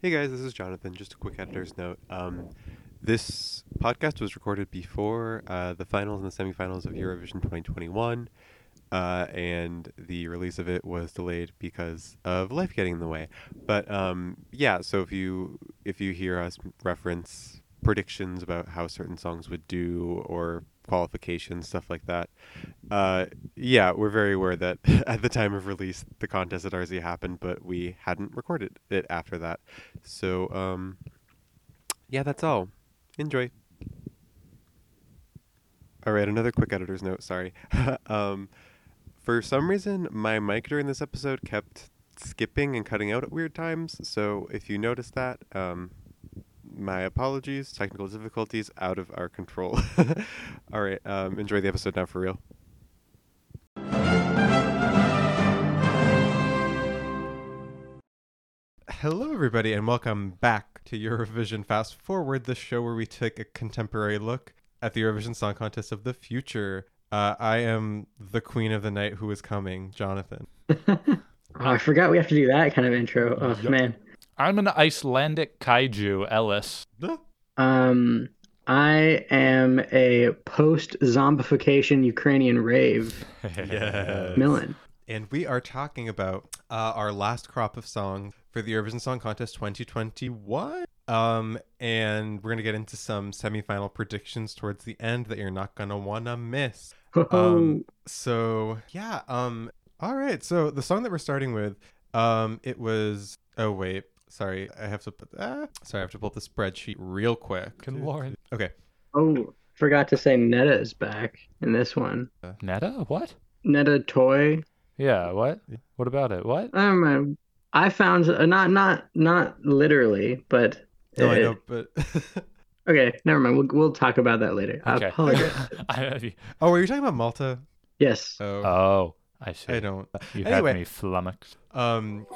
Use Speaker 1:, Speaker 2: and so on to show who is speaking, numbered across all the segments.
Speaker 1: Hey guys, this is Jonathan. Just a quick editor's note. Um, this podcast was recorded before uh, the finals and the semifinals of Eurovision 2021, uh, and the release of it was delayed because of life getting in the way. But um, yeah, so if you if you hear us reference predictions about how certain songs would do or qualifications stuff like that, uh, yeah, we're very aware that at the time of release, the contest had already happened, but we hadn't recorded it after that. So, um, yeah, that's all. Enjoy. All right, another quick editor's note. Sorry. um, for some reason, my mic during this episode kept skipping and cutting out at weird times. So, if you notice that, um, my apologies. Technical difficulties out of our control. all right, um, enjoy the episode now for real. Hello, everybody, and welcome back to Eurovision Fast Forward, the show where we take a contemporary look at the Eurovision Song Contest of the future. Uh, I am the queen of the night who is coming, Jonathan.
Speaker 2: Oh, I forgot we have to do that kind of intro. Oh
Speaker 1: Yup.
Speaker 2: man.
Speaker 3: I'm an Icelandic kaiju, Ellis.
Speaker 1: Ah,
Speaker 2: Um I am a post zombification Ukrainian rave
Speaker 1: Yes.
Speaker 2: Millen.
Speaker 1: And we are talking about uh, our last crop of songs for the Eurovision Song Contest 2021. Um, and we're going to get into some semifinal predictions towards the end that you're not going to want to miss. Um, so yeah, um, all right. So the song that we're starting with, um, it was. Oh wait, sorry, I have to put. Ah, sorry, I have to pull up the spreadsheet real quick.
Speaker 3: Good lord.
Speaker 1: Okay.
Speaker 2: oh forgot to say Netta is back in this one.
Speaker 3: Netta? What?
Speaker 2: Netta toy.
Speaker 3: Yeah, what? What about it? What?
Speaker 2: Um I found uh, not not not literally, but
Speaker 1: No, Oh, I
Speaker 2: it-
Speaker 1: know, but
Speaker 2: okay, never mind. We'll we'll talk about that later. I
Speaker 3: Okay.
Speaker 2: apologize.
Speaker 3: I-
Speaker 1: oh, were you talking about Malta?
Speaker 2: yes.
Speaker 1: Oh,
Speaker 3: oh, I see.
Speaker 1: I don't.
Speaker 3: You
Speaker 1: Anyway.
Speaker 3: had me flummoxed.
Speaker 1: Um,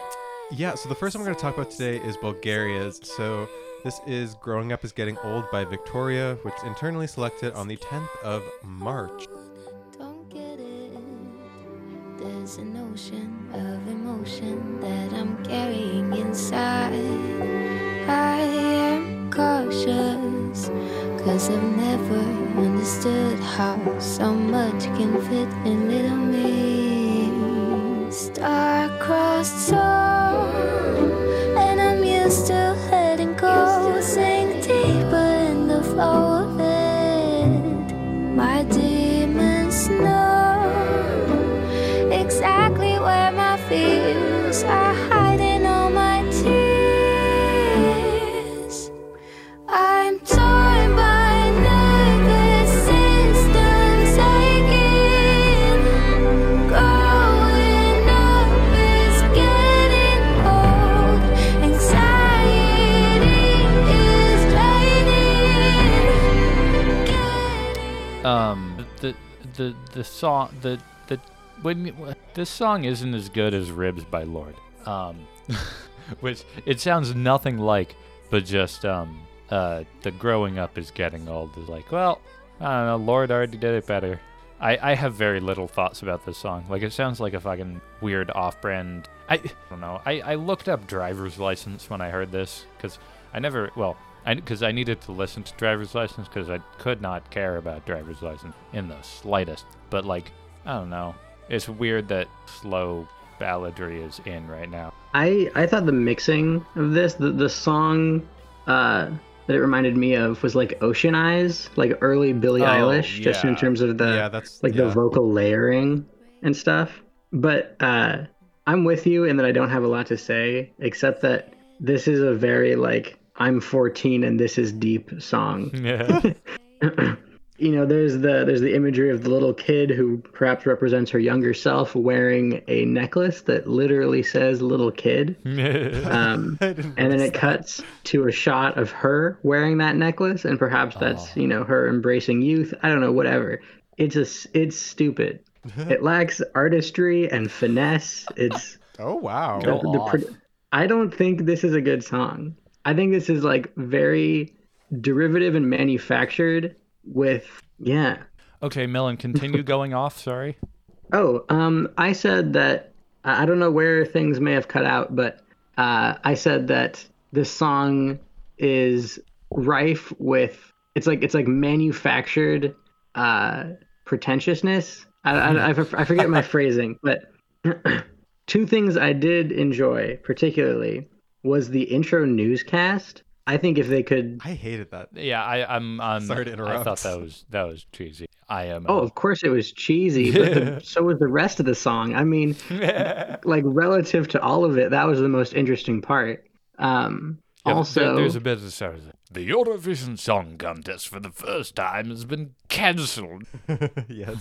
Speaker 1: yeah. So the first song we're going to talk about today is Bulgaria's. So this is "Growing Up Is Getting Old" by Victoria, which is internally selected on the 10th of March.
Speaker 4: Don't get it. There's an ocean of emotion that I'm carrying inside. I am cautious, cause I've never understood how so much can fit in little me. Star-crossed soul, and I'm used to letting go. Sink deeper in the flow of it. My demons know exactly where my fears are hiding all my tears. I'm torn by nervous systems aching. Growing up is getting old. Anxiety is draining. Getting
Speaker 3: Um, the the the song the the when you- this song isn't as good as Ribs by Lord. Um, which it sounds nothing like, but just um uh the growing up is getting old is like well I don't know Lord already did it better. I I have very little thoughts about this song. Like it sounds like a fucking weird off-brand. I, I don't know. I I looked up driver's license when I heard this because I never well because I, needed to listen to driver's license because I could not care about driver's license in the slightest. But like, I don't know. It's weird that slow balladry is in right now.
Speaker 2: I I thought the mixing of this, the, the song uh, that it reminded me of was like Ocean Eyes, like early Billie
Speaker 3: Oh,
Speaker 2: Eilish, just in
Speaker 3: yeah.
Speaker 2: terms of the
Speaker 1: yeah, that's
Speaker 2: like the
Speaker 1: yeah.
Speaker 2: vocal layering and stuff. But uh, I'm with you in that I don't have a lot to say except that this is a very like I'm 14 and this is deep song
Speaker 1: Hmm.
Speaker 3: Yeah.
Speaker 2: you know there's the there's the imagery of the little kid who perhaps represents her younger self wearing a necklace that literally says little kid um,
Speaker 1: I didn't
Speaker 2: and then it cuts to a shot of her wearing that necklace and perhaps that's you know her embracing youth i don't know whatever it's a s- it's stupid it lacks artistry and finesse it's
Speaker 1: Oh wow.
Speaker 3: Go
Speaker 2: the
Speaker 3: off.
Speaker 2: produ- I don't think this is a good song. I think this is like very derivative and manufactured with yeah.
Speaker 3: okay, Millen, continue going off. Sorry.
Speaker 2: Oh, um I said that I I don't know where things may have cut out, but uh I said that this song is rife with it's like it's like manufactured uh pretentiousness i i, I, f- I forget my phrasing but two things i did enjoy particularly was the intro newscast i think if they could
Speaker 1: I hated that.
Speaker 3: Yeah, I, I'm. i
Speaker 1: Sorry to
Speaker 3: I thought
Speaker 1: interrupt.
Speaker 3: that was that was cheesy. I am.
Speaker 2: oh of course it was cheesy but the, so was the rest of the song i mean like relative to all of it that was the most interesting part um
Speaker 3: Yeah, but
Speaker 2: also
Speaker 3: there- there's a bit of sorry. The Eurovision Song Contest for the first time has been cancelled.
Speaker 1: yes.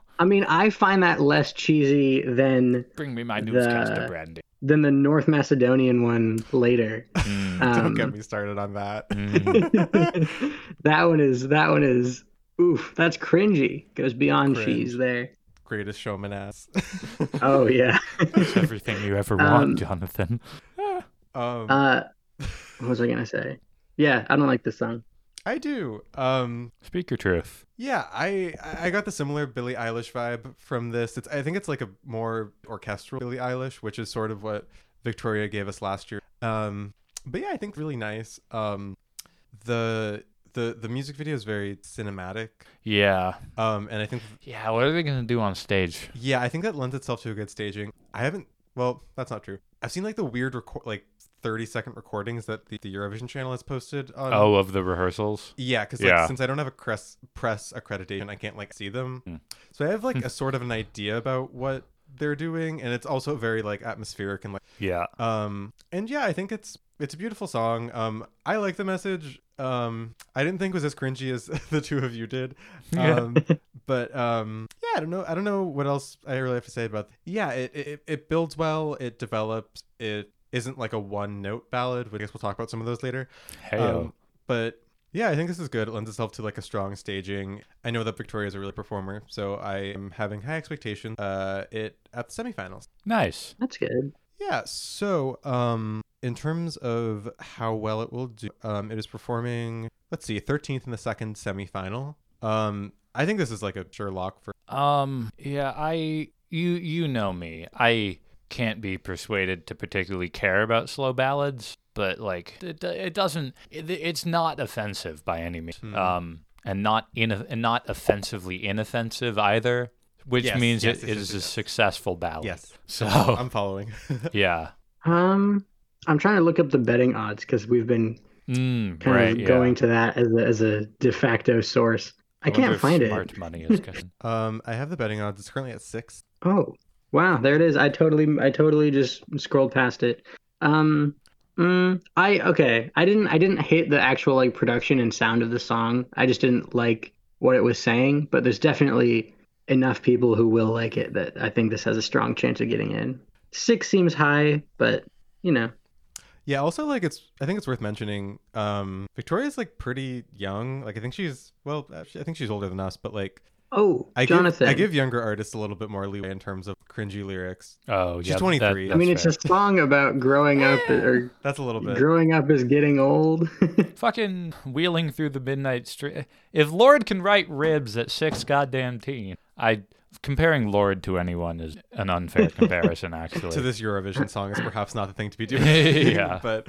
Speaker 2: I mean, I find that less cheesy than
Speaker 3: Bring me my newscaster,
Speaker 2: The-
Speaker 3: Brandy.
Speaker 2: than the North Macedonian one later.
Speaker 1: Don't get
Speaker 2: Um,
Speaker 1: me started on that.
Speaker 3: Mm.
Speaker 2: that one is that one is oof. That's cringy. Goes beyond
Speaker 1: Cringe.
Speaker 2: cheese there.
Speaker 1: Greatest showman ass.
Speaker 2: Oh yeah.
Speaker 3: It's everything you ever want,
Speaker 2: Um,
Speaker 3: Jonathan.
Speaker 1: um,
Speaker 2: uh, what was I gonna say? Yeah, I don't like this song.
Speaker 1: I do. Um,
Speaker 3: Speak your truth.
Speaker 1: Yeah, I I got the similar Billie Eilish vibe from this. It's I think it's like a more orchestral Billie Eilish, which is sort of what Victoria gave us last year. Um, but yeah, I think really nice. Um, the the the music video is very cinematic.
Speaker 3: Yeah.
Speaker 1: Um, and I think
Speaker 3: Yeah, what are they going to do on stage?
Speaker 1: yeah, I think that lends itself to a good staging. I haven't. Well, that's not true. I've seen like the weird record like thirty second recordings that the, the Eurovision channel has posted on
Speaker 3: Oh, of the rehearsals?
Speaker 1: Yeah, because like,
Speaker 3: Yeah.
Speaker 1: since I don't have a press press accreditation, I can't like see them.
Speaker 3: Mm.
Speaker 1: So I have like a sort of an idea about what they're doing, and it's also very like atmospheric and like
Speaker 3: Yeah.
Speaker 1: um and yeah, I think it's it's a beautiful song. Um, I like the message. Um, I didn't think it was as cringy as the two of you did.
Speaker 3: Yeah.
Speaker 1: Um, but um, yeah, I don't know. I don't know what else I really have to say about. Yeah, it it, it builds well. It develops. It isn't like a one note ballad. which I guess we'll talk about some of those later.
Speaker 3: Hey,
Speaker 1: Um, but yeah, I think this is good. It lends itself to like a strong staging. I know that Victoria is a really performer, so I am having high expectations. Uh, it at the semifinals.
Speaker 3: nice.
Speaker 2: That's good.
Speaker 1: Yeah. So um, in terms of how well it will do, um, it is performing. Let's see, 13th in the second semifinal. Um, I think this is like a Sherlock for.
Speaker 3: Um, yeah, I you you know me. I can't be persuaded to particularly care about slow ballads, but like it, do- it doesn't it, it's not offensive by any means.
Speaker 1: Mhm.
Speaker 3: Um, and not in and not offensively inoffensive either, which
Speaker 1: Yes,
Speaker 3: means
Speaker 1: yes,
Speaker 3: it,
Speaker 1: yes,
Speaker 3: it
Speaker 1: yes,
Speaker 3: is a
Speaker 1: yes.
Speaker 3: successful ballad.
Speaker 1: Yes.
Speaker 3: So
Speaker 1: I'm following.
Speaker 3: yeah.
Speaker 2: Um, I'm trying to look up the betting odds because we've been
Speaker 3: Mm,
Speaker 2: kind
Speaker 3: right.
Speaker 2: of
Speaker 3: yeah.
Speaker 2: going to that as a, as a de facto source. I,
Speaker 3: wonder
Speaker 2: can't
Speaker 3: if
Speaker 2: find
Speaker 3: smart
Speaker 2: it.
Speaker 3: money is good.
Speaker 1: um, I have the betting odds. It's currently at six.
Speaker 2: Oh, wow, there it is. I totally I totally just scrolled past it. Um mm, I okay, I didn't I didn't hate the actual like production and sound of the song. I just didn't like what it was saying, but there's definitely enough people who will like it that I think this has a strong chance of getting in. 6 seems high, but you know,
Speaker 1: Yeah, also like it's I think it's worth mentioning um Victoria's like pretty young. Like I think she's well, actually, I think she's older than us, but like
Speaker 2: Oh,
Speaker 1: I
Speaker 2: Jonathan.
Speaker 1: give I give younger artists a little bit more leeway in terms of cringy lyrics.
Speaker 3: Oh,
Speaker 1: She's
Speaker 3: yeah. that-
Speaker 1: 23.
Speaker 2: I mean, it's
Speaker 3: that's fair.
Speaker 2: a song about growing up or
Speaker 1: That's a little bit.
Speaker 2: growing up is getting old.
Speaker 3: fucking wheeling through the midnight street. If Lord can write ribs at six goddamn teen, I comparing Lord to anyone is an unfair comparison. Actually,
Speaker 1: to this Eurovision song is perhaps not the thing to be doing.
Speaker 3: Yeah.
Speaker 1: But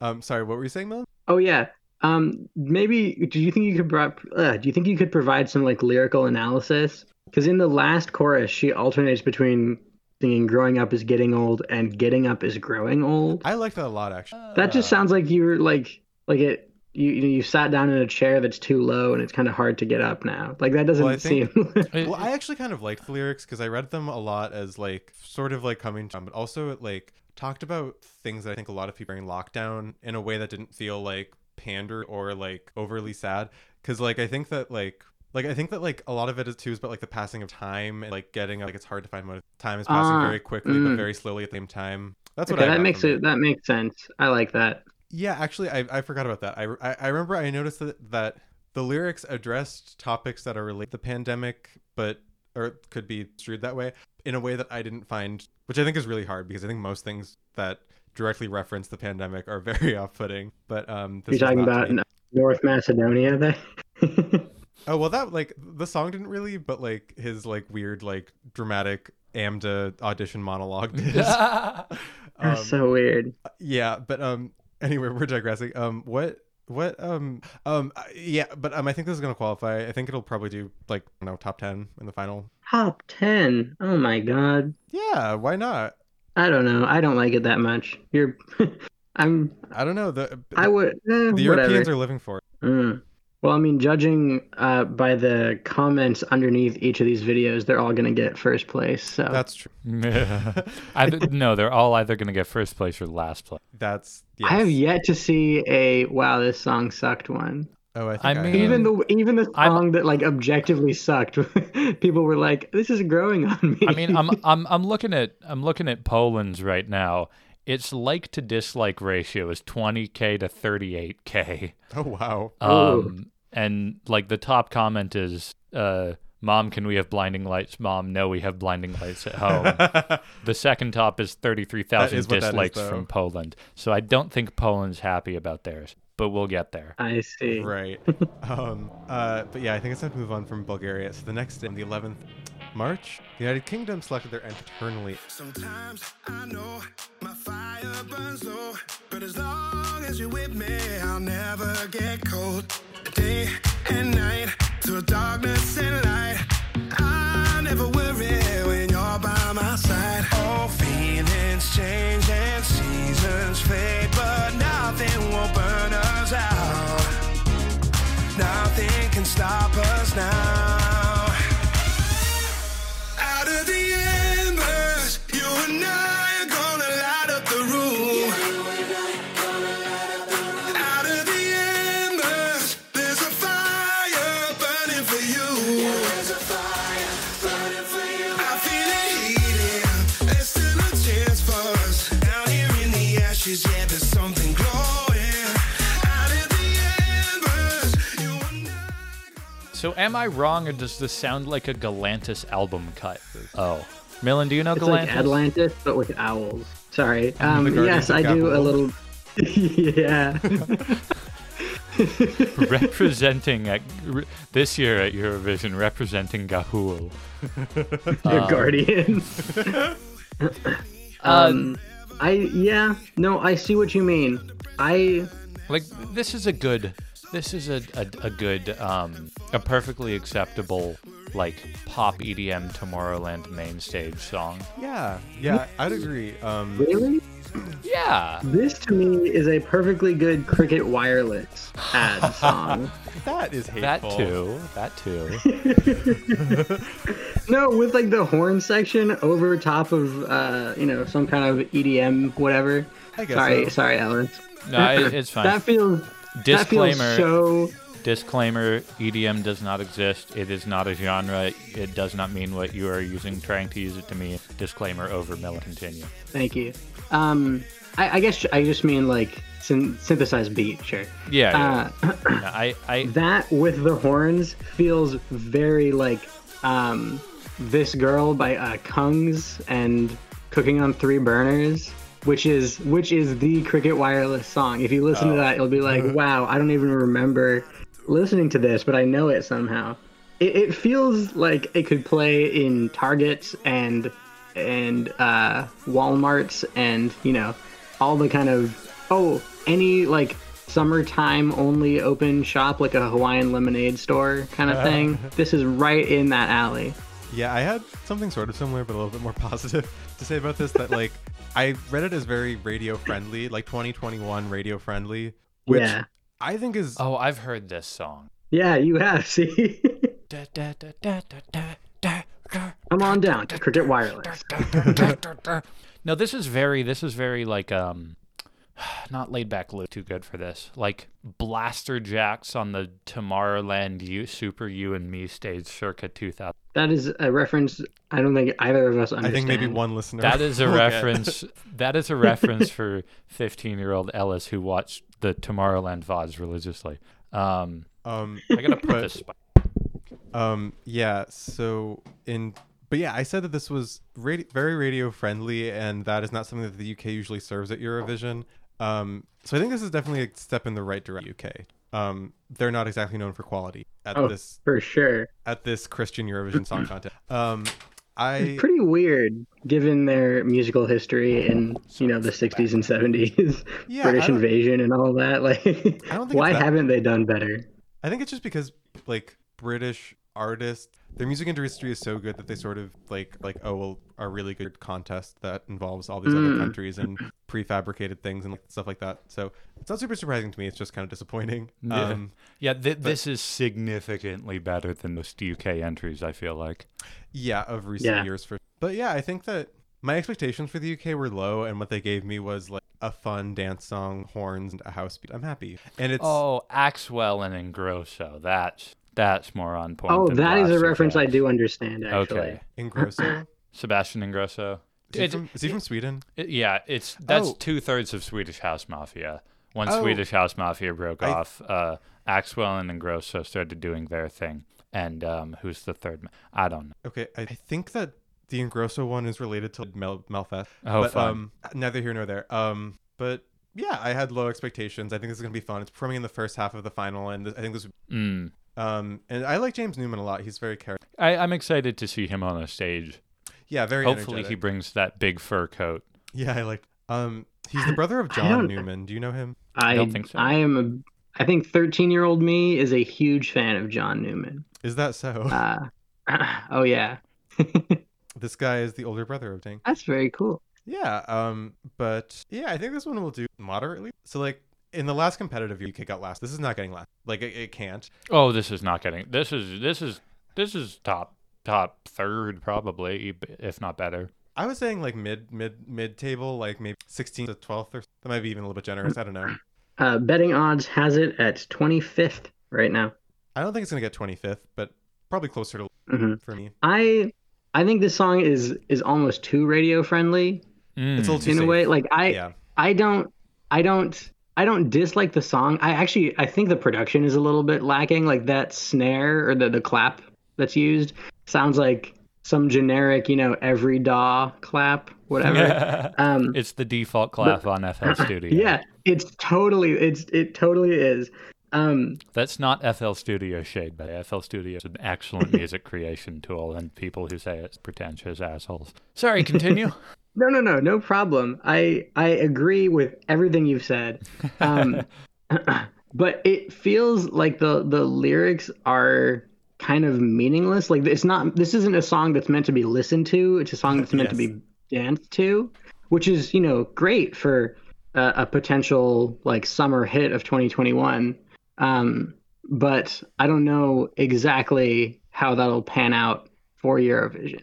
Speaker 1: um sorry, what were you saying, Mel?
Speaker 2: Oh yeah. Um, maybe do you think you could brought, uh, do you think you could provide some like lyrical analysis? Because in the last chorus, she alternates between singing "growing up is getting old" and "getting up is growing old."
Speaker 1: I liked that a lot actually.
Speaker 2: That
Speaker 3: Uh,
Speaker 2: just sounds like you're like like it. You you, know, you sat down in a chair that's too low and it's kind of hard to get up now. Like that doesn't
Speaker 1: Well, I think-
Speaker 2: seem.
Speaker 3: It-
Speaker 1: Well, I actually kind of liked the lyrics because I read them a lot as like sort of like coming down, but also it like talked about things that I think a lot of people are in lockdown in a way that didn't feel like pander or like overly sad. Because like I think that like like I think that like a lot of it is too is about like the passing of time and like getting like it's hard to find motive. Time is passing
Speaker 2: Ah,
Speaker 1: very quickly but
Speaker 2: mm.
Speaker 1: very slowly at the same time. That's what
Speaker 2: okay,
Speaker 1: I
Speaker 2: that
Speaker 1: got
Speaker 2: makes
Speaker 1: from
Speaker 2: it that makes sense. I like that.
Speaker 1: yeah, actually, I, I forgot about that. I, I, I remember I noticed that, that the lyrics addressed topics that are related to the pandemic, but or could be construed that way in a way that I didn't find, which I think is really hard because I think most things that directly reference the pandemic are very off-putting. But um,
Speaker 2: You're
Speaker 1: was
Speaker 2: talking
Speaker 1: not to
Speaker 2: about
Speaker 1: me.
Speaker 2: North Macedonia there.
Speaker 1: oh well, that like the song didn't really, but like his like weird like dramatic Amda audition monologue Um, is.
Speaker 2: That's so weird.
Speaker 1: yeah, but um anyway, we're digressing. Um what what um um uh, yeah, but um I think this is going to qualify. I think it'll probably do like you know top 10 in the final.
Speaker 2: Top ten. Oh my god.
Speaker 1: Yeah, why not?
Speaker 2: I don't know. I don't like it that much. You're. I'm.
Speaker 1: I don't know. The
Speaker 2: I would. Eh,
Speaker 1: the
Speaker 2: whatever.
Speaker 1: Europeans are living for it.
Speaker 2: Mm. Well, I mean, judging uh, by the comments underneath each of these videos, they're all gonna get first place. So
Speaker 1: That's true.
Speaker 3: I th- no, they're all either going to get first place or last place.
Speaker 1: That's yes.
Speaker 2: I have yet to see a "Wow, this song sucked" one.
Speaker 1: Oh, I think
Speaker 3: I
Speaker 1: I
Speaker 3: mean-
Speaker 1: have.
Speaker 2: Even the even the
Speaker 3: I'm-
Speaker 2: song that like objectively sucked, people were like, "This is growing on me."
Speaker 3: I mean, I'm I'm I'm looking at I'm looking at Poland's right now. Its like to dislike ratio is 20k to 38k.
Speaker 1: Oh wow.
Speaker 2: Ooh.
Speaker 3: Um, and like the top comment is, uh, "Mom, can we have blinding lights?" Mom, no, we have blinding lights at home. the second top is
Speaker 1: That
Speaker 3: 33,000
Speaker 1: is what that is,
Speaker 3: dislikes
Speaker 1: though.
Speaker 3: from Poland. So I don't think Poland's happy about theirs, but we'll get there.
Speaker 2: I see.
Speaker 1: right. Um, uh, but yeah, I think it's time to move on from Bulgaria. So the next day, on the 11th March, the United Kingdom selected their internally.
Speaker 5: Sometimes I know my fire burns low, but as long as you're with me, I'll never get cold. Day and night, through darkness and light, I never worry when you're by my side. All feelings change and seasons fade, but nothing will burn us out. Nothing can stop us now. Out of the embers, you and I are gonna light up the room. Out of the embers, there's a fire burning for you. I feel it heating. There's still a chance for us. Down here in the ashes, yeah, there's something glowing. Out of the embers, you and I.
Speaker 3: So am I wrong, or does this sound like a Galantis album cut? Oh. Millen, do you know
Speaker 2: It's
Speaker 3: Galantis?
Speaker 2: like Atlantis, but with owls. Sorry. Um,
Speaker 1: the
Speaker 2: yes, I
Speaker 1: Guardians of
Speaker 2: do a
Speaker 1: Gavel.
Speaker 2: little. yeah.
Speaker 3: representing at, re- this year at Eurovision, representing Gahul.
Speaker 2: Your guardian. um, I yeah. No, I see what you mean. I
Speaker 3: Like this is a good, this is a a, a good, um, a perfectly acceptable like pop EDM Tomorrowland main stage song.
Speaker 1: Yeah, yeah, I'd agree. Um,
Speaker 2: really
Speaker 3: Yeah,
Speaker 2: this to me is a perfectly good cricket wireless ad song.
Speaker 1: that is hateful.
Speaker 3: that too, that too.
Speaker 2: no, with like the horn section over top of uh, you know, some kind of EDM whatever.
Speaker 1: I guess
Speaker 2: Sorry,
Speaker 1: so.
Speaker 2: sorry, Alex.
Speaker 3: No, it, it's fine.
Speaker 2: That feels
Speaker 3: Disclaimer.
Speaker 2: That feels so
Speaker 3: Disclaimer: EDM does not exist. It is not a genre. It does not mean what you are using. Trying to use it to mean. Disclaimer over. Miller, continue.
Speaker 2: Thank you. Um, I, I guess I just mean like syn- synthesized beat, sure.
Speaker 3: Yeah,
Speaker 2: Uh,
Speaker 3: yeah. No, I, I,
Speaker 2: that with the horns feels very like um, this girl by uh, Kungs and cooking on three burners, which is which is the Cricket Wireless song. If you listen to that, you'll be like, wow, I don't even remember listening to this, but I know it somehow. It, it feels like it could play in Targets and and uh, WalMarts and you know all the kind of oh any like summertime only open shop like a Hawaiian lemonade store kind
Speaker 1: Uh-huh.
Speaker 2: of thing. this is right in that alley.
Speaker 1: Yeah, I had something sort of similar, but a little bit more positive to say about this. That like I read it as very radio friendly, like 2021 radio friendly, which
Speaker 2: Yeah.
Speaker 1: I think is
Speaker 3: oh, I've heard this song.
Speaker 2: Yeah, you have. See,
Speaker 3: Da, da, da, da, da, da, da, da,
Speaker 2: come on down to Cricket Wireless.
Speaker 3: da, da, da, da. no, this is very, this is very like, um, not laid back loop too good for this. Like Blaster Jacks on the Tomorrowland U, Super You and Me stage circa 2000.
Speaker 2: That is a reference. I don't think either of us
Speaker 1: I
Speaker 2: understand.
Speaker 1: think maybe one listener.
Speaker 3: That is a
Speaker 1: will get.
Speaker 3: reference. That is a reference for 15 year old Ellis who watched the Tomorrowland VODs religiously. Um,
Speaker 1: Um,
Speaker 3: I gotta put this.
Speaker 1: Um, yeah, so in but yeah, I said that this was radi- very radio friendly and that is not something that the UK usually serves at Eurovision. Um, so I think this is definitely a step in the right direction UK. Um, they're not exactly known for quality at
Speaker 2: Oh,
Speaker 1: this
Speaker 2: for sure.
Speaker 1: at this Christian Eurovision Song Contest. Um, I
Speaker 2: Pretty weird, given their musical history in you know the '60s and '70s,
Speaker 1: Yeah, I
Speaker 2: British
Speaker 1: don't-
Speaker 2: invasion and all that. Like,
Speaker 1: think
Speaker 2: why
Speaker 1: it's that-
Speaker 2: haven't they done better?
Speaker 1: I think it's just because like British artists, their music industry is so good that they sort of like like oh well, a really good contest that involves all these other
Speaker 2: Mm.
Speaker 1: countries and prefabricated things and stuff like that. So it's not super surprising to me. It's just kind of disappointing.
Speaker 3: Yeah.
Speaker 1: Um,
Speaker 3: Yeah, th- this is significantly better than most UK entries. I feel like.
Speaker 1: yeah, of recent
Speaker 2: Yeah.
Speaker 1: years for. But yeah, I think that my expectations for the UK were low, and what they gave me was like a fun dance song, horns, and a house beat. I'm happy, and it's
Speaker 3: Oh, Axwell and Ingrosso. That's that's more on point.
Speaker 2: Oh,
Speaker 3: than
Speaker 2: that is a
Speaker 3: Blaster
Speaker 2: reference I
Speaker 3: Jack.
Speaker 2: do understand. Actually,
Speaker 3: Okay,
Speaker 1: Ingrosso.
Speaker 3: Sebastian Ingrosso.
Speaker 1: Is he,
Speaker 3: It's-
Speaker 1: from, is he from Sweden?
Speaker 3: it- yeah, it's that's
Speaker 1: Oh.
Speaker 3: two thirds of Swedish House Mafia. When
Speaker 1: Oh.
Speaker 3: Swedish House Mafia broke
Speaker 1: I-
Speaker 3: off, uh, Axwell and Ingrosso started doing their thing. And um, who's the third? ma- I don't know.
Speaker 1: Okay, I, I think that the Ingrosso one is related to Mel- Melfest.
Speaker 3: Oh,
Speaker 1: but,
Speaker 3: fun.
Speaker 1: um neither here nor there. Um, but yeah, I had low expectations. I think this is gonna be fun. It's performing in the first half of the final, and th- I think this.
Speaker 3: Mm.
Speaker 1: Um, and I like James Newman a lot. He's very char-
Speaker 3: I, I'm excited to see him on a stage.
Speaker 1: Yeah, very.
Speaker 3: Hopefully, he
Speaker 1: energetic.
Speaker 3: brings that big fur coat.
Speaker 1: Yeah, I like. Um, he's the brother of
Speaker 2: I
Speaker 1: John
Speaker 2: don't-
Speaker 1: Newman. Do you know him?
Speaker 2: I
Speaker 3: don't think so.
Speaker 2: I am. A, I think 13 year old me is a huge fan of John Newman.
Speaker 1: Is that so?
Speaker 2: Uh, oh yeah,
Speaker 1: this guy is the older brother of Ding.
Speaker 2: that's very cool.
Speaker 1: Yeah. Um, but yeah, I think this one will do moderately. So like. In the last competitive, UK got last. This is not getting last. Like it, it can't.
Speaker 3: Oh, this is not getting. This is this is this is top top third probably, if not better.
Speaker 1: I was saying like mid mid mid table, like maybe 16th to 12th, or that might be even a little bit generous. I don't know.
Speaker 2: Uh, betting odds has it at 25th right now.
Speaker 1: I don't think it's gonna get 25th, but probably closer to
Speaker 2: hmm
Speaker 1: for me.
Speaker 2: I I think this song is is almost too radio friendly
Speaker 1: It's
Speaker 3: Hmm.
Speaker 1: a little too
Speaker 2: in a
Speaker 1: safe.
Speaker 2: way. Like I
Speaker 1: yeah,
Speaker 2: I don't I don't I don't dislike the song. I actually I think the production is a little bit lacking. Like that snare or the the clap that's used sounds like some generic, you know, every daw clap, whatever. um
Speaker 3: it's the default clap on FL Studio.
Speaker 2: yeah, it's totally it's it totally is. Um
Speaker 3: that's not FL Studio shade, but FL Studio is an excellent music creation tool, and people who say it's pretentious assholes. Sorry, continue.
Speaker 2: No, no, no, no problem. I I agree with everything you've said. Um, but it feels like the the lyrics are kind of meaningless. Like it's not this isn't a song that's meant to be listened to. It's a song that's meant to
Speaker 1: Yes.
Speaker 2: be danced to, which is, you know, great for uh, a potential like summer hit of 2021. Um, but I don't know exactly how that'll pan out for Eurovision.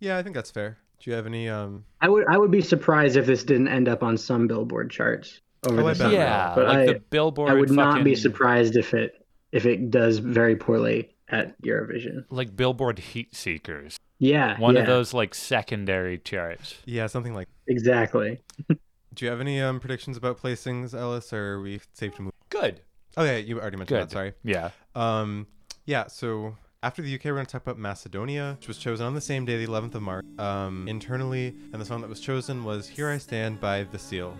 Speaker 1: yeah, I think that's fair. Do you have any? Um,
Speaker 2: I would I would be surprised if this didn't end up on some Billboard charts over
Speaker 1: Oh, I bet.
Speaker 2: the summer.
Speaker 3: yeah,
Speaker 2: but
Speaker 3: like
Speaker 2: I,
Speaker 3: the Billboard.
Speaker 2: I would not be
Speaker 3: fucking-
Speaker 2: surprised if it if it does very poorly at Eurovision.
Speaker 3: Like Billboard Heat Seekers,
Speaker 2: Yeah,
Speaker 3: one of
Speaker 2: yeah,
Speaker 3: those like secondary charts.
Speaker 1: yeah, something like.
Speaker 2: exactly.
Speaker 1: Do you have any um predictions about placings, Ellis, or are we safe to move?
Speaker 3: Good.
Speaker 1: Oh yeah, you already mentioned
Speaker 3: Good.
Speaker 1: that. Sorry.
Speaker 3: Yeah.
Speaker 1: Um, yeah. So after the UK, we're going to talk about Macedonia, which was chosen on the same day, the 11th of March, um, internally, and the song that was chosen was "Here I Stand" by The Seal.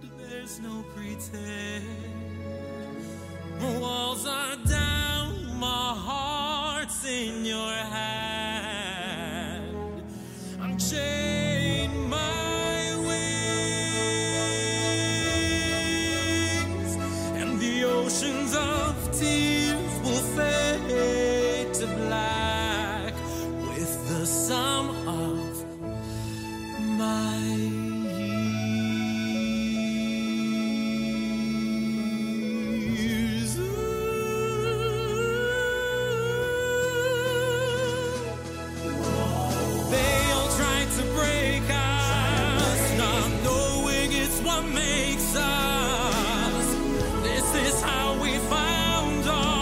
Speaker 6: There's no pretend. My walls are down, my heart's in your hand. I'm chained my wings, and the oceans of tears will fade to black with the sum of my years. They all try to break us, not knowing it's what makes us. This is how we found our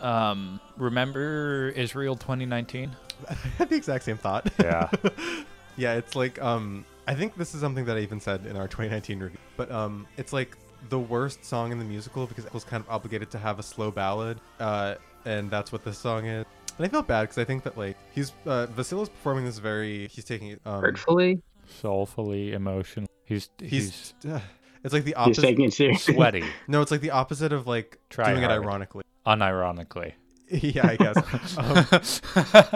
Speaker 3: Um, remember Israel 2019?
Speaker 1: I had the exact same thought.
Speaker 3: Yeah.
Speaker 1: Yeah, it's like um I think this is something that I even said in our 2019 review. But um it's like the worst song in the musical because it was kind of obligated to have a slow ballad uh and that's what this song is. And I felt bad because I think that like he's uh Vasilis performing this very he's taking it um
Speaker 2: Hurtfully,
Speaker 3: Soulfully emotional. He's he's,
Speaker 1: He's, it's like the
Speaker 2: He's
Speaker 1: opposite.
Speaker 2: taking it seriously.
Speaker 3: sweaty,
Speaker 1: no, it's like the opposite of like
Speaker 3: Try
Speaker 1: doing
Speaker 3: hard.
Speaker 1: it ironically.
Speaker 3: unironically.
Speaker 1: yeah, I guess. Um,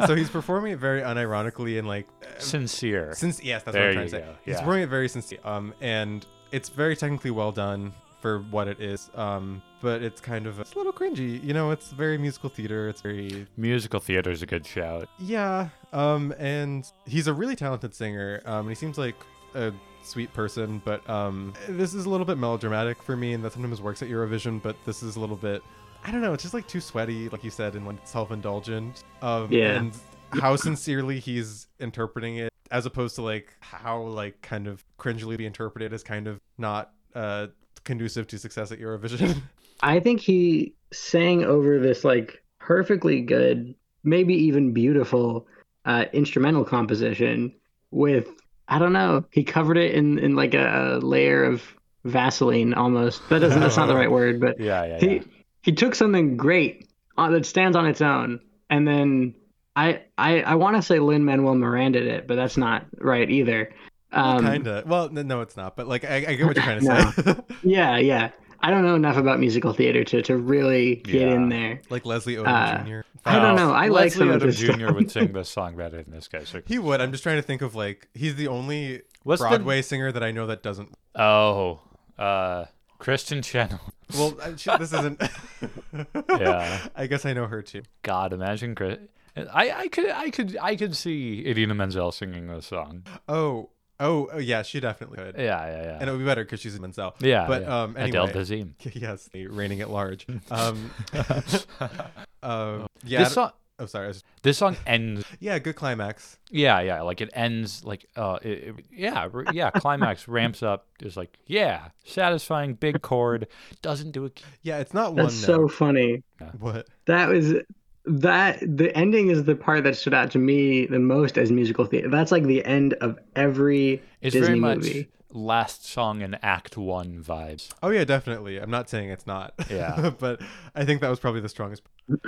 Speaker 1: so he's performing it very unironically and like
Speaker 3: Sincere.
Speaker 1: since yes, that's
Speaker 3: There
Speaker 1: what I'm trying
Speaker 3: you
Speaker 1: to say.
Speaker 3: go,
Speaker 1: He's
Speaker 3: yeah.
Speaker 1: performing it very sincere. Um, and it's very technically well done for what it is. Um, but it's kind of it's a little cringy. You know, it's very musical theater. It's very
Speaker 3: Musical theater's a good shout.
Speaker 1: yeah. Um, and he's a really talented singer. Um, and he seems like a sweet person, but um, this is a little bit melodramatic for me, and that sometimes works at Eurovision. But this is a little bit, I don't know, it's just like too sweaty, like you said, and like self-indulgent. Um,
Speaker 2: Yeah.
Speaker 1: And how sincerely he's interpreting it, as opposed to like how like kind of cringily be interpreted as kind of not uh conducive to success at Eurovision.
Speaker 2: I think he sang over this like perfectly good, maybe even beautiful uh, instrumental composition with I don't know. He covered it in in like a layer of Vaseline almost. That doesn't that's not the right word, but
Speaker 3: Yeah, yeah, yeah.
Speaker 2: he he took something great on, that stands on its own, and then I I, I want to say Lin Manuel Miranda did it, but that's not right either. Um,
Speaker 1: kinda. Well, n- no, it's not. But like, I, I get what you're trying to say.
Speaker 2: Yeah, yeah. I don't know enough about musical theater to to really get
Speaker 3: Yeah.
Speaker 2: in there.
Speaker 1: like Leslie Odom
Speaker 2: Uh,
Speaker 1: Jr.
Speaker 2: I don't
Speaker 3: Oh,
Speaker 2: know. I like
Speaker 3: Leslie
Speaker 2: some of
Speaker 3: Odom
Speaker 2: this
Speaker 3: Jr.
Speaker 2: stuff.
Speaker 3: would sing this song better than this guy. So,
Speaker 1: He would. I'm just trying to think of like he's the only
Speaker 3: What's the-
Speaker 1: Broadway singer that I know that doesn't.
Speaker 3: oh, uh, Christian Channel.
Speaker 1: Well, I- she, this isn't.
Speaker 3: Yeah.
Speaker 1: I guess I know her too.
Speaker 3: God, imagine Chris. I, I could I could I could see Idina Menzel singing this song.
Speaker 1: Oh, oh, oh yeah, she definitely could,
Speaker 3: Yeah, yeah, yeah.
Speaker 1: and it would be better because she's a Menzel.
Speaker 3: yeah,
Speaker 1: but
Speaker 3: yeah.
Speaker 1: um, anyway.
Speaker 3: Adele Dazeem.
Speaker 1: Yes, the reigning at large. Um, um, yeah. I
Speaker 3: this
Speaker 1: don't-
Speaker 3: song
Speaker 1: oh, sorry. I was-
Speaker 3: this song ends
Speaker 1: yeah, good climax.
Speaker 3: Yeah, yeah. Like it ends like uh it, it- yeah, r- yeah, climax ramps up is like yeah, satisfying big chord doesn't do a key.
Speaker 1: Yeah, it's not one.
Speaker 2: That's so
Speaker 1: note.
Speaker 2: funny.
Speaker 1: What?
Speaker 2: That was that the ending is the part that stood out to me the most as musical theater. That's like the end of every
Speaker 3: It's
Speaker 2: Disney
Speaker 3: very much
Speaker 2: movie.
Speaker 3: last song in act 1 vibes.
Speaker 1: Oh yeah, definitely. I'm not saying it's not.
Speaker 3: Yeah.
Speaker 1: but I think that was probably the strongest.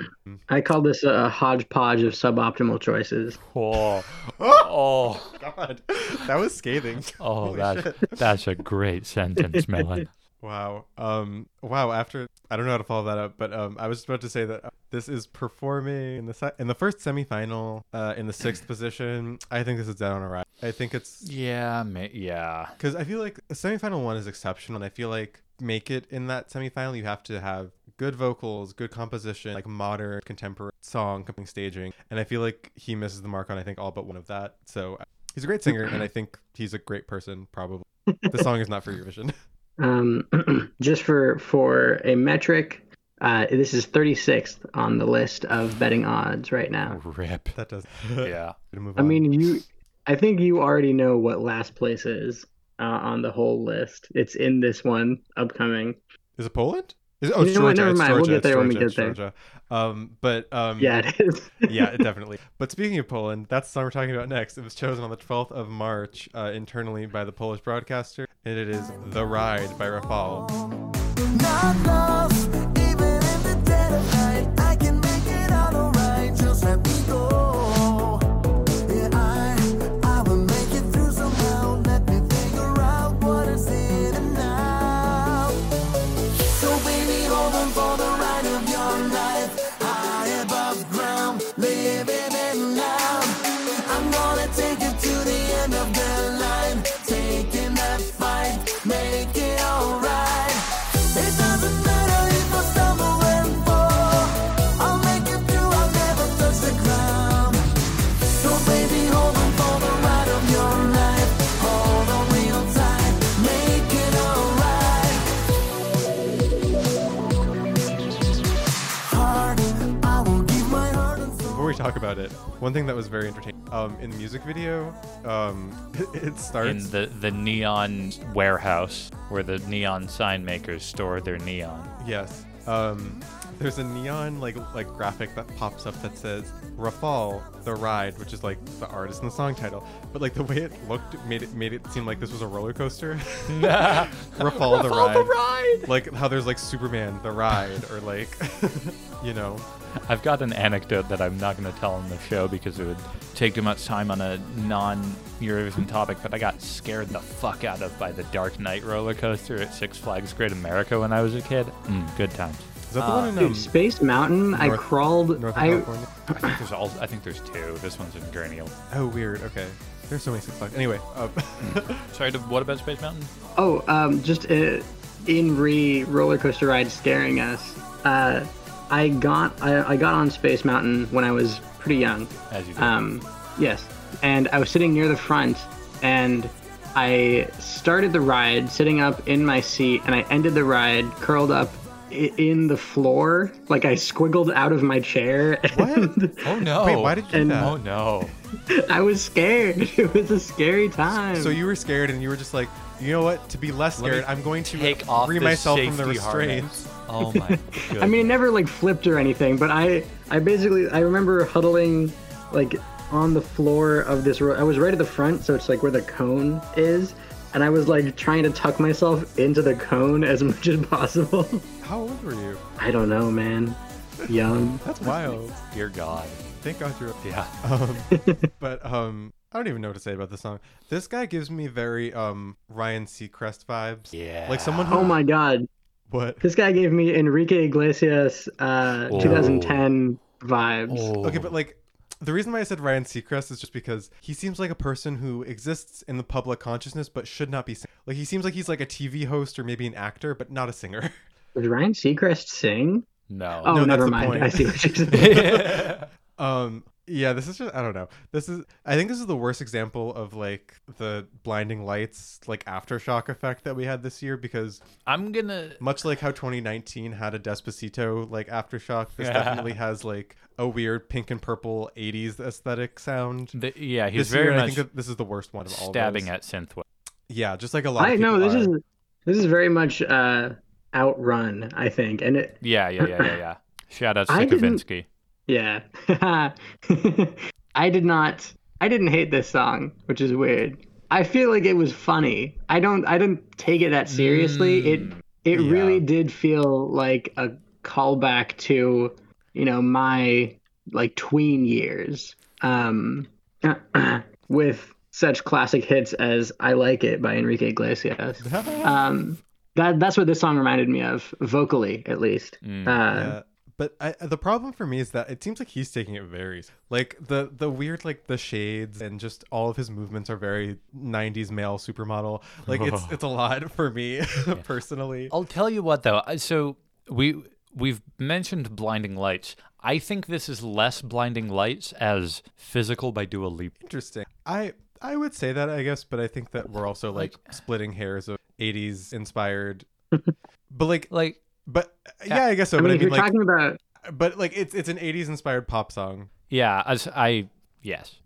Speaker 2: I call this a, a hodgepodge of suboptimal choices.
Speaker 3: Oh. oh.
Speaker 1: God, that was scathing.
Speaker 3: Oh,
Speaker 1: Holy
Speaker 3: that's
Speaker 1: shit.
Speaker 3: that's a great sentence, Melon.
Speaker 1: Wow. Um. Wow. After I don't know how to follow that up, but um, I was just about to say that uh, this is performing in the se- in the first semifinal, uh, in the sixth position. I think this is dead on arrival. I think it's
Speaker 3: Yeah, ma- yeah.
Speaker 1: because I feel like the semifinal one is exceptional, and I feel like make it in that semifinal, you have to have good vocals, good composition, like modern contemporary song, compelling staging, and I feel like he misses the mark on I think all but one of that. So uh, he's a great singer, and I think he's a great person. Probably the song is not for your vision.
Speaker 2: Um, just for for a metric, uh, this is 36th on the list of betting odds right now.
Speaker 3: Rip.
Speaker 1: that does.
Speaker 3: Yeah.
Speaker 1: Move
Speaker 2: I
Speaker 1: on.
Speaker 2: mean, you. I think you already know what last place is uh, on the whole list. It's in this one upcoming.
Speaker 1: Is it Poland? Is it, oh,
Speaker 2: You
Speaker 1: it's
Speaker 2: know what,
Speaker 1: Georgia.
Speaker 2: never
Speaker 1: it's
Speaker 2: mind. We'll
Speaker 1: Georgia,
Speaker 2: get
Speaker 1: it's
Speaker 2: there when we
Speaker 1: Georgia,
Speaker 2: get
Speaker 1: it's
Speaker 2: there.
Speaker 1: Georgia. Um, but um,
Speaker 2: Yeah, it is.
Speaker 1: yeah, it definitely. But speaking of Poland, that's the song we're talking about next. It was chosen on the 12th of March uh, internally by the Polish broadcaster, and it is "The Ride" by Rafal.
Speaker 6: Not lost, even in the dead of night. I can make it out alright. Just let me go. Yeah, I, I will make it through somehow. Let me figure out what is in and out. So baby, hold on for the ride of your life. High above ground, living in now. I'm gonna take it to the end of the line. Taking that fight, make it alright. It doesn't matter if I stumble and fall. I'll make it through, I'll never touch the ground. So baby, hold on for the ride of your life. Hold on real tight, make it alright. Heart, I will give my heart and soul.
Speaker 1: Before we talk about it, one thing that was very entertaining um, in the music video, um, it starts.
Speaker 3: In the the neon warehouse where the neon sign makers store their neon.
Speaker 1: Yes. Um, there's a neon like like graphic that pops up that says Rafal the ride, which is like the artist and the song title. But like the way it looked made it made it seem like this was a roller coaster.
Speaker 3: Rafal
Speaker 1: Rafal the
Speaker 3: the
Speaker 1: ride.
Speaker 3: ride.
Speaker 1: Like how there's like Superman the ride or like you know
Speaker 3: I've got an anecdote that I'm not going to tell on the show because it would take too much time on a non Eurovision topic, but I got scared the fuck out of by the Dark Knight roller coaster at Six Flags Great America when I was a kid. Mm, good times.
Speaker 1: Is that the one in
Speaker 2: Dude,
Speaker 1: um,
Speaker 2: Space Mountain. I
Speaker 1: North-
Speaker 2: crawled.
Speaker 1: Northern
Speaker 2: I
Speaker 1: California?
Speaker 3: I think there's all. I think there's two. This one's in Gurney.
Speaker 1: Oh, weird. Okay. There's so many Six Flags. Anyway, uh,
Speaker 3: Sorry. To, what about Space Mountain?
Speaker 2: oh um just uh, in re roller coaster ride scaring us. Uh, I got I, I got on Space Mountain when I was pretty young.
Speaker 3: As you do.
Speaker 2: Um, yes. And I was sitting near the front and I started the ride sitting up in my seat and I ended the ride curled up i- in the floor like I squiggled out of my chair and
Speaker 3: oh no.
Speaker 1: wait, why did you do
Speaker 2: And-
Speaker 1: that?
Speaker 3: Oh no.
Speaker 2: I was scared. It was a scary time.
Speaker 1: So you were scared, and you were just like, you know what? To be less
Speaker 3: Let me
Speaker 1: scared, I'm going to
Speaker 3: take off
Speaker 1: free
Speaker 3: this
Speaker 1: myself from the
Speaker 3: safety
Speaker 1: restraints.
Speaker 3: Oh my. Goodness.
Speaker 2: I mean, it never like flipped or anything, but I I basically I remember huddling like on the floor of this ro- I was right at the front, so it's like where the cone is, and I was like trying to tuck myself into the cone as much as possible.
Speaker 1: How old were you?
Speaker 2: I don't know, man. Young.
Speaker 1: That's wild.
Speaker 3: dear God.
Speaker 1: Thank God you're.
Speaker 3: Yeah.
Speaker 1: Um, but um, I don't even know what to say about this song. This guy gives me very um Ryan Seacrest vibes.
Speaker 3: Yeah.
Speaker 1: Like someone who
Speaker 2: Oh my god.
Speaker 1: what?
Speaker 2: This guy gave me Enrique Iglesias uh,
Speaker 3: Oh.
Speaker 2: 2010 vibes.
Speaker 1: Okay, but like the reason why I said Ryan Seacrest is just because he seems like a person who exists in the public consciousness but should not be sing- like he seems like he's like a TV host or maybe an actor but not a singer.
Speaker 2: Did Ryan Seacrest sing?
Speaker 3: no.
Speaker 2: Oh,
Speaker 1: that's
Speaker 2: never
Speaker 1: the
Speaker 2: mind.
Speaker 1: point.
Speaker 2: I see what you're saying.
Speaker 1: Um yeah, this is just I don't know. This is I think this is the worst example of like the blinding lights like aftershock effect that we had this year because
Speaker 3: I'm gonna.
Speaker 1: much like how 2019 had a Despacito like aftershock, this definitely has like a weird pink and purple 80s aesthetic sound.
Speaker 3: The, yeah, he's
Speaker 1: this
Speaker 3: very
Speaker 1: year, I
Speaker 3: much
Speaker 1: think that this is the worst one of all.
Speaker 3: stabbing
Speaker 1: those.
Speaker 3: at synthwave.
Speaker 1: Yeah, just like a lot.
Speaker 2: I
Speaker 1: of
Speaker 2: know
Speaker 1: people
Speaker 2: this is
Speaker 1: are.
Speaker 2: this is very much uh, outrun, I think, and it
Speaker 3: Yeah, yeah, yeah, yeah, yeah. Shout out to
Speaker 2: I didn't-
Speaker 3: Kavinsky.
Speaker 2: yeah. I did not. I didn't hate this song, which is weird. I feel like it was funny. I don't. I didn't take it that seriously. it it
Speaker 1: Mm, yeah.
Speaker 2: really did feel like a callback to you know my like tween years. Um, with such classic hits as "I Like It" by Enrique Iglesias. um, that that's what this song reminded me of, vocally at least.
Speaker 3: Mm.
Speaker 2: uh,
Speaker 1: Yeah. But I, the problem for me is that it seems like he's taking it very like the the weird like the shades and just all of his movements are very 90s male supermodel. Like it's it's a lot for me personally.
Speaker 3: I'll tell you what though. I- So we we've mentioned blinding lights. I think this is less blinding lights as physical by Dua Lipa.
Speaker 1: Interesting. I I would say that I guess, but I think that we're also like, splitting hairs of 80s inspired. but like
Speaker 3: Like
Speaker 1: but yeah, I guess so.
Speaker 2: I mean,
Speaker 1: but I
Speaker 2: if
Speaker 1: mean
Speaker 2: you're
Speaker 1: like
Speaker 2: talking about
Speaker 1: but like it's it's an 80s inspired pop song.
Speaker 3: yeah, as I yes.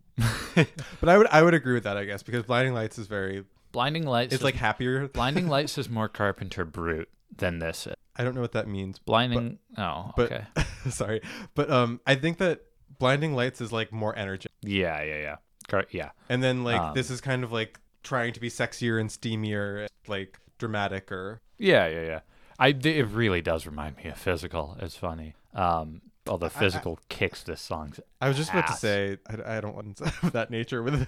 Speaker 1: But I would I would agree with that, I guess, because Blinding Lights is very
Speaker 3: blinding lights.
Speaker 1: it's,
Speaker 3: is-
Speaker 1: like happier.
Speaker 3: blinding lights is more Carpenter brute than this. is.
Speaker 1: I don't know what that means,
Speaker 3: Blinding. oh,
Speaker 1: but
Speaker 3: okay.
Speaker 1: sorry. But um I think that Blinding Lights is like more energetic.
Speaker 3: Yeah, yeah, yeah. Car- yeah.
Speaker 1: And then like
Speaker 3: Um.
Speaker 1: this is kind of like trying to be sexier and steamier, like dramatic or
Speaker 3: Yeah, yeah, yeah. I th- it really does remind me of physical. It's funny. Um, although physical kicks this song's.
Speaker 1: I was just about to
Speaker 3: Ass.
Speaker 1: say I, I don't want of that nature with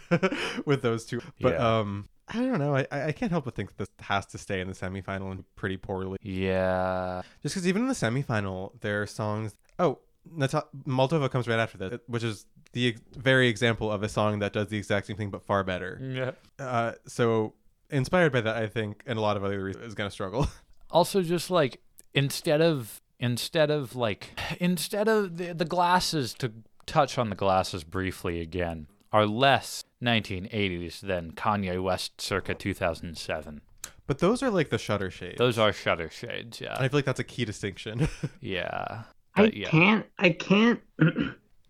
Speaker 1: with those two. But
Speaker 3: Yeah.
Speaker 1: um I don't know. I, I I can't help but think this has to stay in the semifinal and pretty poorly.
Speaker 3: Yeah.
Speaker 1: Just because even in the semifinal, there are songs. Oh, Nata- Moldova comes right after this, uh, which is the ex- very example of a song that does the exact same thing but far better.
Speaker 3: Yeah.
Speaker 1: Uh, so inspired by that, I think, and a lot of other reasons, is gonna struggle.
Speaker 3: also just like instead of instead of like instead of the, the glasses to touch on the glasses briefly again are less 1980s than Kanye West circa 2007.
Speaker 1: but those are like the shutter shades.
Speaker 3: Those are shutter shades, yeah.
Speaker 1: And I feel like that's a key distinction.
Speaker 3: yeah.
Speaker 2: I
Speaker 3: But yeah.
Speaker 2: can't. I can't.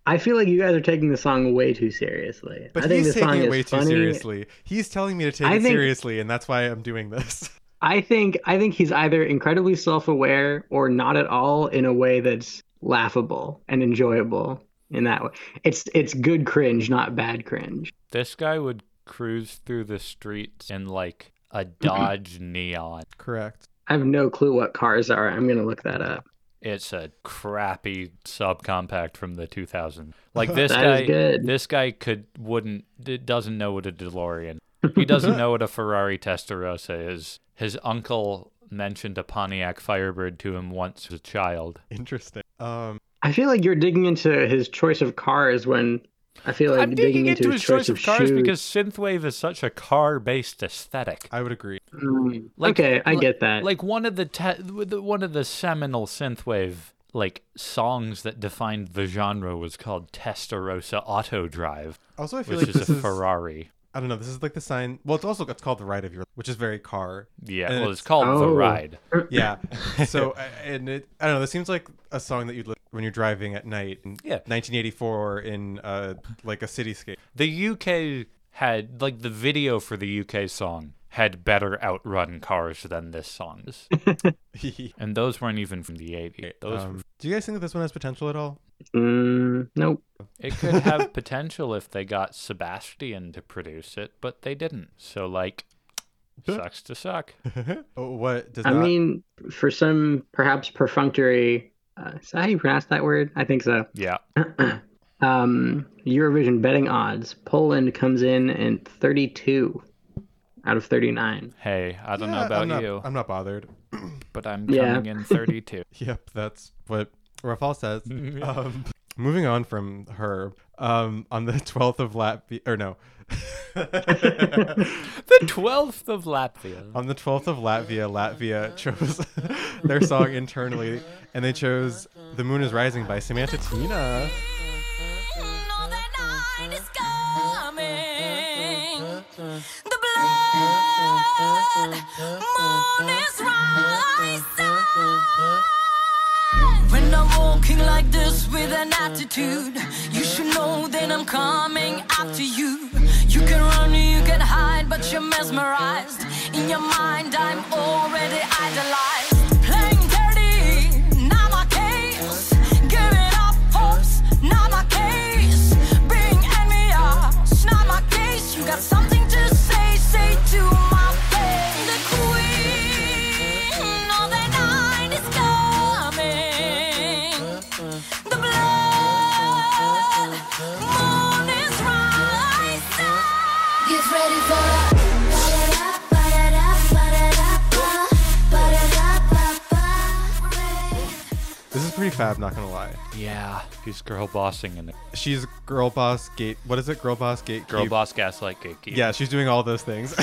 Speaker 2: I feel like you guys are taking the song way too seriously.
Speaker 1: but
Speaker 2: I think
Speaker 1: he's
Speaker 2: this
Speaker 1: taking
Speaker 2: song
Speaker 1: it
Speaker 2: is
Speaker 1: way too
Speaker 2: funny.
Speaker 1: seriously. He's telling me to take
Speaker 2: I
Speaker 1: it
Speaker 2: think-
Speaker 1: seriously, and that's why I'm doing this.
Speaker 2: I think. I think he's either incredibly self-aware or not at all in a way that's laughable and enjoyable. In that way, it's it's good cringe, not bad cringe.
Speaker 3: This guy would cruise through the streets in like a Dodge Neon.
Speaker 1: Correct.
Speaker 2: I have no clue what cars are. I'm gonna look that up.
Speaker 3: It's a crappy subcompact from the 2000. Like this
Speaker 2: That is
Speaker 3: guy,
Speaker 2: good.
Speaker 3: this guy could wouldn't d- doesn't know what a DeLorean. He doesn't know what a Ferrari Testarossa is. His uncle mentioned a Pontiac Firebird to him once as a child.
Speaker 1: Interesting. Um,
Speaker 2: I feel like you're digging into his choice of cars when I feel like
Speaker 3: I'm digging
Speaker 2: into,
Speaker 3: into his choice of cars
Speaker 2: shoes.
Speaker 3: because synthwave is such a car-based aesthetic.
Speaker 1: I would agree.
Speaker 2: Mm,
Speaker 3: Like-
Speaker 2: okay, I
Speaker 3: like-
Speaker 2: get that.
Speaker 3: Like one of the te- the- one of the seminal synthwave like songs that defined the genre was called Testarossa Auto Drive,
Speaker 1: Also, I feel
Speaker 3: which
Speaker 1: like
Speaker 3: is
Speaker 1: this
Speaker 3: a
Speaker 1: is
Speaker 3: Ferrari.
Speaker 1: I don't know. This is like the sign. Well, it's also it's called the ride of your, which is very car.
Speaker 3: Yeah,
Speaker 1: And
Speaker 3: well,
Speaker 1: it's-
Speaker 3: it's called the
Speaker 2: Oh.
Speaker 3: ride.
Speaker 1: Yeah. so I- and it, I don't know. This seems like a song that you'd li- when you're driving at night. In
Speaker 3: Yeah.
Speaker 1: 1984 in uh like a cityscape.
Speaker 3: The UK had like the video for the UK song had better outrun cars than this song is, and those weren't even from the 80s. Those
Speaker 1: Um, do you guys think that this one has potential at all?
Speaker 2: Mm, nope.
Speaker 3: It could have potential if they got Sebastian to produce it, but they didn't. So like sucks to suck.
Speaker 1: Oh, what does
Speaker 2: I
Speaker 1: not-
Speaker 2: mean, for some perhaps perfunctory. Uh, is that how you pronounce that word? I think so.
Speaker 3: Yeah.
Speaker 2: Um, Eurovision betting odds. Poland comes in in 32 out of 39.
Speaker 3: Hey, I don't
Speaker 1: Yeah,
Speaker 3: know about
Speaker 1: I'm not,
Speaker 3: you,
Speaker 1: I'm not bothered.
Speaker 3: but I'm
Speaker 2: Yeah.
Speaker 3: coming in 32.
Speaker 1: Yep, that's what Rafal says. um, moving on from her, um, on the 12th of Latvia, or no,
Speaker 3: the 12th of Latvia.
Speaker 1: on the 12th of Latvia, Latvia chose their song internally, and they chose "The Moon Is Rising" by Samantha Tina.
Speaker 7: know that night is coming. The blood moon is rising. When I'm walking like this with an attitude, you should know that I'm coming after you. You can run, you can hide, but you're mesmerized. In your mind, I'm already idolized. Playing dirty, not my case. Giving up hopes, not my case. Being envious, not my case. You got something to say, say to my face. The queen of the night is coming. The blood moon is rising.
Speaker 4: Get ready for a ba-da-da, ba-da-da, ba-da-da, ba-da-da, ba-da-da.
Speaker 1: This is pretty fab, not gonna lie.
Speaker 3: Yeah, he's girl bossing and
Speaker 1: She's girl boss gate. What is it? Girl boss gate.
Speaker 3: girl boss gaslight gatekeeper.
Speaker 1: Yeah, she's doing all those things.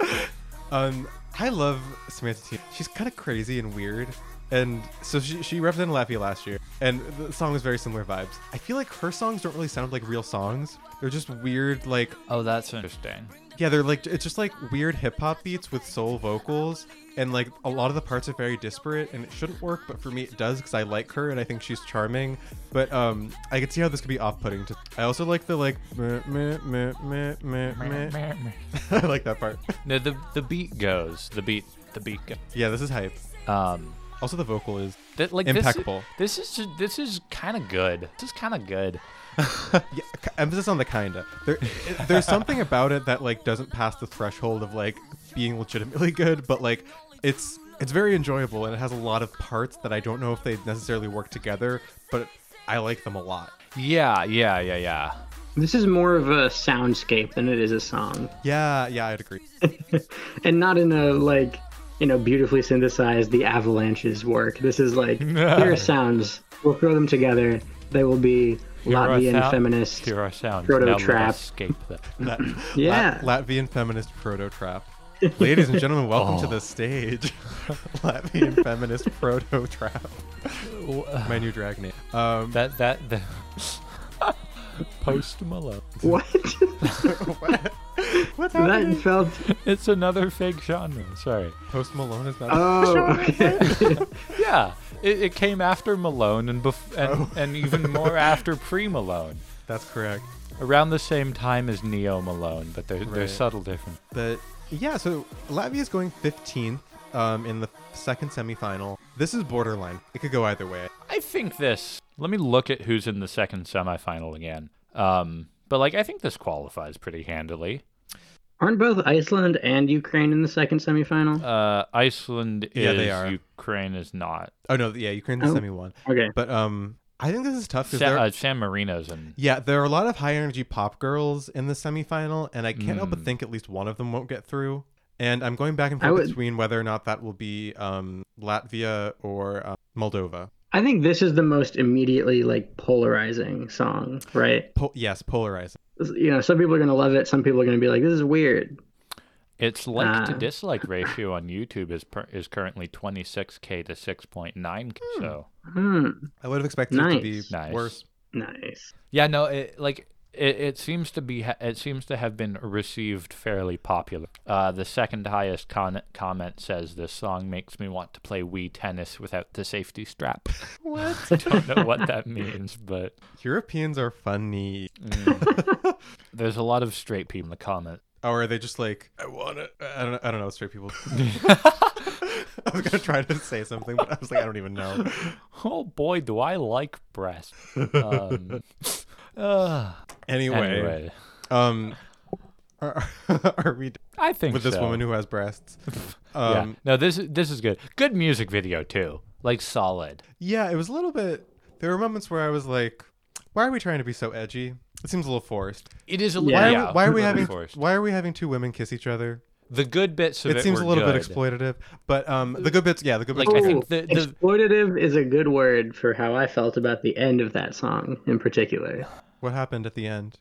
Speaker 1: um, I love Samantha Tina. She's kind of crazy and weird. And so she, she represented Latvia last year, and the song was very similar vibes. I feel like her songs don't really sound like real songs. They're just weird, like,
Speaker 3: Oh, that's interesting.
Speaker 1: yeah, they're like, it's just like weird hip hop beats with soul vocals. And like, a lot of the parts are very disparate, and it shouldn't work, but for me, it does because I like her and I think she's charming. But um, I could see how this could be off putting. to I also like the like, meh, meh, meh, meh, meh, meh. I like that part.
Speaker 3: No, the the beat goes. The beat the beat goes.
Speaker 1: Yeah, this is hype.
Speaker 3: Um
Speaker 1: Also, the vocal is.
Speaker 3: that, like
Speaker 1: Impeccable.
Speaker 3: This, this is this is kind of good. This is kind of good.
Speaker 1: Yeah, k- emphasis on the kinda. There, it- there's something about it that like doesn't pass the threshold of like being legitimately good, but like it's it's very enjoyable and it has a lot of parts that I don't know if they necessarily work together, but I like them a lot.
Speaker 3: Yeah, yeah, yeah, yeah.
Speaker 2: This is more of a soundscape than it is a song.
Speaker 1: Yeah, yeah, I'd agree.
Speaker 2: And not in a, like, you know, beautifully synthesized, the avalanches work. This is like, here are sounds. We'll throw them together. They will be
Speaker 3: are
Speaker 2: Latvian
Speaker 3: thou-
Speaker 2: feminists.
Speaker 3: Here are sounds.
Speaker 2: Proto
Speaker 3: now let us
Speaker 2: trap.
Speaker 3: escape them.
Speaker 2: yeah.
Speaker 1: Lat- Latvian feminist proto trap. Ladies and gentlemen, welcome to
Speaker 3: Oh.
Speaker 1: the stage. Latvian feminist proto trap. My new drag name. Um,
Speaker 3: That that that. Post Malone.
Speaker 2: what?
Speaker 1: what's
Speaker 2: that
Speaker 1: happening?
Speaker 2: felt.
Speaker 3: It's another fake genre. Sorry.
Speaker 1: Post Malone is not.
Speaker 2: Oh, okay.
Speaker 3: Yeah, it, it came after Malone and bef- and, and even more after pre Malone.
Speaker 1: That's correct.
Speaker 3: Around the same time as Neo Malone, but they're, they're
Speaker 1: Right.
Speaker 3: subtle different.
Speaker 1: But yeah, so Latvia is going 15th um, in the second semifinal. This is borderline. It could go either way.
Speaker 3: I think this. Let me look at who's in the second semifinal again. Um, but like I think this qualifies pretty handily.
Speaker 2: Aren't both Iceland and Ukraine in the second semifinal?
Speaker 3: Uh, Iceland is.
Speaker 1: Yeah, they are.
Speaker 3: Ukraine is not.
Speaker 1: Oh no, yeah, Ukraine's the
Speaker 2: Oh.
Speaker 1: semi one.
Speaker 2: okay.
Speaker 1: But um, I think this is tough because
Speaker 3: Sa-
Speaker 1: there,
Speaker 3: uh, San Marino's in.
Speaker 1: yeah, there are a lot of high energy pop girls in the semifinal, and I can't help but think at least one of them won't get through. And I'm going back and
Speaker 2: I
Speaker 1: forth
Speaker 2: would-
Speaker 1: between whether or not that will be um, Latvia or uh, Moldova.
Speaker 2: I think this is the most immediately like polarizing song, right?
Speaker 1: Po- yes, polarizing.
Speaker 2: You know, some people are gonna love it, some people are gonna be like, "This is weird."
Speaker 3: Its like to
Speaker 2: Ah.
Speaker 3: dislike ratio on YouTube is per- is currently 26k to 6.9. k So
Speaker 2: Hmm.
Speaker 1: I would have expected it to be
Speaker 2: Nice.
Speaker 3: Nice.
Speaker 1: worse.
Speaker 2: Nice.
Speaker 3: yeah, no, it, like it, it seems to be ha- it seems to have been received fairly popular. Uh, the second highest con- comment says this song makes me want to play Wii tennis without the safety strap. What? Don't know what that means, but
Speaker 1: Europeans are funny.
Speaker 3: there's a lot of straight people in the comment.
Speaker 1: Or are they just like, I want to, I don't, I don't know, straight people. I was going to try to say something, but I was like, I don't even know.
Speaker 3: Oh boy, do I like breasts. Um, ah.
Speaker 1: Anyway,
Speaker 3: anyway,
Speaker 1: um, are, are we done
Speaker 3: I think
Speaker 1: with this
Speaker 3: so.
Speaker 1: woman who has breasts?
Speaker 3: Yeah.
Speaker 1: Um,
Speaker 3: No, this is this is good. Good music video too. Like solid.
Speaker 1: yeah. it was a little bit, there were moments where I was like, why are we trying to be so edgy? It seems a little forced.
Speaker 3: It is a
Speaker 2: Yeah.
Speaker 1: Why are, we, why
Speaker 3: little
Speaker 1: are we
Speaker 3: bit
Speaker 1: having
Speaker 3: forced.
Speaker 1: why are we having two women kiss each other?
Speaker 3: the good bits of it?
Speaker 1: it seems
Speaker 3: were
Speaker 1: a little
Speaker 3: good.
Speaker 1: bit exploitative, but um, the good bits, yeah, the good
Speaker 3: Like,
Speaker 1: bits.
Speaker 3: I
Speaker 1: were
Speaker 3: think
Speaker 1: good.
Speaker 3: the, the
Speaker 2: Exploitative is a good word for how I felt about the end of that song in particular.
Speaker 1: what happened at the end?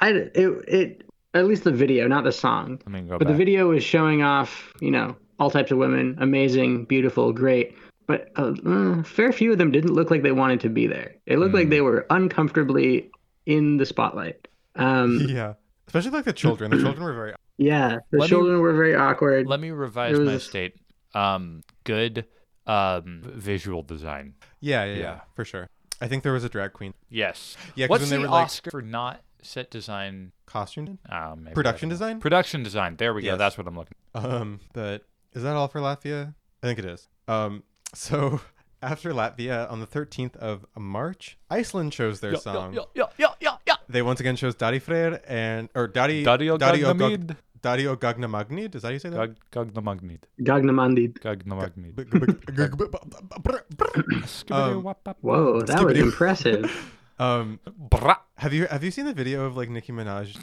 Speaker 2: I it it at least the video, not the song.
Speaker 3: I mean, go
Speaker 2: But the
Speaker 3: back.
Speaker 2: video was showing off, you know, all types of women, amazing, beautiful, great. But a uh, fair few of them didn't look like they wanted to be there. It looked
Speaker 3: Hmm.
Speaker 2: like they were uncomfortably in the spotlight. Um,
Speaker 1: Yeah, especially like the children. The children were very
Speaker 2: yeah, the
Speaker 3: Let me-
Speaker 2: children were very awkward.
Speaker 3: Let me revise
Speaker 2: It
Speaker 3: my
Speaker 2: was-
Speaker 3: state. Um, good um visual design.
Speaker 1: Yeah, yeah, yeah,
Speaker 3: Yeah.
Speaker 1: for sure. I think there was a drag queen
Speaker 3: Yes.
Speaker 1: Yeah, 'cause
Speaker 3: What's
Speaker 1: when they
Speaker 3: the
Speaker 1: were, like-
Speaker 3: Oscar for not set design?
Speaker 1: costume,
Speaker 3: Uh, maybe I
Speaker 1: production
Speaker 3: don't know.
Speaker 1: design.
Speaker 3: Production design. There we go.
Speaker 1: Yes.
Speaker 3: That's what I'm looking.
Speaker 1: Um, but is that all for Latvia? I think it is. Um, so after Latvia on the 13th of March, Iceland chose their song.
Speaker 3: Yo, yo, yo, yo, yo.
Speaker 1: They once again chose Dari Freyr and or Dari
Speaker 3: Dario
Speaker 1: Dari
Speaker 3: Gagnamid.
Speaker 1: Dario Gagnamagnid. Is that how you say that?
Speaker 3: Gag- Gagnamagnid.
Speaker 2: Gagnamandid.
Speaker 3: Gagnamagnid.
Speaker 1: um,
Speaker 3: Skibbity-wap-bap.
Speaker 2: Whoa, that was
Speaker 1: Skibbity.
Speaker 2: impressive.
Speaker 1: um,
Speaker 3: Brah.
Speaker 1: have you have you seen the video of like Nicki Minaj?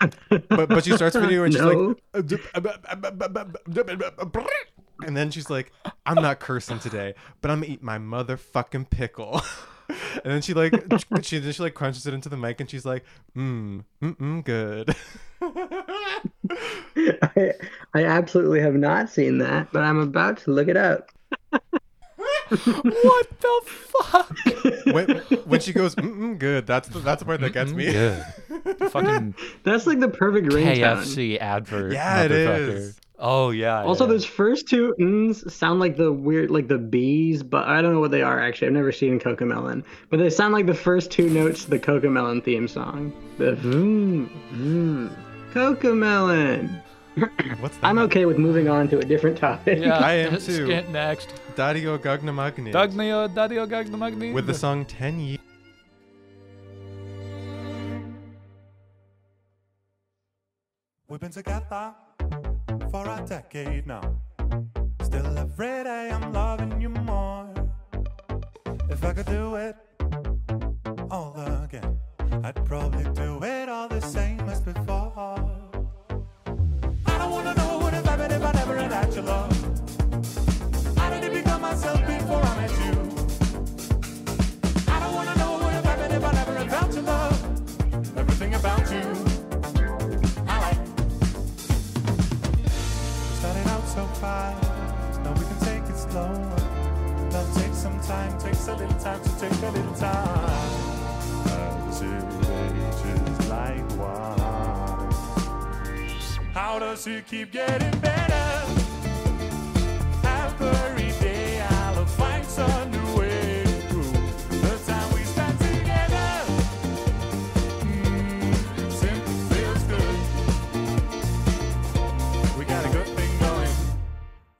Speaker 1: but but she starts the video and she's
Speaker 2: No.
Speaker 1: like, and then she's like, I'm not cursing today, but I'm gonna eat my motherfucking pickle. And then she like she then she like crunches it into the mic and she's like, mm, mm, mm good.
Speaker 2: I, I absolutely have not seen that, but I'm about to look it up.
Speaker 3: What the fuck?
Speaker 1: when, when she goes, mm, mm good, that's the that's the part that gets me.
Speaker 8: Yeah.
Speaker 3: Fucking
Speaker 2: That's like the perfect ringtone.
Speaker 3: KFC advert.
Speaker 1: Yeah, it
Speaker 3: motherfucker.
Speaker 1: is.
Speaker 3: Oh yeah.
Speaker 2: Also,
Speaker 3: yeah.
Speaker 2: those first two n's sound like the weird, like the B's, but I don't know what they are actually. I've never seen Cocomelon, but they sound like the first two notes of the Cocomelon theme song. The
Speaker 1: Mm,
Speaker 2: vroom, vroom. Cocomelon.
Speaker 1: What's that?
Speaker 2: I'm okay with moving on to a different topic.
Speaker 3: Yeah,
Speaker 1: I am
Speaker 3: let's
Speaker 1: too.
Speaker 3: Get next.
Speaker 1: Dario Gagnamagni
Speaker 3: Dagnio, Dadio Gagnamagni.
Speaker 1: with the song Ten Years.
Speaker 9: We've been together for a decade now. Still every day I'm loving you more. If I could do it all again, I'd probably do it all the same as before. I don't wanna know what have happened if I never had had your love. I didn't become myself before I met you. I don't wanna know what have happened if I never had felt your love. Everything about you. I like. Started out so fast, now we can take it slow. Love takes some time, takes a little time to take a little time. Until it ages like wine. How does it keep getting better? Every day I'll find some new way to prove the time we spent together. Mm, simply feels good. We got a good thing going.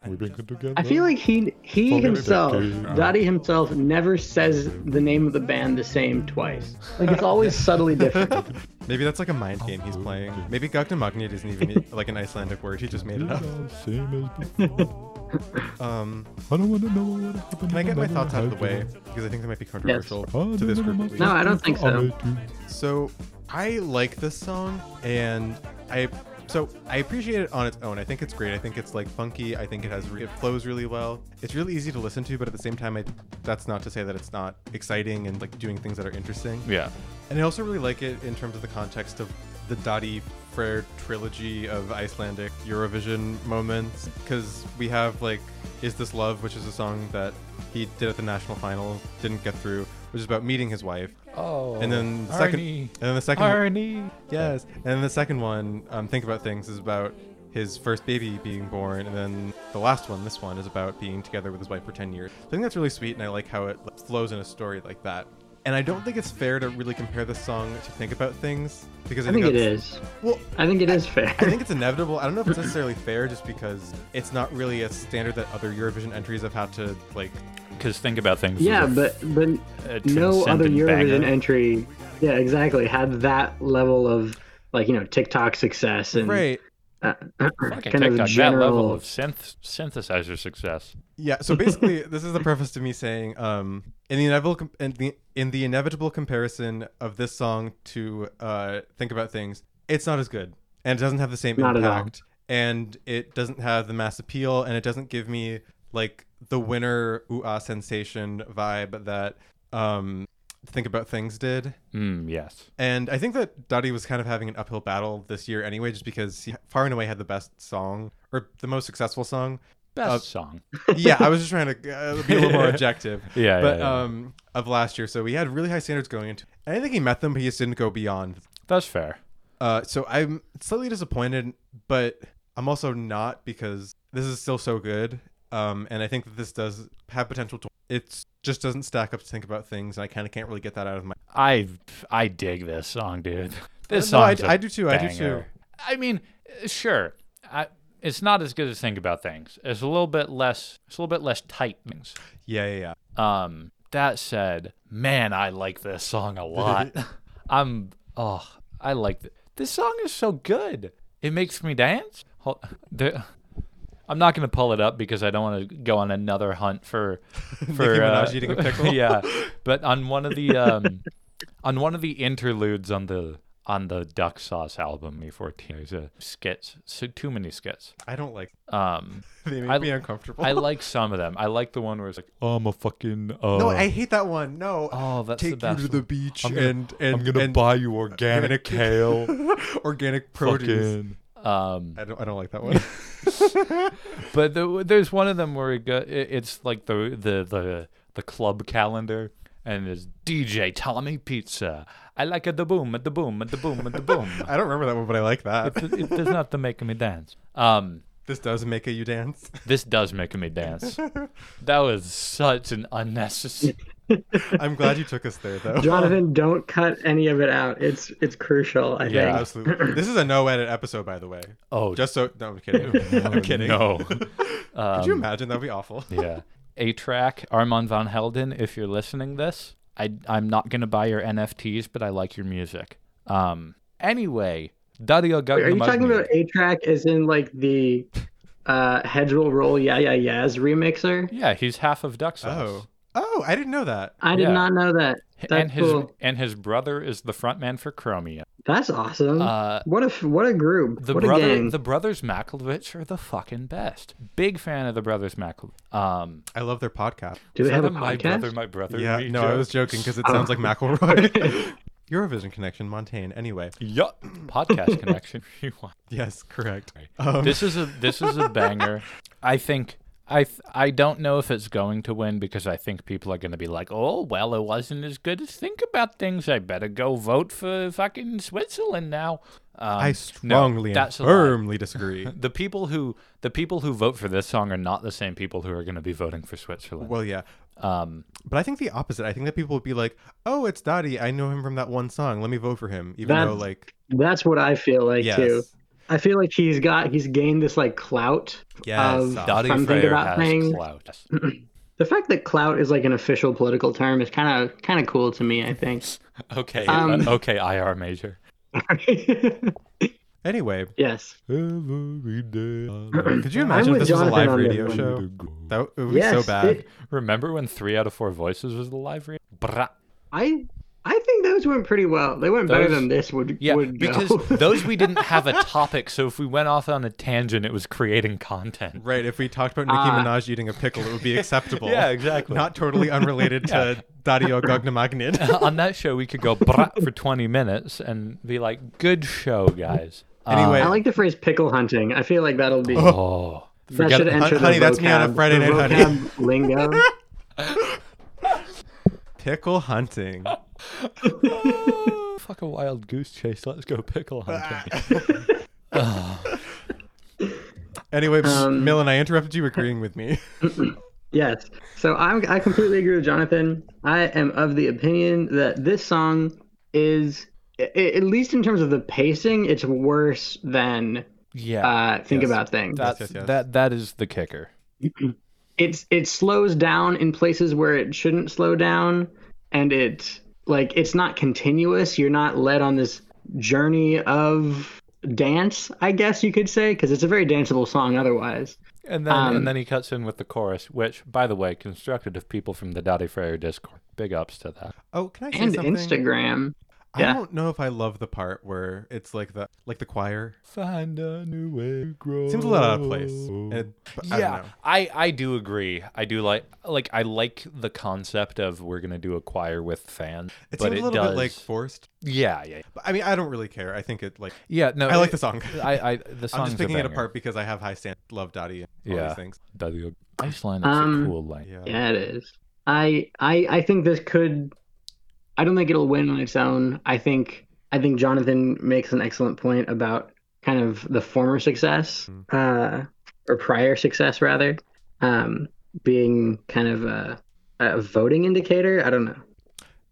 Speaker 9: We've been
Speaker 1: together.
Speaker 2: I feel like he he
Speaker 1: Fucking
Speaker 2: himself,
Speaker 1: decade.
Speaker 2: Dottie himself, never says the name of the band the same twice. Like it's always subtly different.
Speaker 1: Maybe that's like a mind game he's playing. Maybe Gugnamugnit isn't even like an Icelandic word. He just made it up.
Speaker 9: Same as before.
Speaker 1: Um,
Speaker 9: I don't want to know what happened.
Speaker 1: can I get my
Speaker 9: to
Speaker 1: thoughts out of the
Speaker 9: head
Speaker 1: way? Because I think they might be controversial
Speaker 9: today.
Speaker 1: to this group. at least.
Speaker 2: No, I don't think so.
Speaker 1: So I like this song and I so I appreciate it on its own. I think it's great. I think it's like funky. I think it has re- it flows really well. It's really easy to listen to, but at the same time I that's not to say that it's not exciting and like doing things that are interesting.
Speaker 3: Yeah.
Speaker 1: And I also really like it in terms of the context of the Dottie Freyr trilogy of Icelandic Eurovision moments. Because we have, like, Is This Love, which is a song that he did at the national final, didn't get through, which is about meeting his wife.
Speaker 3: Oh.
Speaker 1: And then the second, and then the second, one-
Speaker 3: Arnie.
Speaker 1: yes, and then the second one, um, think about things is about his first baby being born, and then the last one, this one, is about being together with his wife for ten years. I think that's really sweet, and I like how it like, flows in a story like that. And I don't think it's fair to really compare this song to think about things because I,
Speaker 2: I think it
Speaker 1: that's-
Speaker 2: is.
Speaker 1: Well,
Speaker 2: I think it is fair.
Speaker 1: I think it's inevitable. I don't know if it's necessarily fair, just because it's not really a standard that other Eurovision entries have had to like.
Speaker 3: Because think about things. is
Speaker 2: yeah,
Speaker 3: a-
Speaker 2: but but
Speaker 3: a
Speaker 2: no other
Speaker 3: transcendent
Speaker 2: Eurovision
Speaker 3: banger.
Speaker 2: entry. Yeah, exactly. Had that level of like you know TikTok success and
Speaker 1: Right.
Speaker 2: uh,
Speaker 3: Fucking
Speaker 2: kind of
Speaker 3: TikTok,
Speaker 2: general.
Speaker 3: that level of synth synthesizer success.
Speaker 1: Yeah. So basically, this is the preface to me saying, um, in the inevitable, com- in the in the inevitable comparison of this song to uh, "Think About Things," it's not as good, and it doesn't have the same
Speaker 2: Not at all.
Speaker 1: impact, and it doesn't have the mass appeal, and it doesn't give me like the winner ooh ah sensation vibe that um, "Think About Things" did.
Speaker 3: Mm, yes.
Speaker 1: And I think that Dottie was kind of having an uphill battle this year anyway, just because he far and away had the best song or the most successful song
Speaker 3: Best
Speaker 1: Uh,
Speaker 3: song.
Speaker 1: yeah, I was just trying to uh, be a little more objective.
Speaker 3: Yeah,
Speaker 1: but
Speaker 3: yeah, yeah.
Speaker 1: um, of last year, so we had really high standards going into. I think he met them, but he just didn't go beyond.
Speaker 3: That's fair.
Speaker 1: Uh, so I'm slightly disappointed, but I'm also not because this is still so good. Um, and I think that this does have potential to. It just doesn't stack up to think about things, and I kind of can't really get that out of my.
Speaker 3: I I dig this song, dude. This
Speaker 1: Uh, No, I-
Speaker 3: song.
Speaker 1: I do too, I do too.
Speaker 3: I mean, uh, sure. I, it's not as good as think about things. It's a little bit less. It's a little bit less tight things.
Speaker 1: Yeah, yeah, yeah.
Speaker 3: Um, that said, man, I like this song a lot. I'm, oh, I like it. This song is so good. It makes me dance. Hol- there- I'm not gonna pull it up because I don't want to go on another hunt for, for
Speaker 1: Nicki
Speaker 3: uh,
Speaker 1: Minaj eating a pickle?
Speaker 3: yeah, but on one of the um, on one of the interludes on the on the Duck Sauce album, E14, there's a skits, so too many skits.
Speaker 1: I don't like.
Speaker 3: Um,
Speaker 1: They make
Speaker 3: I-
Speaker 1: me uncomfortable.
Speaker 3: I like some of them. I like the one where it's like,
Speaker 9: I'm a fucking. Uh,
Speaker 1: no, I hate that one. No.
Speaker 3: oh, that's
Speaker 1: Take
Speaker 3: the
Speaker 1: you
Speaker 3: best.
Speaker 1: to the
Speaker 3: one.
Speaker 1: beach
Speaker 9: I'm gonna-
Speaker 1: and and
Speaker 9: I'm gonna
Speaker 1: and
Speaker 9: buy you organic kale.
Speaker 1: organic produce.
Speaker 9: fucking.
Speaker 3: um,
Speaker 1: I don't, I don't like that one.
Speaker 3: But the, there's one of them where it go, it, it's like the, the the the club calendar, and it's DJ Tommy Pizza. I like it the boom, at the boom, at the boom, at the boom.
Speaker 1: I don't remember that one, but I like that.
Speaker 3: it, it does not the making me dance. Um,
Speaker 1: this does make a you dance.
Speaker 3: this does make me dance. That was such an unnecessary.
Speaker 1: I'm glad you took us there, though.
Speaker 2: Jonathan, don't cut any of it out. It's it's crucial. I
Speaker 3: Yeah,
Speaker 2: think.
Speaker 1: Absolutely. This is a no edit episode, by the way.
Speaker 3: Oh,
Speaker 1: Just so no, I'm kidding. I'm kidding.
Speaker 3: no. Um,
Speaker 1: Could you imagine? That'd be awful.
Speaker 3: yeah. A track, Armand van Helden. If you're listening this, I I'm not gonna buy your NFTs, but I like your music. Um. Anyway, Dario
Speaker 2: Wait, are you talking about A track as in like the uh Heads Will Roll Yeah Yeah Yeahs remixer?
Speaker 3: Yeah, he's half of Duck
Speaker 1: Oh,
Speaker 3: Sauce.
Speaker 1: oh, I didn't know that.
Speaker 2: I did
Speaker 3: Yeah.
Speaker 2: not know that. That's
Speaker 3: and his
Speaker 2: cool.
Speaker 3: and his brother is the frontman for Chromia.
Speaker 2: That's awesome.
Speaker 3: Uh,
Speaker 2: what a f- what a group.
Speaker 3: The
Speaker 2: what a
Speaker 3: brother,
Speaker 2: gang.
Speaker 3: the brothers Maklevich are the fucking best. Big fan of the brothers Maklevich. Um,
Speaker 1: I love their podcast.
Speaker 2: Do they
Speaker 3: is that
Speaker 2: have a
Speaker 3: my
Speaker 2: podcast?
Speaker 3: brother, my brother.
Speaker 1: Yeah,
Speaker 3: me
Speaker 1: no, I
Speaker 3: joke?
Speaker 1: was joking because it sounds like McElroy. Eurovision connection, Montaigne. Anyway,
Speaker 3: Yup. podcast connection. You want-
Speaker 1: yes, correct. Um,
Speaker 3: this is a this is a banger. I think I th- I don't know if it's going to win because I think people are going to be like, "Oh, well, it wasn't as good as Think About Things. I better go vote for fucking Switzerland now." Um,
Speaker 1: I strongly
Speaker 3: no,
Speaker 1: and
Speaker 3: that's a lie.
Speaker 1: firmly disagree.
Speaker 3: The people who the people who vote for this song are not the same people who are going to be voting for Switzerland.
Speaker 1: well, yeah,
Speaker 3: um,
Speaker 1: but I think the opposite. I think that people would be like, "Oh, it's Dottie. I know him from that one song. Let me vote for him," even though
Speaker 2: That's-
Speaker 1: like,
Speaker 2: That's what I feel like
Speaker 1: yes.
Speaker 2: too. I feel like he's got he's gained this like clout.
Speaker 1: Yes,
Speaker 2: of
Speaker 1: Dottie
Speaker 3: Dottie
Speaker 2: something
Speaker 3: Freyer
Speaker 2: about
Speaker 3: has
Speaker 2: things.
Speaker 3: clout.
Speaker 2: The fact that clout is like an official political term is kind of kind of cool to me. I think.
Speaker 3: Okay,
Speaker 2: Um,
Speaker 3: uh, okay, IR major.
Speaker 1: Anyway,
Speaker 2: yes.
Speaker 1: could you imagine if
Speaker 2: with
Speaker 1: this was a
Speaker 2: Jonathan
Speaker 1: live
Speaker 2: on this
Speaker 1: radio
Speaker 2: one.
Speaker 1: show? That would it would be
Speaker 2: yes.
Speaker 1: so bad.
Speaker 2: it-
Speaker 3: Remember when three out of four voices was the live read? Brah.
Speaker 2: I I think those went pretty well. They went better
Speaker 3: Those-
Speaker 2: than this would
Speaker 3: Yeah,
Speaker 2: would
Speaker 3: because
Speaker 2: go.
Speaker 3: those we didn't have a topic, so if we went off on a tangent, it was creating content.
Speaker 1: Right, if we talked about Nicki
Speaker 2: Ah.
Speaker 1: Minaj eating a pickle, it would be acceptable.
Speaker 3: Yeah, exactly.
Speaker 1: Not totally unrelated to Dario Gognamagnin.
Speaker 3: on that show, we could go brah for 20 minutes and be like, good show, guys. Um,
Speaker 1: Anyway,
Speaker 2: I like the phrase pickle hunting. I feel like that'll be
Speaker 3: oh,
Speaker 2: that should
Speaker 3: it.
Speaker 2: enter
Speaker 1: Honey,
Speaker 2: the
Speaker 1: that's me on a
Speaker 2: vocab-
Speaker 1: Friday
Speaker 2: the
Speaker 1: night, honey.
Speaker 2: vocab lingo.
Speaker 1: pickle hunting.
Speaker 3: Fuck a wild goose chase. Let's go pickle hunting.
Speaker 1: Anyway,
Speaker 2: Um,
Speaker 1: Millen, I interrupted you agreeing with me.
Speaker 2: Yes. So I'm, I completely agree with Jonathan. I am of the opinion that this song is, i- i- at least in terms of the pacing, it's worse than
Speaker 3: yeah.
Speaker 2: uh, Think About Things.
Speaker 3: that's,
Speaker 1: yes, yes.
Speaker 3: That, that is the kicker.
Speaker 2: It's it slows down in places where it shouldn't slow down, and it like it's not continuous. You're not led on this journey of dance, I guess you could say, because it's a very danceable song otherwise.
Speaker 3: And then
Speaker 2: Um,
Speaker 3: and then he cuts in with the chorus, which, by the way, constructed of people from the Dottie Freyer Discord. Big ups to that.
Speaker 1: Oh, can I say
Speaker 2: And
Speaker 1: something?
Speaker 2: Instagram.
Speaker 1: I
Speaker 2: yeah.
Speaker 1: don't know if I love the part where it's like the like the choir.
Speaker 3: Find a new way to grow.
Speaker 1: Seems a little out of place. It- I don't
Speaker 3: yeah,
Speaker 1: know.
Speaker 3: I, I do agree. I do like like I like the concept of we're gonna do a choir with fans,
Speaker 1: It
Speaker 3: but
Speaker 1: seems
Speaker 3: it
Speaker 1: a little
Speaker 3: does.
Speaker 1: bit like forced.
Speaker 3: yeah, yeah,
Speaker 1: But I mean, I don't really care. I think it like
Speaker 3: yeah. No,
Speaker 1: I like
Speaker 3: it-
Speaker 1: the song.
Speaker 3: I, I the song's
Speaker 1: I'm just
Speaker 3: a
Speaker 1: picking it
Speaker 3: banger.
Speaker 1: apart because I have high stand love Dottie and all
Speaker 3: Yeah.
Speaker 1: these things.
Speaker 3: Dottie- Iceland is
Speaker 2: Um,
Speaker 3: a cool line.
Speaker 1: Yeah.
Speaker 2: Yeah, it is. I I I think this could. I don't think it'll win on its own. I think I think Jonathan makes an excellent point about kind of the former success,
Speaker 1: Mm-hmm.
Speaker 2: uh, or prior success rather, um, being kind of a, a voting indicator. I don't know.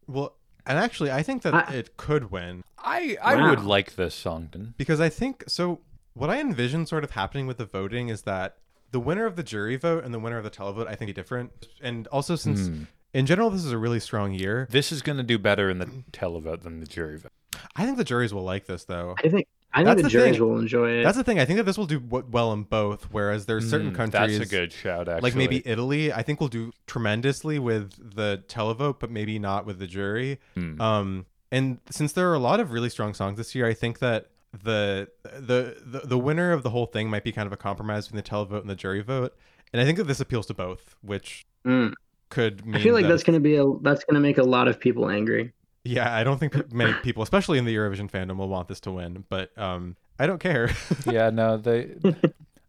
Speaker 1: Well, and actually, I think that
Speaker 2: I-
Speaker 1: it could win
Speaker 3: I I
Speaker 2: Wow.
Speaker 3: would like this song.
Speaker 1: because I think so. What I envision sort of happening with the voting is that the winner of the jury vote and the winner of the televote, I think, be different. And also, since
Speaker 3: Hmm.
Speaker 1: in general this is a really strong year,
Speaker 3: This is gonna do better in the televote than the jury vote.
Speaker 1: I think the juries will like this though.
Speaker 2: I think I
Speaker 1: That's
Speaker 2: think the,
Speaker 1: the
Speaker 2: juries
Speaker 1: thing.
Speaker 2: will enjoy it.
Speaker 1: That's the thing. I think that this will do w- well in both. Whereas there's certain
Speaker 3: Mm,
Speaker 1: countries,
Speaker 3: That's a good shout. Actually,
Speaker 1: like maybe Italy, I think will do tremendously with the televote, but maybe not with the jury.
Speaker 3: Hmm.
Speaker 1: Um, and since there are a lot of really strong songs this year, I think that the, the the the winner of the whole thing might be kind of a compromise between the televote and the jury vote. And I think that this appeals to both, which
Speaker 2: Mm.
Speaker 1: could mean
Speaker 2: I feel like
Speaker 1: that
Speaker 2: that's
Speaker 1: it's-
Speaker 2: gonna be a that's gonna make a lot of people angry.
Speaker 1: yeah. I don't think pe- many people, especially in the Eurovision fandom, will want this to win. But um, I don't care.
Speaker 3: yeah, no, they.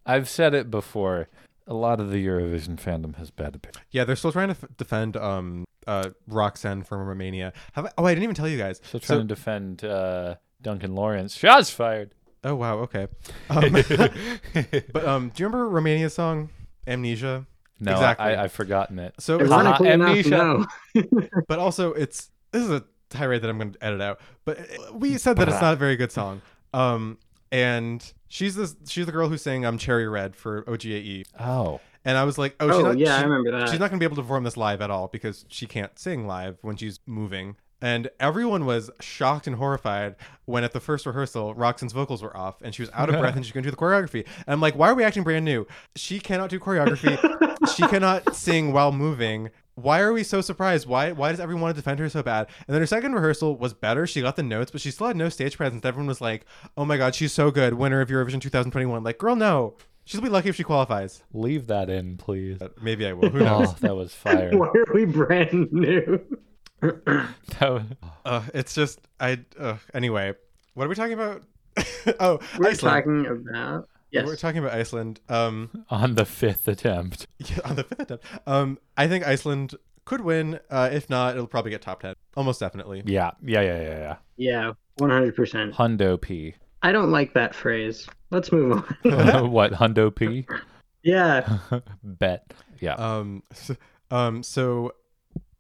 Speaker 3: I've said it before. A lot of the Eurovision fandom has bad opinions.
Speaker 1: Yeah, they're still trying to f- defend um uh Roxanne from Romania. Have I, oh, I didn't even tell you guys.
Speaker 3: Still trying to defend uh, Duncan Lawrence. Shots fired.
Speaker 1: Oh wow, okay. Um, but um, do you remember Romania's song Amnesia?
Speaker 3: No,
Speaker 1: Exactly.
Speaker 3: I, I've forgotten it.
Speaker 1: So, it's
Speaker 3: Ironically-
Speaker 1: not, Oh,
Speaker 2: Ironically enough,
Speaker 3: amnesia.
Speaker 2: no.
Speaker 1: but also it's this is a tirade that I'm going to edit out. But uh, we said that it's not a very good song. Um, and she's this she's the girl who sang um Cherry Red for OGAE,
Speaker 3: Oh,
Speaker 1: E. and I was like, oh, she's
Speaker 2: Oh
Speaker 1: not,
Speaker 2: yeah, I
Speaker 1: she-
Speaker 2: remember that.
Speaker 1: she's not going to be able to perform this live at all because she can't sing live when she's moving. And everyone was shocked and horrified when at the first rehearsal, Roxanne's vocals were off and she was out of breath and she couldn't do the choreography. And I'm like, why are we acting brand new? She cannot do choreography. she cannot sing while moving. Why are we so surprised? Why why does everyone want to defend her so bad? And then her second rehearsal was better. She got the notes, but she still had no stage presence. Everyone was like, oh my God, she's so good. Winner of Eurovision 2021. Like, girl, no. She'll be lucky if she qualifies.
Speaker 3: leave that in, please.
Speaker 1: But maybe I will. Who knows?
Speaker 3: Oh, that was fire.
Speaker 2: Why are we brand new?
Speaker 3: That was,
Speaker 1: Uh, it's just I. Uh, anyway, what are we talking about? oh,
Speaker 2: We're
Speaker 1: Iceland.
Speaker 2: talking about yes.
Speaker 1: We're talking about Iceland. Um,
Speaker 3: on the fifth attempt.
Speaker 1: yeah, on the fifth attempt. Um, I think Iceland could win. Uh, if not, it'll probably get top ten, almost definitely.
Speaker 3: Yeah, yeah, yeah, yeah, yeah.
Speaker 2: Yeah, one hundred percent.
Speaker 3: Hundo P.
Speaker 2: I don't like that phrase. Let's move on.
Speaker 3: what Hundo P?
Speaker 2: yeah,
Speaker 1: Uh,
Speaker 3: Bet. Yeah.
Speaker 1: Um, so, um, so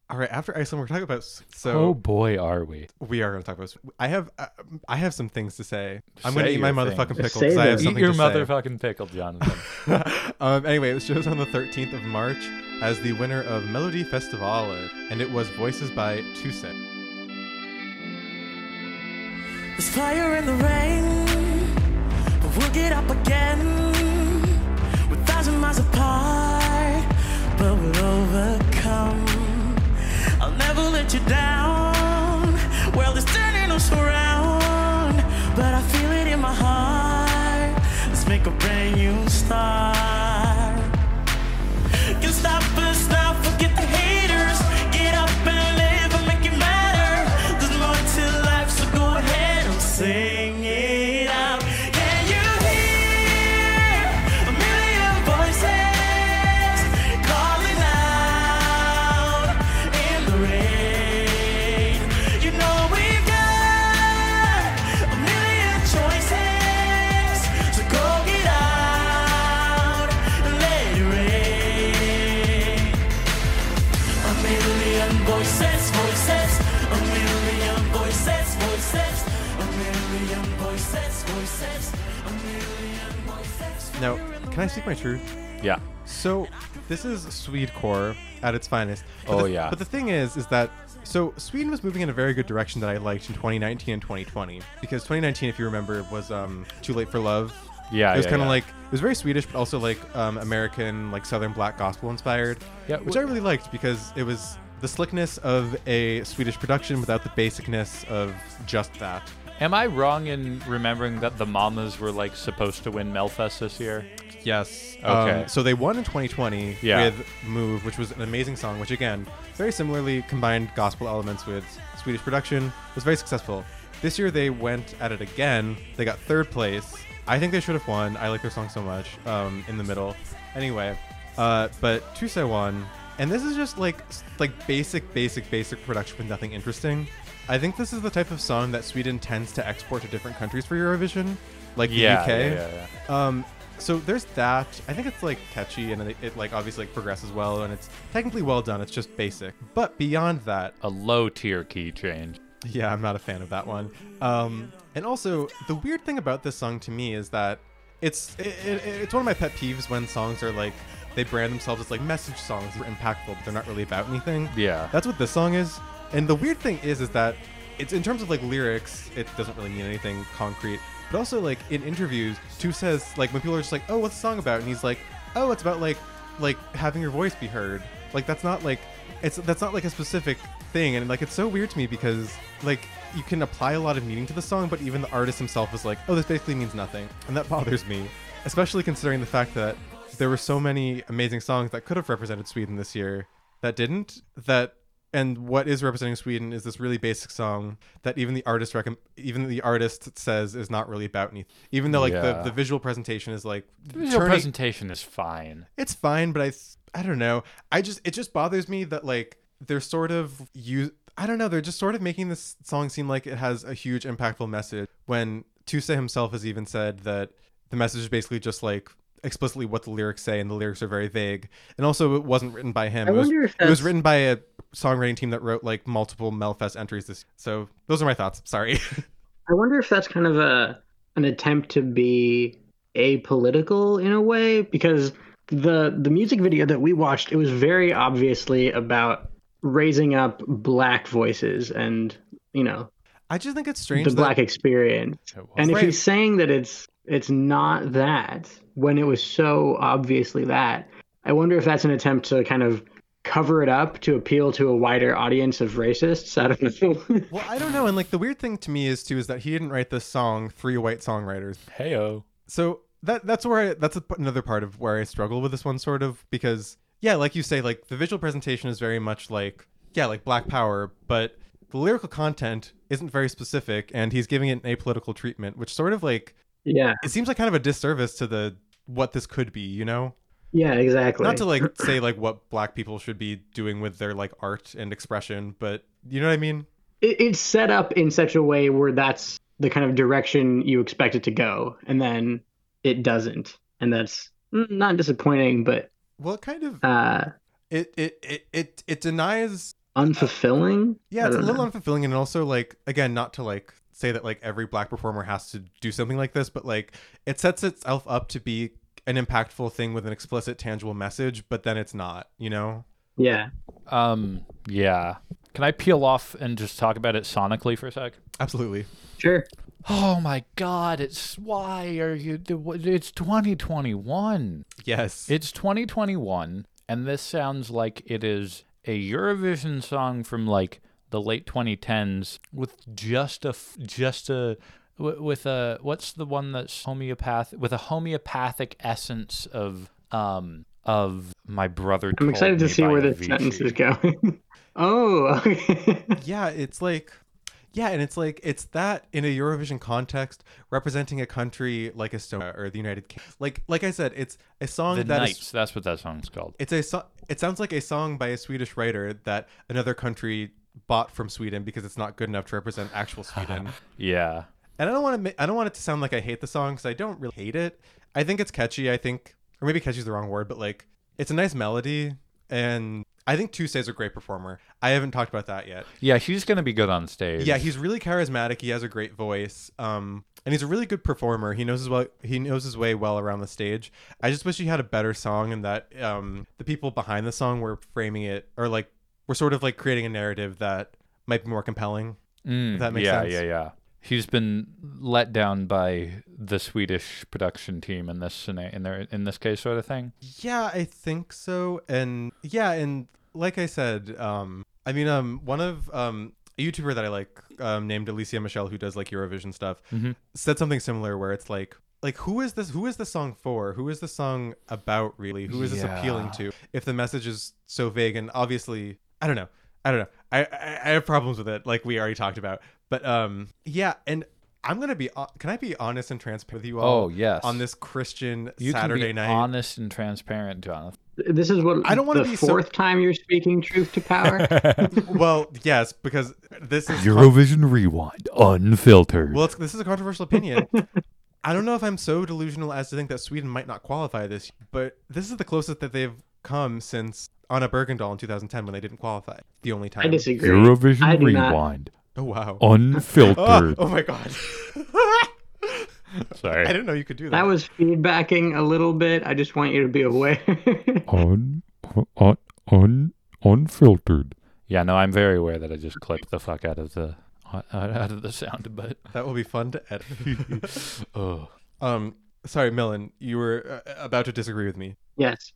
Speaker 1: All right, after Iceland, we're talking about. s- So
Speaker 3: oh boy, are we?
Speaker 1: we are going to talk about. s- I have. Uh, I have some things to say. I'm going to
Speaker 3: Say
Speaker 1: eat my
Speaker 3: your
Speaker 1: motherfucking
Speaker 2: things.
Speaker 1: pickle
Speaker 2: Say
Speaker 1: because I
Speaker 2: them.
Speaker 1: have
Speaker 3: Eat
Speaker 1: something
Speaker 3: your
Speaker 1: to say.
Speaker 3: motherfucking pickle, Jonathan.
Speaker 1: um, anyway, it shows on the 13th of March as the winner of Melody Festivale, and it was voices by Tusen.
Speaker 6: There's fire in the rain, but we'll get up again. We're thousand miles apart, but we'll overcome. I'll never let you down. Well, it's turning us around, but I feel it in my heart. Let's make a brand new start can stop us now. Forget the haters. Get up and live and make it matter. There's more to life, so go ahead and sing it out. Can you hear a million voices calling out in the rain? You know we've got a million choices, so go get out and let it rain. A million voices, voices, a million voices, voices, a million voices, voices, a million voices.
Speaker 1: Now, can I speak my truth?
Speaker 3: yeah.
Speaker 1: So, this is Swedecore at its finest. But
Speaker 3: Oh,
Speaker 1: the-
Speaker 3: yeah.
Speaker 1: But the thing is, is that so Sweden was moving in a very good direction that I liked in 2019 and 2020 because 2019, if you remember, was um, Too Late for Love.
Speaker 3: Yeah,
Speaker 1: it was
Speaker 3: yeah,
Speaker 1: kind of
Speaker 3: yeah.
Speaker 1: like it was very Swedish, but also like um, American, like Southern Black gospel inspired.
Speaker 3: Yeah,
Speaker 1: which
Speaker 3: wh-
Speaker 1: I really liked because it was the slickness of a Swedish production without the basicness of just that.
Speaker 3: Am I wrong in remembering that the Mamas were like supposed to win Melfest this year?
Speaker 1: Yes.
Speaker 3: Okay.
Speaker 1: Um, so they won in 2020
Speaker 3: Yeah.
Speaker 1: with Move, which was an amazing song, which again, very similarly combined gospel elements with Swedish production. It was very successful. This year they went at it again. They got third place. I think they should have won. I like their song so much. Um, in the middle. Anyway, uh, but Tusa won, and this is just like s- like basic, basic, basic production with nothing interesting. I think this is the type of song that Sweden tends to export to different countries for Eurovision, like
Speaker 3: Yeah,
Speaker 1: the UK.
Speaker 3: yeah, yeah, yeah.
Speaker 1: Um, so there's that. I think it's like catchy and it, it like obviously like progresses well and it's technically well done. It's just basic. But beyond that,
Speaker 3: A low tier key change.
Speaker 1: yeah, I'm not a fan of that one. Um, and also the weird thing about this song to me is that it's it, it, it's one of my pet peeves when songs are like they brand themselves as like message songs that are impactful, but they're not really about anything.
Speaker 3: Yeah.
Speaker 1: that's what this song is. And the weird thing is, is that it's in terms of like lyrics, it doesn't really mean anything concrete. But also like in interviews, Tu says like when people are just like, "Oh, what's the song about?" and he's like, "Oh, it's about like like having your voice be heard." Like that's not like it's that's not like a specific thing, and like it's so weird to me because like you can apply a lot of meaning to the song, but even the artist himself is like, "Oh, this basically means nothing," and that bothers me, especially considering the fact that there were so many amazing songs that could have represented Sweden this year that didn't that and what is representing Sweden is this really basic song that even the artist recom- even the artist says is not really about anything. Even though like
Speaker 3: Yeah.
Speaker 1: the, the visual presentation is like
Speaker 3: Your
Speaker 1: turning-
Speaker 3: presentation is fine.
Speaker 1: it's fine, but I th- I don't know. I just it just bothers me that like they're sort of you I don't know, they're just sort of making this song seem like it has a huge impactful message when Tusa himself has even said that the message is basically just like explicitly what the lyrics say and the lyrics are very vague. And also it wasn't written by him.
Speaker 2: I
Speaker 1: it, was,
Speaker 2: wonder if
Speaker 1: it was
Speaker 2: that's-
Speaker 1: written by a songwriting team that wrote like multiple Melfest entries this so those are my thoughts. Sorry.
Speaker 2: I wonder if that's kind of a an attempt to be apolitical in a way because the the music video that we watched it was very obviously about raising up black voices and you know
Speaker 1: I just think it's strange
Speaker 2: the
Speaker 1: that Oh,
Speaker 2: black experience. And if
Speaker 1: Right.
Speaker 2: he's saying that it's it's not that when it was so obviously that, I wonder if that's an attempt to kind of cover it up to appeal to a wider audience of racists. I don't know.
Speaker 1: well, I don't know, and like the weird thing to me is too is that he didn't write this song three white songwriters.
Speaker 3: Hey oh.
Speaker 1: so that that's where I, that's a, another part of where I struggle with this one sort of because yeah, like you say, like the visual presentation is very much like yeah, like Black Power, but the lyrical content isn't very specific, and he's giving it an apolitical treatment, which sort of like
Speaker 2: yeah.
Speaker 1: it seems like kind of a disservice to the what this could be, you know?
Speaker 2: Yeah, exactly.
Speaker 1: Not to like say like what Black people should be doing with their like art and expression, but you know what I mean?
Speaker 2: it, it's set up in such a way where that's the kind of direction you expect it to go, and then it doesn't. And that's mm, not disappointing, but
Speaker 1: Well, it kind of
Speaker 2: uh
Speaker 1: it it it it, it denies
Speaker 2: unfulfilling.
Speaker 1: Yeah,
Speaker 2: I
Speaker 1: it's a
Speaker 2: don't
Speaker 1: little
Speaker 2: know.
Speaker 1: unfulfilling, and also like again, not to like say that like every black performer has to do something like this, but like it sets itself up to be an impactful thing with an explicit, tangible message, but then it's not, you know?
Speaker 2: yeah.
Speaker 3: Um, yeah. Can I peel off and just talk about it sonically for a sec?
Speaker 1: Absolutely.
Speaker 2: Sure.
Speaker 3: Oh my God! It's why are you? It's 2021.
Speaker 1: Yes.
Speaker 3: It's 2021, and this sounds like it is a Eurovision song from like the late 2010s with just a f- just a w- with a what's the one that's homeopath with a homeopathic essence of um of my brother.
Speaker 2: I'm
Speaker 3: Told
Speaker 2: excited to
Speaker 3: Me
Speaker 2: see
Speaker 3: by
Speaker 2: where the
Speaker 3: Avicii.
Speaker 2: sentence is going. oh, okay.
Speaker 1: yeah, it's like yeah, and it's like it's that in a Eurovision context representing a country like Estonia or the United Kingdom. Like like I said, it's a song
Speaker 3: The
Speaker 1: that is.
Speaker 3: Knights. That's what that song's called.
Speaker 1: It's a so- it sounds like a song by a Swedish writer that another country bought from Sweden because it's not good enough to represent actual Sweden.
Speaker 3: Yeah.
Speaker 1: and I don't want to I don't want it to sound like I hate the song cuz I don't really hate it. I think it's catchy, I think or maybe catchy is the wrong word, but like it's a nice melody and I think Tuesday's a great performer. I haven't talked about that yet.
Speaker 3: Yeah, he's gonna be good on stage.
Speaker 1: Yeah, he's really charismatic. He has a great voice. Um, and he's a really good performer. He knows his well. He knows his way well around the stage. I just wish he had a better song, and that um, the people behind the song were framing it, or like were sort of like creating a narrative that might be more compelling.
Speaker 3: Mm,
Speaker 1: if that makes
Speaker 3: yeah,
Speaker 1: sense.
Speaker 3: yeah, yeah. He's been let down by the Swedish production team in this scena- in their in this case sort of thing.
Speaker 1: Yeah, I think so. And yeah, and like I said, um, I mean, um, one of um, a YouTuber that I like um, named Alicia Michelle, who does like Eurovision stuff,
Speaker 3: Mhm.
Speaker 1: said something similar where it's like, like who is this? Who is this song for? Who is this song about? Really? Who is this appealing
Speaker 3: Yeah.
Speaker 1: to? If the message is so vague and obviously, I don't know. I don't know. I, I, I have problems with it, like we already talked about. But um, yeah, and I'm gonna be. hon- Can I be honest and transparent with you all?
Speaker 3: Oh, yes.
Speaker 1: On this Christian
Speaker 3: You
Speaker 1: Saturday
Speaker 3: can be
Speaker 1: night.
Speaker 3: honest and transparent, Jonathan.
Speaker 2: This is what
Speaker 1: I don't wanna
Speaker 2: the
Speaker 1: be so-
Speaker 2: fourth time you're speaking truth to power.
Speaker 1: well, yes, because this is
Speaker 3: Eurovision Rewind unfiltered.
Speaker 1: well, it's, this is a controversial opinion. I don't know if I'm so delusional as to think that Sweden might not qualify this, year, but this is the closest that they've come since Anna Bergendahl in 2010 when they didn't qualify. The only time.
Speaker 2: I disagree. I
Speaker 3: Eurovision
Speaker 2: do not-
Speaker 3: Rewind
Speaker 1: Oh wow. Oh,
Speaker 3: unfiltered.
Speaker 1: oh my god. I
Speaker 3: Sorry.
Speaker 1: didn't know you could do that.
Speaker 2: That was feedbacking a little bit. I just want you to be aware.
Speaker 3: Un, un, un, unfiltered. Yeah, no, I'm very aware that I just clipped the fuck out of the out out of the sound, but oh.
Speaker 1: that will be fun to edit. um, sorry, Millen, you were uh, about to disagree with me.
Speaker 2: yes.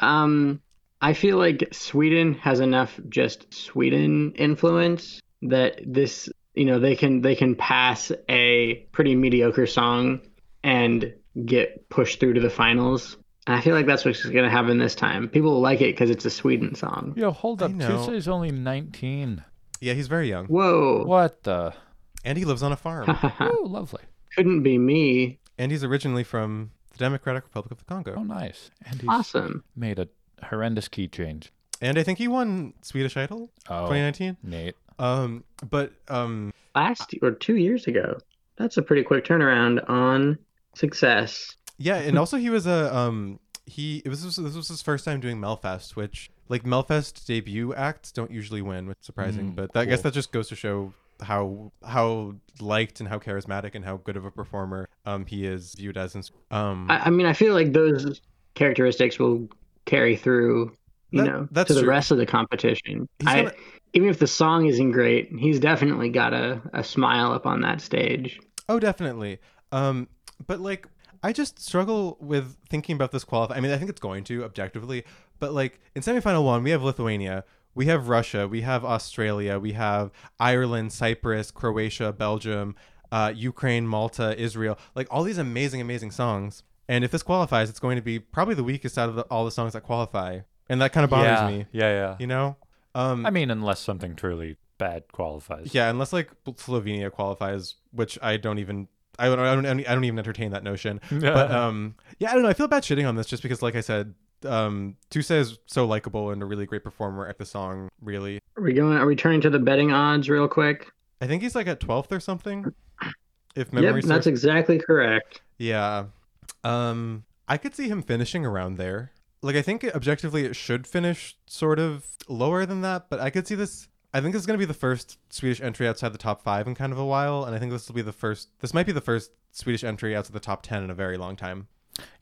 Speaker 2: Um, I feel like Sweden has enough just Sweden influence that this, you know, they can they can pass a pretty mediocre song and get pushed through to the finals. And I feel like that's what's going to happen this time. People will like it because it's a Sweden song.
Speaker 3: Yo, hold
Speaker 1: I
Speaker 3: up.
Speaker 1: know.
Speaker 3: Tuesday's only 19.
Speaker 1: Yeah, he's very young,
Speaker 2: Whoa.
Speaker 3: What the?
Speaker 1: and he lives on a farm,
Speaker 3: Oh, lovely.
Speaker 2: Couldn't be me.
Speaker 1: and he's originally from the Democratic Republic of the Congo.
Speaker 3: Oh, nice. And he's
Speaker 2: Awesome.
Speaker 3: made a horrendous key change.
Speaker 1: and I think he won Swedish Idol
Speaker 3: Oh,
Speaker 1: 2019.
Speaker 3: Nate.
Speaker 1: Um, but um,
Speaker 2: Last or 2 years ago. That's a pretty quick turnaround on success.
Speaker 1: yeah, and also he was a um, he it was this was his first time doing Melfest, which like Melfest debut acts don't usually win, which is surprising.
Speaker 3: Mm,
Speaker 1: but that, I guess
Speaker 3: cool.
Speaker 1: that just goes to show how how liked and how charismatic and how good of a performer um he is viewed as. In, um,
Speaker 2: I, I mean, I feel like those characteristics will carry through, you
Speaker 1: That-
Speaker 2: know,
Speaker 1: that's
Speaker 2: to the
Speaker 1: true.
Speaker 2: rest of the competition.
Speaker 1: He's
Speaker 2: I,
Speaker 1: gonna-
Speaker 2: even if the song isn't great, he's definitely got a, a smile up on that stage.
Speaker 1: Oh, definitely. Um, but like, I just struggle with thinking about this qualify. I mean, I think it's going to objectively, but like in semifinal one, we have Lithuania, we have Russia, we have Australia, we have Ireland, Cyprus, Croatia, Belgium, uh, Ukraine, Malta, Israel. Like all these amazing, amazing songs. And if this qualifies, it's going to be probably the weakest out of the, all the songs that qualify, and that kind of bothers
Speaker 3: yeah.
Speaker 1: me.
Speaker 3: Yeah, yeah.
Speaker 1: You know. Um,
Speaker 3: I mean, unless something truly bad qualifies.
Speaker 1: yeah, unless like Slovenia qualifies, which I don't even I don't I don't, I don't even entertain that notion. But
Speaker 3: uh,
Speaker 1: um yeah, I don't know. I feel bad shitting on this just because like I said, um Tusa is so likable and a really great performer at the song, really.
Speaker 2: Are we going? Are we turning to the betting odds real quick?
Speaker 1: I think he's like at 12th or something. If
Speaker 2: Yep,
Speaker 1: memory serves.
Speaker 2: that's exactly correct.
Speaker 1: yeah. Um I could see him finishing around there. Like I think objectively it should finish sort of lower than that, but I could see this. I think this is going to be the first Swedish entry outside the top five in kind of a while, and I think this will be the first. This might be the first Swedish entry outside the top ten in a very long time.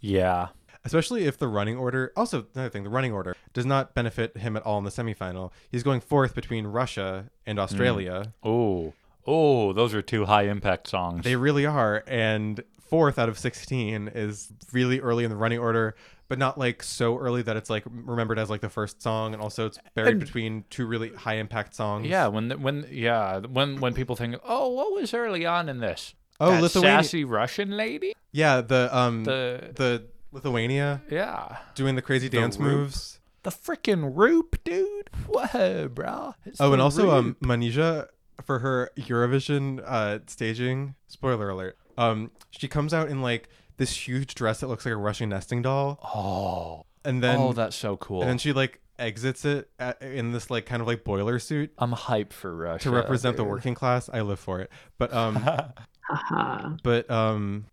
Speaker 3: Yeah.
Speaker 1: Especially if the running order, also another thing, the running order does not benefit him at all in the semifinal. He's going fourth between Russia and Australia.
Speaker 3: Oh. Oh, those are two high impact songs.
Speaker 1: They really are. And fourth out of 16 is really early in the running order, but not like so early that it's like remembered as like the first song. And also it's buried between two really high impact songs.
Speaker 3: yeah, when the, when yeah, when when people think, "Oh, what was early on in this?"
Speaker 1: Oh,
Speaker 3: That
Speaker 1: Lithuania-
Speaker 3: sassy Russian lady?
Speaker 1: Yeah. The, um,
Speaker 3: The-
Speaker 1: the, Lithuania
Speaker 3: Yeah.
Speaker 1: doing the crazy dance
Speaker 8: roop.
Speaker 1: moves.
Speaker 3: The freaking roop, dude. Whoa, bro. It's
Speaker 1: Oh,
Speaker 3: the
Speaker 1: and also, um,
Speaker 3: roop.
Speaker 1: Manisha for her Eurovision, uh, staging, spoiler alert, um, she comes out in like this huge dress that looks like a Russian nesting doll.
Speaker 3: Oh.
Speaker 1: And then,
Speaker 3: oh, that's so cool.
Speaker 1: and then she like exits it at, in this like kind of like boiler suit.
Speaker 3: I'm hyped for Russia
Speaker 1: to represent the
Speaker 3: dude.
Speaker 1: working class. I live for it. But um
Speaker 2: Haha.
Speaker 1: but um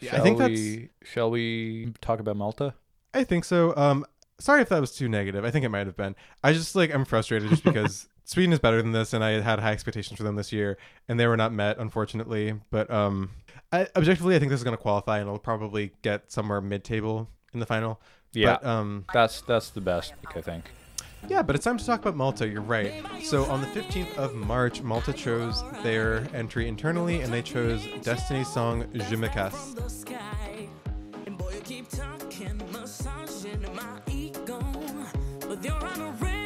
Speaker 1: yeah,
Speaker 3: Shall
Speaker 1: I think that's
Speaker 3: we, shall we talk about Malta?
Speaker 1: I think so. Um sorry if that was too negative. I think it might have been. I just like I'm frustrated just because Sweden is better than this and I had had high expectations for them this year and they were not met unfortunately. But um I, objectively I think this is going to qualify and it'll probably get somewhere mid-table in the final.
Speaker 3: Yeah.
Speaker 1: But, um
Speaker 3: That's that's the best pick, I think.
Speaker 1: Yeah, but it's time to talk about Malta. You're right. So on the 15th of March, Malta chose their entry internally, and they chose Destiny's song "Jimikas."
Speaker 7: the sky. And boy, you keep talking, massaging my ego. With your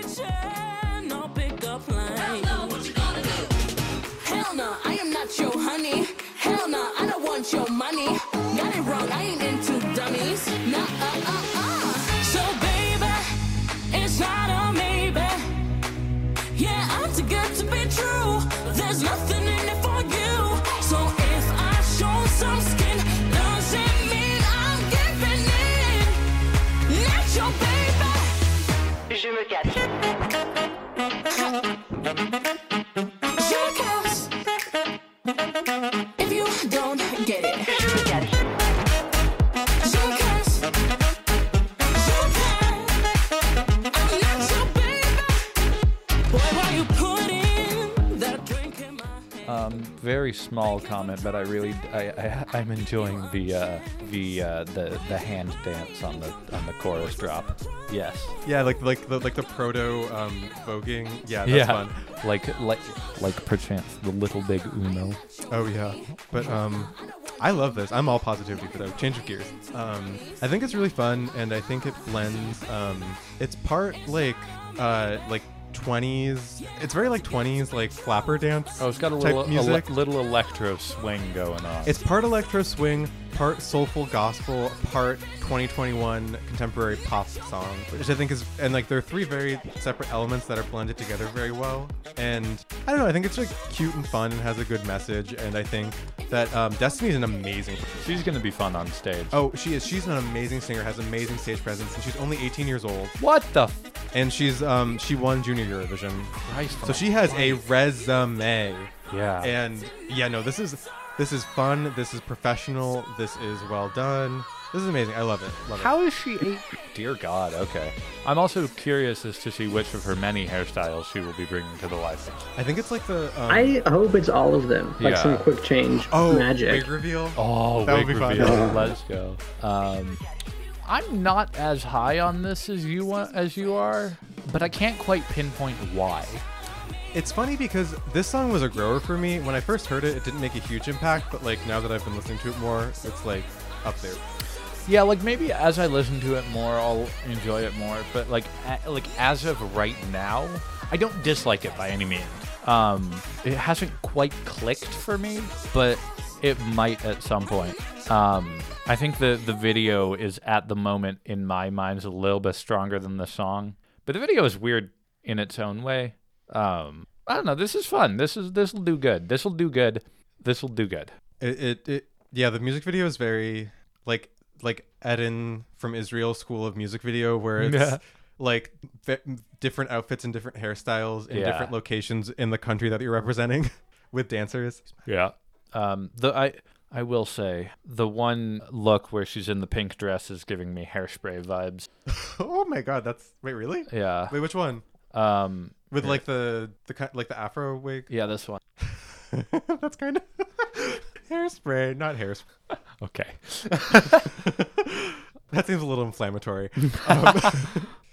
Speaker 7: unoriginal no pickup line. Hell no, what you gonna do? Hell no, I am not your honey. Hell no, I don't want your money. Got it wrong, I ain't into dummies. Nah, uh, uh, uh. So, baby, it's not a maybe. Yeah, I'm too good to be true. There's nothing in it for you. So if I show some skin, doesn't mean I'm giving in. Not your baby. Je me casse. If you don't get it. Je me casse. Je me casse. I'm not your baby. Boy, why you putting that drink in my hand?
Speaker 3: Um, very small comment, but I really I, I I'm enjoying the uh, the uh, the the hand dance on the on the chorus drop. Yes.
Speaker 1: Yeah, like like the, like the proto um, voguing. Yeah, that's fun.
Speaker 3: Like like like perchance the little big Uno.
Speaker 1: Oh yeah, but um, I love this. I'm all positivity for that. Change of gears. Um, I think it's really fun, and I think it blends. Um, it's part like uh like 20s. It's very like 20s like flapper dance.
Speaker 3: Oh, it's got a
Speaker 1: type
Speaker 3: little
Speaker 1: music.
Speaker 3: little electro swing going on.
Speaker 1: It's part electro swing, part soulful gospel, part 2021 contemporary pop song, which I think is and like there are three very separate elements that are blended together very well. And I don't know, I think it's like cute and fun and has a good message. And I think that um, Destiny's an amazing.
Speaker 3: She's gonna be fun on stage.
Speaker 1: Oh, she is. She's an amazing singer, has amazing stage presence, and she's only 18 years old.
Speaker 3: What the f-
Speaker 1: And she's um she won Junior Eurovision,
Speaker 3: Christ?
Speaker 1: so she has a resume.
Speaker 3: yeah.
Speaker 1: And yeah, no, this is this is fun. This is professional. This is well done. This is amazing. I love it. Love
Speaker 3: How is she eight? Dear God, okay. I'm also curious as to see which of her many hairstyles she will be bringing to the live.
Speaker 1: it. I think it's like the um,
Speaker 2: I hope it's all of them. Like
Speaker 3: Yeah.
Speaker 2: some quick change
Speaker 1: oh
Speaker 2: magic.
Speaker 1: wig reveal.
Speaker 3: Oh,
Speaker 1: That
Speaker 3: wig
Speaker 1: would be fun.
Speaker 3: reveal. Let's go. Um, I'm not as high on this as you want, as you are, but I can't quite pinpoint why.
Speaker 1: It's funny because this song was a grower for me. When I first heard it, it didn't make a huge impact, but like now that I've been listening to it more, it's like up there.
Speaker 3: Yeah, like maybe as I listen to it more, I'll enjoy it more. But like, a, like as of right now, I don't dislike it by any means. Um, it hasn't quite clicked for me, but it might at some point. Um, I think the the video is at the moment in my mind is a little bit stronger than the song, but the video is weird in its own way. Um, I don't know. This is fun. This is this will do good. This will do good. This will do good.
Speaker 1: It, it it yeah. The music video is very like like Eden from Israel School of Music video, where it's
Speaker 3: Yeah.
Speaker 1: like v- different outfits and different hairstyles in
Speaker 3: Yeah.
Speaker 1: different locations in the country that you're representing with dancers.
Speaker 3: Yeah. Um, the I I will say the one look where she's in the pink dress is giving me hairspray vibes.
Speaker 1: oh my god, that's wait, really?
Speaker 3: Yeah.
Speaker 1: Wait, which one?
Speaker 3: Um.
Speaker 1: With like the the ki- like the afro wig?
Speaker 3: Yeah, this one.
Speaker 1: that's kind of hairspray, not hairspray.
Speaker 3: Okay.
Speaker 1: That seems a little inflammatory. Um,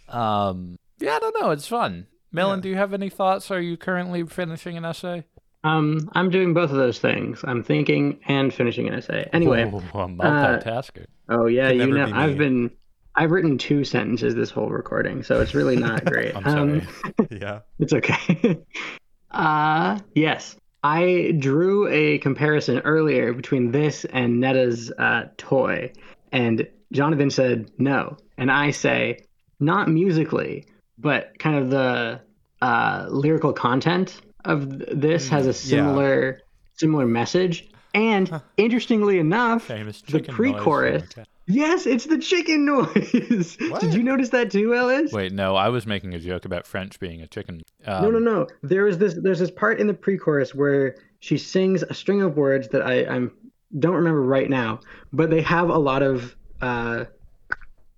Speaker 3: Um. Yeah, I don't know. It's fun. Melon, do you have any thoughts? Are you currently finishing an essay?
Speaker 2: Um, I'm doing both of those things. I'm thinking and finishing an essay. Anyway,
Speaker 3: Ooh, a multitasker.
Speaker 2: oh yeah,
Speaker 1: Could
Speaker 2: you
Speaker 1: never
Speaker 2: know,
Speaker 1: be me.
Speaker 2: I've been, I've written two sentences this whole recording, so it's really not great.
Speaker 3: I'm
Speaker 2: Um,
Speaker 3: sorry.
Speaker 1: yeah.
Speaker 2: It's okay. uh yes. I drew a comparison earlier between this and Netta's uh, toy, and Jonathan said no, and I say not musically, but kind of the uh, lyrical content of th- this
Speaker 3: Mm,
Speaker 2: has a similar similar message. And interestingly enough,
Speaker 3: Famous
Speaker 2: the
Speaker 3: chicken
Speaker 2: pre-chorus.
Speaker 3: noise.
Speaker 2: Yes, it's the chicken noise. Did you notice that too, Ellis?
Speaker 3: Wait, no, I was making a joke about French being a chicken. Um,
Speaker 2: no, no, no. There is this. There's this part in the pre-chorus where she sings a string of words that I I'm don't remember right now, but they have a lot of uh,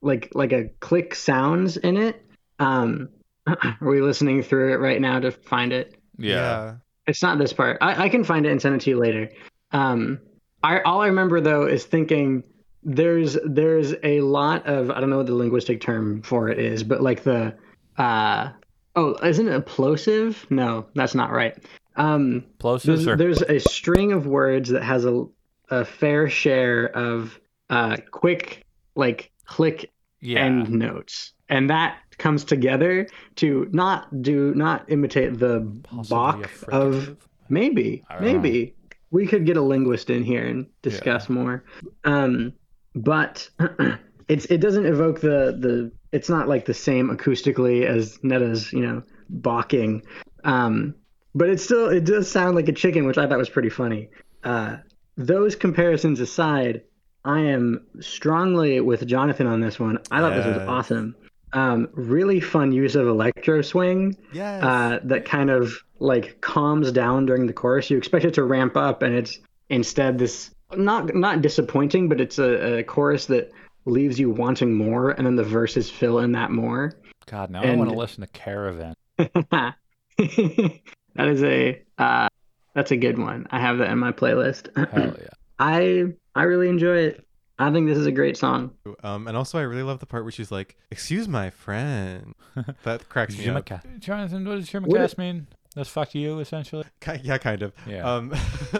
Speaker 2: like like a click sounds in it. Um, are we listening through it right now to find it?
Speaker 3: Yeah.
Speaker 2: It's not this part. I, I can find it and send it to you later. Um, I all I remember though is thinking there's there's a lot of I don't know what the linguistic term for it is, but like the uh oh isn't it a plosive? No, that's not right. Um,
Speaker 3: Plosives
Speaker 2: there's,
Speaker 3: are
Speaker 2: there's a string of words that has a a fair share of uh quick like click
Speaker 3: yeah.
Speaker 2: end notes. And that comes together to not do not imitate the
Speaker 3: Possibly a
Speaker 2: balk of
Speaker 3: fricative?
Speaker 2: maybe
Speaker 3: I don't
Speaker 2: maybe we could get a linguist in here and discuss more. Um, but it's it doesn't evoke the the it's not like the same acoustically as Netta's you know balking, um, but it's still it does sound like a chicken, which I thought was pretty funny. Uh, those comparisons aside, I am strongly with Jonathan on this one. I thought this was
Speaker 1: Yes.
Speaker 2: awesome. Um, really fun use of electro swing
Speaker 1: Yes.
Speaker 2: uh, that kind of like calms down during the chorus. You expect it to ramp up, and it's instead this not not disappointing, but it's a, a chorus that leaves you wanting more, and then the verses fill in that more.
Speaker 3: God, now I
Speaker 2: and-
Speaker 3: want to listen to Caravan.
Speaker 2: that is a uh, that's a good one. I have that in my playlist.
Speaker 3: Hell yeah.
Speaker 2: I I really enjoy it. I think this is a great song.
Speaker 1: Um, and also, I really love the part where she's like, "Excuse my friend." That cracks me up.
Speaker 3: Jimaka. Jonathan, what does
Speaker 2: What
Speaker 3: Jimacast mean? That's fuck you, essentially.
Speaker 1: Ki- yeah, kind of.
Speaker 3: Yeah.
Speaker 1: Um,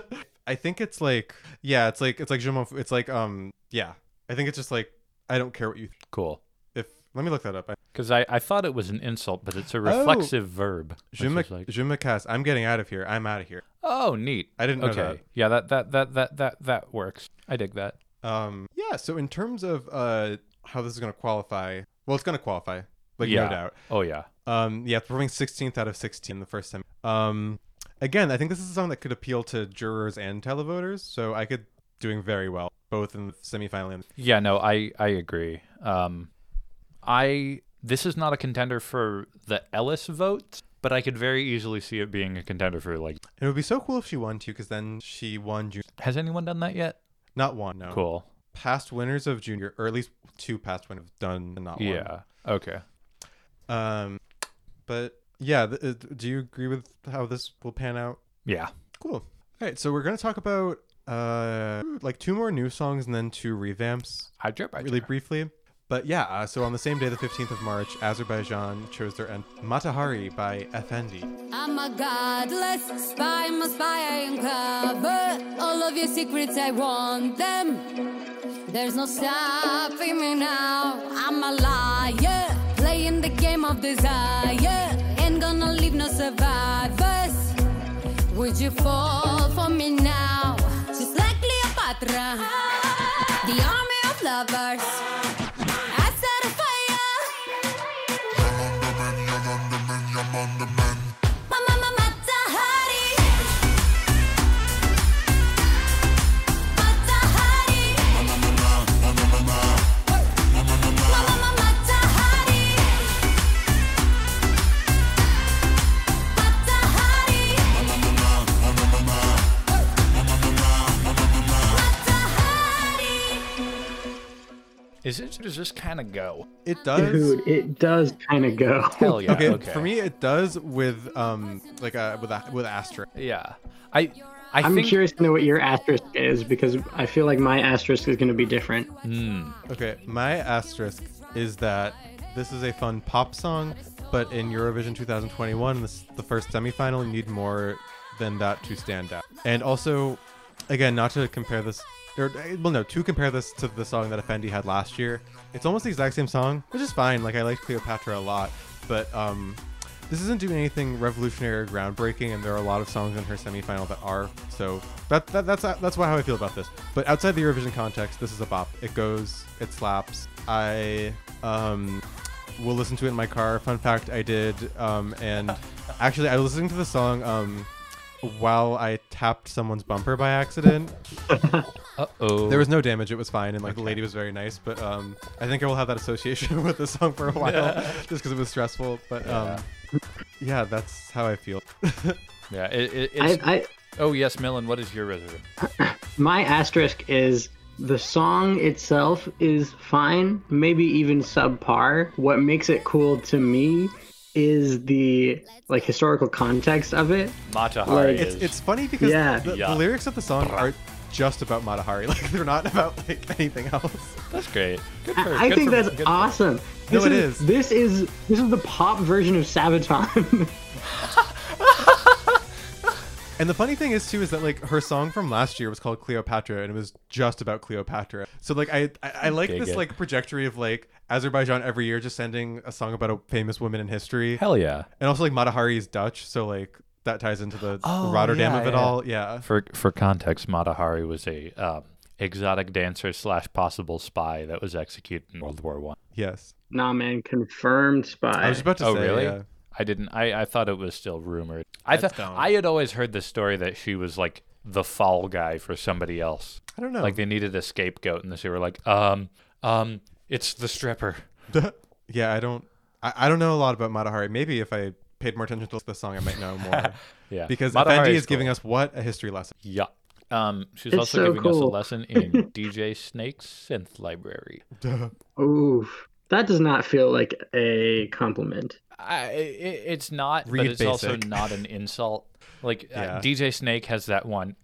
Speaker 1: I think it's like, yeah, it's like it's like je m'en fous- It's like um, yeah. I think it's just like I don't care what you th-
Speaker 3: Cool.
Speaker 1: if. Let me look that up. I,
Speaker 3: Because I, I thought it was an insult, but it's a reflexive verb. which
Speaker 1: Oh. je me,
Speaker 3: is like-
Speaker 1: je me casse. I'm getting out of here. I'm out of here.
Speaker 3: oh, neat.
Speaker 1: I didn't know
Speaker 3: Okay. Yeah, that, that, that, that, that, that works. I dig that.
Speaker 1: that. Um, yeah. So in terms of uh, how this is gonna qualify, well, it's gonna qualify, like
Speaker 3: yeah.
Speaker 1: no doubt.
Speaker 3: Oh, yeah.
Speaker 1: Um, yeah, it's performing 16th out of 16 the first time. Um, again, I think this is a song that could appeal to jurors and televoters, so I could doing very well both in the semifinal and
Speaker 3: Yeah, no, I I agree. Um, I this is not a contender for the Ellis vote, but I could very easily see it being a contender for like.
Speaker 1: it would be so cool if she won too, because then she won June,
Speaker 3: Has anyone done that yet?
Speaker 1: not one, no.
Speaker 3: Cool.
Speaker 1: Past winners of junior, or at least two past winners have done and not
Speaker 3: Yeah. Okay.
Speaker 1: one. Um, but yeah, th- uh, do you agree with how this will pan out?
Speaker 3: Yeah.
Speaker 1: Cool. All right, so we're gonna talk about uh like two more new songs and then two revamps.
Speaker 3: I drip. I
Speaker 1: really
Speaker 3: drip.
Speaker 1: briefly. But yeah, uh, so on the same day, the 15th of March, Azerbaijan chose their end Matahari by Effendi.
Speaker 7: I'm a godless spy, my spy, I uncover all of your secrets, I want them. There's no stopping me now. I'm a liar, playing the game of desire. Ain't gonna leave no survivors. Would you fall for me now? Just like Cleopatra, the army of lovers. I set a fire. Mama, mama, Tahari. Matahari. Mama, mama, Tahari. Matahari. Mama, mama,
Speaker 3: Is it does this kind of go?
Speaker 1: It does.
Speaker 2: Dude, it does kind of go.
Speaker 3: Hell yeah.
Speaker 1: okay,
Speaker 3: Okay.
Speaker 1: for me it does with um like a with a with asterisk.
Speaker 3: Yeah. I I
Speaker 2: I'm
Speaker 3: think
Speaker 2: curious to know what your asterisk is because I feel like my asterisk is going to be different.
Speaker 3: Hmm.
Speaker 1: Okay, my asterisk is that this is a fun pop song, but in Eurovision 2021, this, the first semifinal, you need more than that to stand out. And also, again, not to compare this, or uh, well, no, to compare this to the song that Effendi had last year. It's almost the exact same song, which is fine. Like I like Cleopatra a lot, but um, this isn't doing anything revolutionary or groundbreaking, and there are a lot of songs in her semifinal that are. So that, that that's uh, that's why how I feel about this. But outside the Eurovision context, this is a bop. It goes, it slaps. I um, will listen to it in my car. Fun fact, I did. Um, and actually, I was listening to the song um, while I tapped someone's bumper by accident.
Speaker 3: Uh-oh.
Speaker 1: There was no damage. It was fine, and like the lady was very nice. But um, I think I will have that association with the song for a while, just because it was stressful. But um, yeah, that's how I feel.
Speaker 3: Yeah, it, it,
Speaker 2: I,
Speaker 3: it's
Speaker 2: I,
Speaker 3: Oh yes, Millen, what is your reserve?
Speaker 2: my asterisk is the song itself is fine, maybe even subpar. What makes it cool to me is the like historical context of it.
Speaker 3: Matahari
Speaker 2: Like,
Speaker 1: It's
Speaker 3: is
Speaker 1: it's funny because
Speaker 2: Yeah.
Speaker 1: the,
Speaker 3: Yeah.
Speaker 1: the lyrics of the song are just about Matahari. Like they're not about like anything else.
Speaker 3: that's great. Good for,
Speaker 2: I, I
Speaker 3: good
Speaker 2: think
Speaker 3: for-
Speaker 2: that's
Speaker 3: good for-
Speaker 2: awesome.
Speaker 1: No,
Speaker 2: This
Speaker 1: it
Speaker 2: is,
Speaker 1: is.
Speaker 2: This is this is the pop version of Sabaton.
Speaker 1: And the funny thing is too is that like her song from last year was called Cleopatra, and it was just about Cleopatra. So like I I, I like
Speaker 3: Dig
Speaker 1: this
Speaker 3: it.
Speaker 1: like trajectory of like Azerbaijan every year just sending a song about a famous woman in history.
Speaker 3: Hell yeah.
Speaker 1: And also like Matahari is Dutch, so like that ties into the
Speaker 3: Oh,
Speaker 1: Rotterdam
Speaker 3: yeah,
Speaker 1: of it
Speaker 3: yeah.
Speaker 1: all. Yeah.
Speaker 3: For for context, Matahari was a um, exotic dancer slash possible spy that was executed in World War One.
Speaker 1: Yes.
Speaker 2: nah, man, confirmed
Speaker 1: I
Speaker 2: spy.
Speaker 1: was about to
Speaker 3: oh
Speaker 1: say.
Speaker 3: really?
Speaker 1: yeah.
Speaker 3: I didn't. I, I thought it was still rumored. I
Speaker 1: That's
Speaker 3: thought
Speaker 1: dumb.
Speaker 3: I had always heard the story that she was like the fall guy for somebody else.
Speaker 1: I don't know.
Speaker 3: Like they needed a scapegoat, and so they were like, um, um, it's the stripper.
Speaker 1: yeah, I don't I, I don't know a lot about Matahari. Maybe if I paid more attention to the song I might know more.
Speaker 3: Yeah,
Speaker 1: Because
Speaker 3: Matahari
Speaker 1: Effendi is
Speaker 3: cool.
Speaker 1: giving us what a history lesson.
Speaker 3: Yeah. Um, she's
Speaker 2: It's
Speaker 3: also
Speaker 2: so
Speaker 3: giving us a
Speaker 2: cool.
Speaker 3: lesson in DJ Snake's synth library.
Speaker 1: Oh,
Speaker 2: Oof. That does not feel like a compliment.
Speaker 3: I, i it's not, but
Speaker 1: Read
Speaker 3: it's also
Speaker 1: basic.
Speaker 3: not an insult. Like
Speaker 1: Yeah.
Speaker 3: uh, DJ Snake has that one,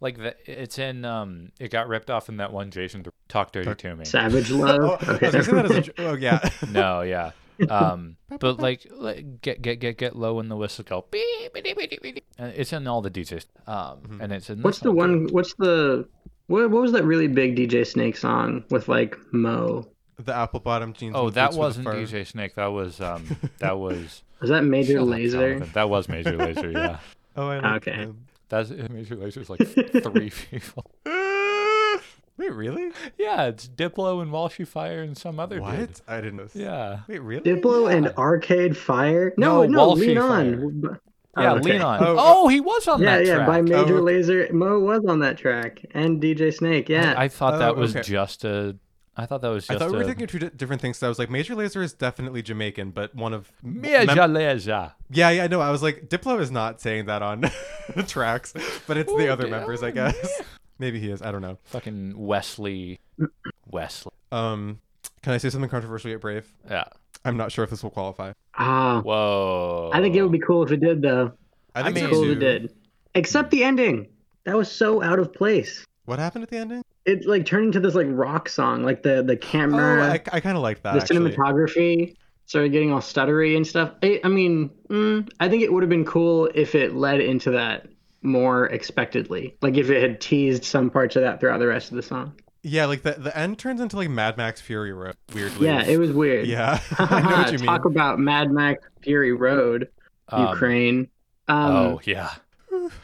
Speaker 3: like the, it's in. Um, it got ripped off in that one Jason Dur- talk dirty to me.
Speaker 2: Savage love.
Speaker 1: Oh, I was
Speaker 2: okay.
Speaker 1: gonna say that as a jo- oh yeah.
Speaker 3: No, yeah. Um, but like, like, get get get get low in the whistle go. beep, beep, beep, beep, beep. And It's in all the DJs. Um,
Speaker 1: Mm-hmm.
Speaker 3: and it's in. this
Speaker 2: What's the
Speaker 3: one, too.
Speaker 2: one? What's the what? What was that really big DJ Snake song with like Mo?
Speaker 1: the apple bottom jeans.
Speaker 3: Oh,
Speaker 1: and
Speaker 3: that
Speaker 1: boots with a
Speaker 3: wasn't
Speaker 1: fur.
Speaker 3: DJ Snake. That was um, that was
Speaker 2: Was that Major Laser?
Speaker 3: Jonathan. That was Major Laser. Yeah.
Speaker 1: Oh, I like
Speaker 2: Okay.
Speaker 1: him.
Speaker 3: That's Major Laser's like three people.
Speaker 1: Wait, really?
Speaker 3: Yeah, it's Diplo and Walshy Fire and some other
Speaker 1: What?
Speaker 3: dude.
Speaker 1: I didn't know.
Speaker 3: Yeah.
Speaker 1: Wait, really?
Speaker 2: Diplo and Arcade Fire? No, no,
Speaker 3: No, Walshy
Speaker 2: Lean
Speaker 3: Fire.
Speaker 2: On.
Speaker 3: Yeah,
Speaker 2: Oh, okay.
Speaker 3: Lean On.
Speaker 1: Oh,
Speaker 3: Oh, he was on
Speaker 2: Yeah,
Speaker 3: that
Speaker 2: yeah.
Speaker 3: track.
Speaker 2: By Major
Speaker 1: okay.
Speaker 2: Laser, Mo was on that track, and DJ Snake. Yeah,
Speaker 3: I thought that
Speaker 1: Oh,
Speaker 3: was
Speaker 1: okay.
Speaker 3: just a. I thought that was
Speaker 1: I
Speaker 3: just
Speaker 1: thought we were
Speaker 3: a.
Speaker 1: thinking of two di- different things. So I was like, Major Laser is definitely Jamaican, but one of
Speaker 3: Major
Speaker 1: mem-
Speaker 3: Lazer.
Speaker 1: yeah, yeah, I know. I was like, Diplo is not saying that on tracks, but it's the
Speaker 3: Oh,
Speaker 1: other
Speaker 3: damn,
Speaker 1: members, I guess. Maybe he is. I don't know.
Speaker 3: Fucking Wesley. Wesley.
Speaker 1: Um, can I say something controversial yet brave?
Speaker 3: Yeah.
Speaker 1: I'm not sure if this will qualify.
Speaker 2: ah,
Speaker 3: Whoa.
Speaker 2: I think it would be cool if it did, though.
Speaker 1: I
Speaker 3: mean-
Speaker 1: think
Speaker 3: Me
Speaker 2: Cool if
Speaker 1: too.
Speaker 2: it did. Except the ending. That was so out of place.
Speaker 1: What happened at the ending?
Speaker 2: It like turned into this like rock song, like the the
Speaker 1: Oh,
Speaker 2: camera.
Speaker 1: I, I kind of liked that.
Speaker 2: the
Speaker 1: actually.
Speaker 2: cinematography started getting all stuttery and stuff. I, I mean, mm, I think it would have been cool if it led into that more expectedly, like if it had teased some parts of that throughout the rest of the song.
Speaker 1: Yeah, like the the end turns into like Mad Max Fury Road. Weirdly.
Speaker 2: Yeah, it was weird.
Speaker 1: Yeah, I know what you mean.
Speaker 2: Talk about Mad Max Fury Road,
Speaker 3: Um,
Speaker 2: Ukraine. Um,
Speaker 3: oh yeah.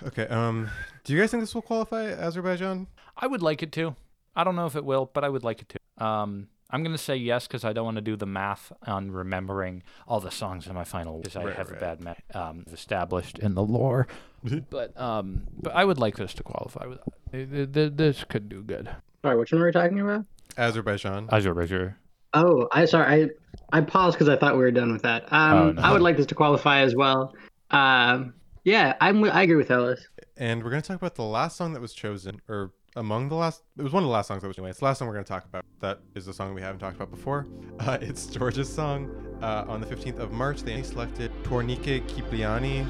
Speaker 1: Okay. Um, do you guys think this will qualify Azerbaijan?
Speaker 3: I would like it to. I don't know if it will, but I would like it to. Um, I'm gonna say yes because I don't want to do the math on remembering all the songs in my final because I
Speaker 1: Right,
Speaker 3: have
Speaker 1: right.
Speaker 3: a bad math um, established in the lore. but um, but I would like this to qualify. With th- th- th- this could do good.
Speaker 2: Sorry, which one were we talking about?
Speaker 1: Azerbaijan.
Speaker 3: Azerbaijan.
Speaker 2: Oh, I sorry. I I paused because I thought we were done with that. Um,
Speaker 3: Oh, no.
Speaker 2: I would like this to qualify as well. Um, yeah, I'm. I agree with Ellis.
Speaker 1: and we're gonna talk about the last song that was chosen, or among the last. It was one of the last songs that was anyway. It's the last song we're going to talk about. That is a song we haven't talked about before. Uh, it's George's song. Uh, on the 15th of March, they selected Tornike Kipliani.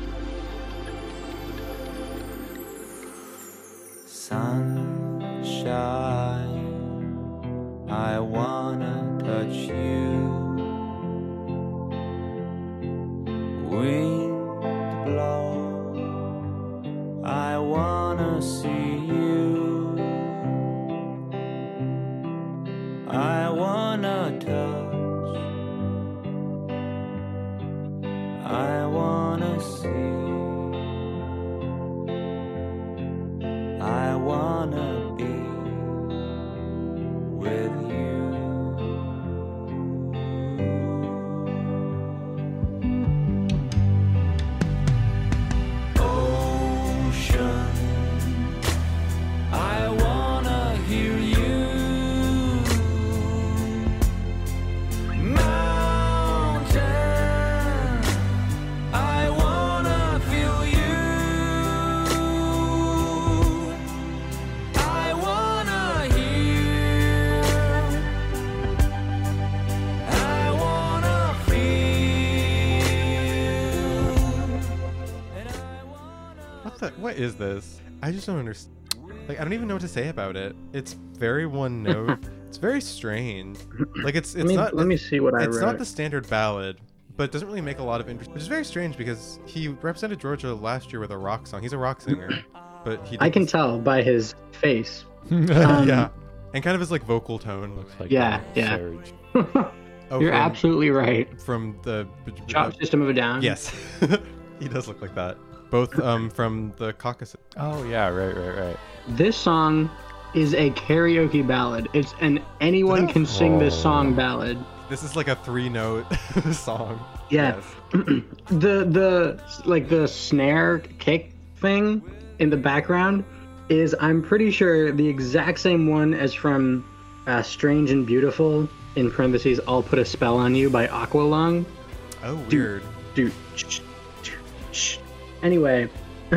Speaker 10: Sunshine, I wanna touch you. Wind blow, I wanna see you. I wanna touch, I wanna see. I wanna be with you. Ocean, I wanna hear you. Mountain, I wanna feel you. I wanna hear. I wanna feel. And I wanna.
Speaker 1: What the? What is this? I just don't understand. Like I don't even know what to say about it. It's very one note. it's very strange. Like it's it's
Speaker 2: let me,
Speaker 1: not.
Speaker 2: let me see what I
Speaker 1: it's
Speaker 2: wrote.
Speaker 1: not the standard ballad, but it doesn't really make a lot of interest, which is very strange because he represented Georgia last year with a rock song. He's a rock singer, but he
Speaker 2: I can
Speaker 1: didn't-
Speaker 2: tell by his face.
Speaker 1: yeah, and kind of his like vocal tone
Speaker 3: Looks like
Speaker 2: Um, Yeah,
Speaker 3: a
Speaker 2: yeah.
Speaker 3: surge.
Speaker 1: oh,
Speaker 2: You're
Speaker 1: from,
Speaker 2: absolutely right.
Speaker 1: from the
Speaker 2: Chop System of a Down.
Speaker 1: yes, he does look like that. Both um from the Caucasus.
Speaker 3: Oh yeah, right, right, right.
Speaker 2: This song is a karaoke ballad. It's an anyone can sing this song ballad.
Speaker 1: This is like a three note song.
Speaker 2: Yeah. the the like the snare kick thing in the background is I'm pretty sure the exact same one as from uh, Strange and Beautiful in parentheses I'll put a spell on you by Aqualung.
Speaker 1: Oh weird.
Speaker 2: Dude. Anyway,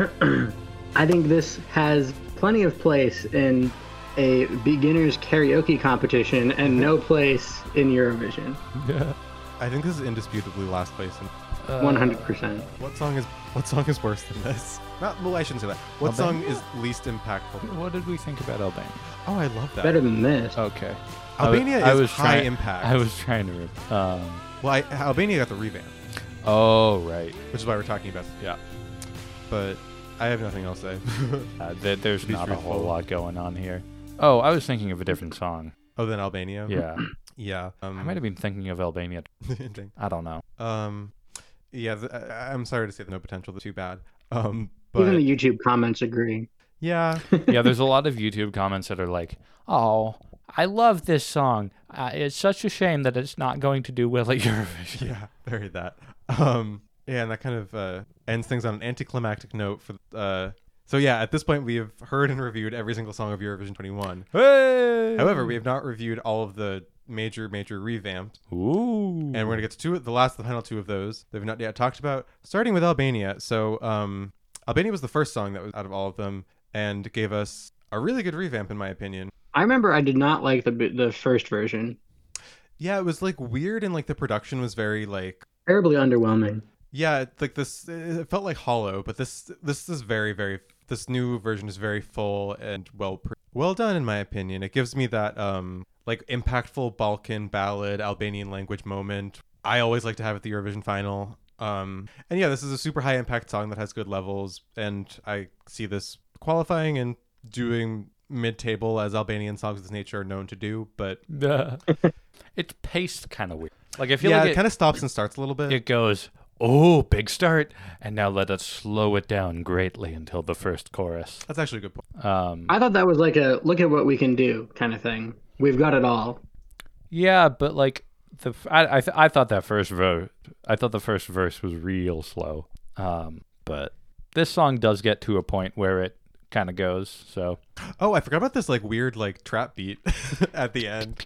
Speaker 2: I think this has plenty of place in a beginner's karaoke competition and no place in Eurovision.
Speaker 1: I think this is indisputably last place. In-
Speaker 2: 100%.
Speaker 1: what song is what song is worse than this? Not well, I shouldn't say that. What song is least impactful?
Speaker 3: What did we think about Albania?
Speaker 1: Oh, I love that.
Speaker 2: Better than this.
Speaker 3: Okay.
Speaker 1: Albania
Speaker 3: I, wa- I
Speaker 1: is
Speaker 3: was
Speaker 1: high
Speaker 3: try-
Speaker 1: impact.
Speaker 3: I was trying to. Rip. Um.
Speaker 1: Well, I, Albania got the revamp,
Speaker 3: Oh right.
Speaker 1: which is why we're talking about. it.
Speaker 3: Yeah.
Speaker 1: But I have nothing else to say.
Speaker 3: Uh, there, there's
Speaker 1: Please
Speaker 3: not a whole
Speaker 1: refollow.
Speaker 3: lot going on here. Oh, I was thinking of a different song.
Speaker 1: oh, then Albania.
Speaker 3: Yeah.
Speaker 1: Yeah. Um,
Speaker 3: I might have been thinking of Albania.
Speaker 1: interesting.
Speaker 3: I don't know.
Speaker 1: Um, yeah. th- I, I'm sorry to say the no potential. Too bad. Um, but
Speaker 2: Even the YouTube comments agree.
Speaker 1: yeah.
Speaker 3: yeah, there's a lot of YouTube comments that are like, "Oh, I love this song. Uh, it's such a shame that it's not going to do well at Eurovision."
Speaker 1: Yeah, very that. Um, yeah, and that kind of uh, ends things on an anticlimactic note. For uh, so yeah, at this point we have heard and reviewed every single song of Eurovision 21.
Speaker 3: Hey!
Speaker 1: However, we have not reviewed all of the major, major revamps,
Speaker 3: Ooh.
Speaker 1: and we're gonna get to two, the last, the final two of those that we've not yet talked about. Starting with Albania. So um, Albania was the first song that was out of all of them, and gave us a really good revamp, in my opinion.
Speaker 2: I remember I did not like the the first version.
Speaker 1: Yeah, it was like weird, and like the production was very like
Speaker 2: Terribly underwhelming.
Speaker 1: yeah it- like this it felt like hollow but this this is very very this new version is very full and well pr- well done in my opinion it gives me that um like impactful balkan ballad albanian language moment i always like to have at the eurovision final um and yeah this is a super high impact song that has good levels and i see this qualifying and doing mid-table as albanian songs of this nature are known to do but
Speaker 3: it's paced kind of weird. Like I feel
Speaker 1: yeah
Speaker 3: like
Speaker 1: it
Speaker 3: it,
Speaker 1: kind of stops and starts a little bit
Speaker 3: it goes, "Oh, big start," and now let us slow it down greatly until the first chorus.
Speaker 1: that's actually a good point
Speaker 3: Um,
Speaker 2: I thought that was like a look at what we can do kind of thing. We've got it all.
Speaker 3: yeah, but like the f- I I, th- I thought that first verse I thought the first verse was real slow. Um, but this song does get to a point where it kind of goes. So
Speaker 1: Oh, I forgot about this like weird like trap beat at the end.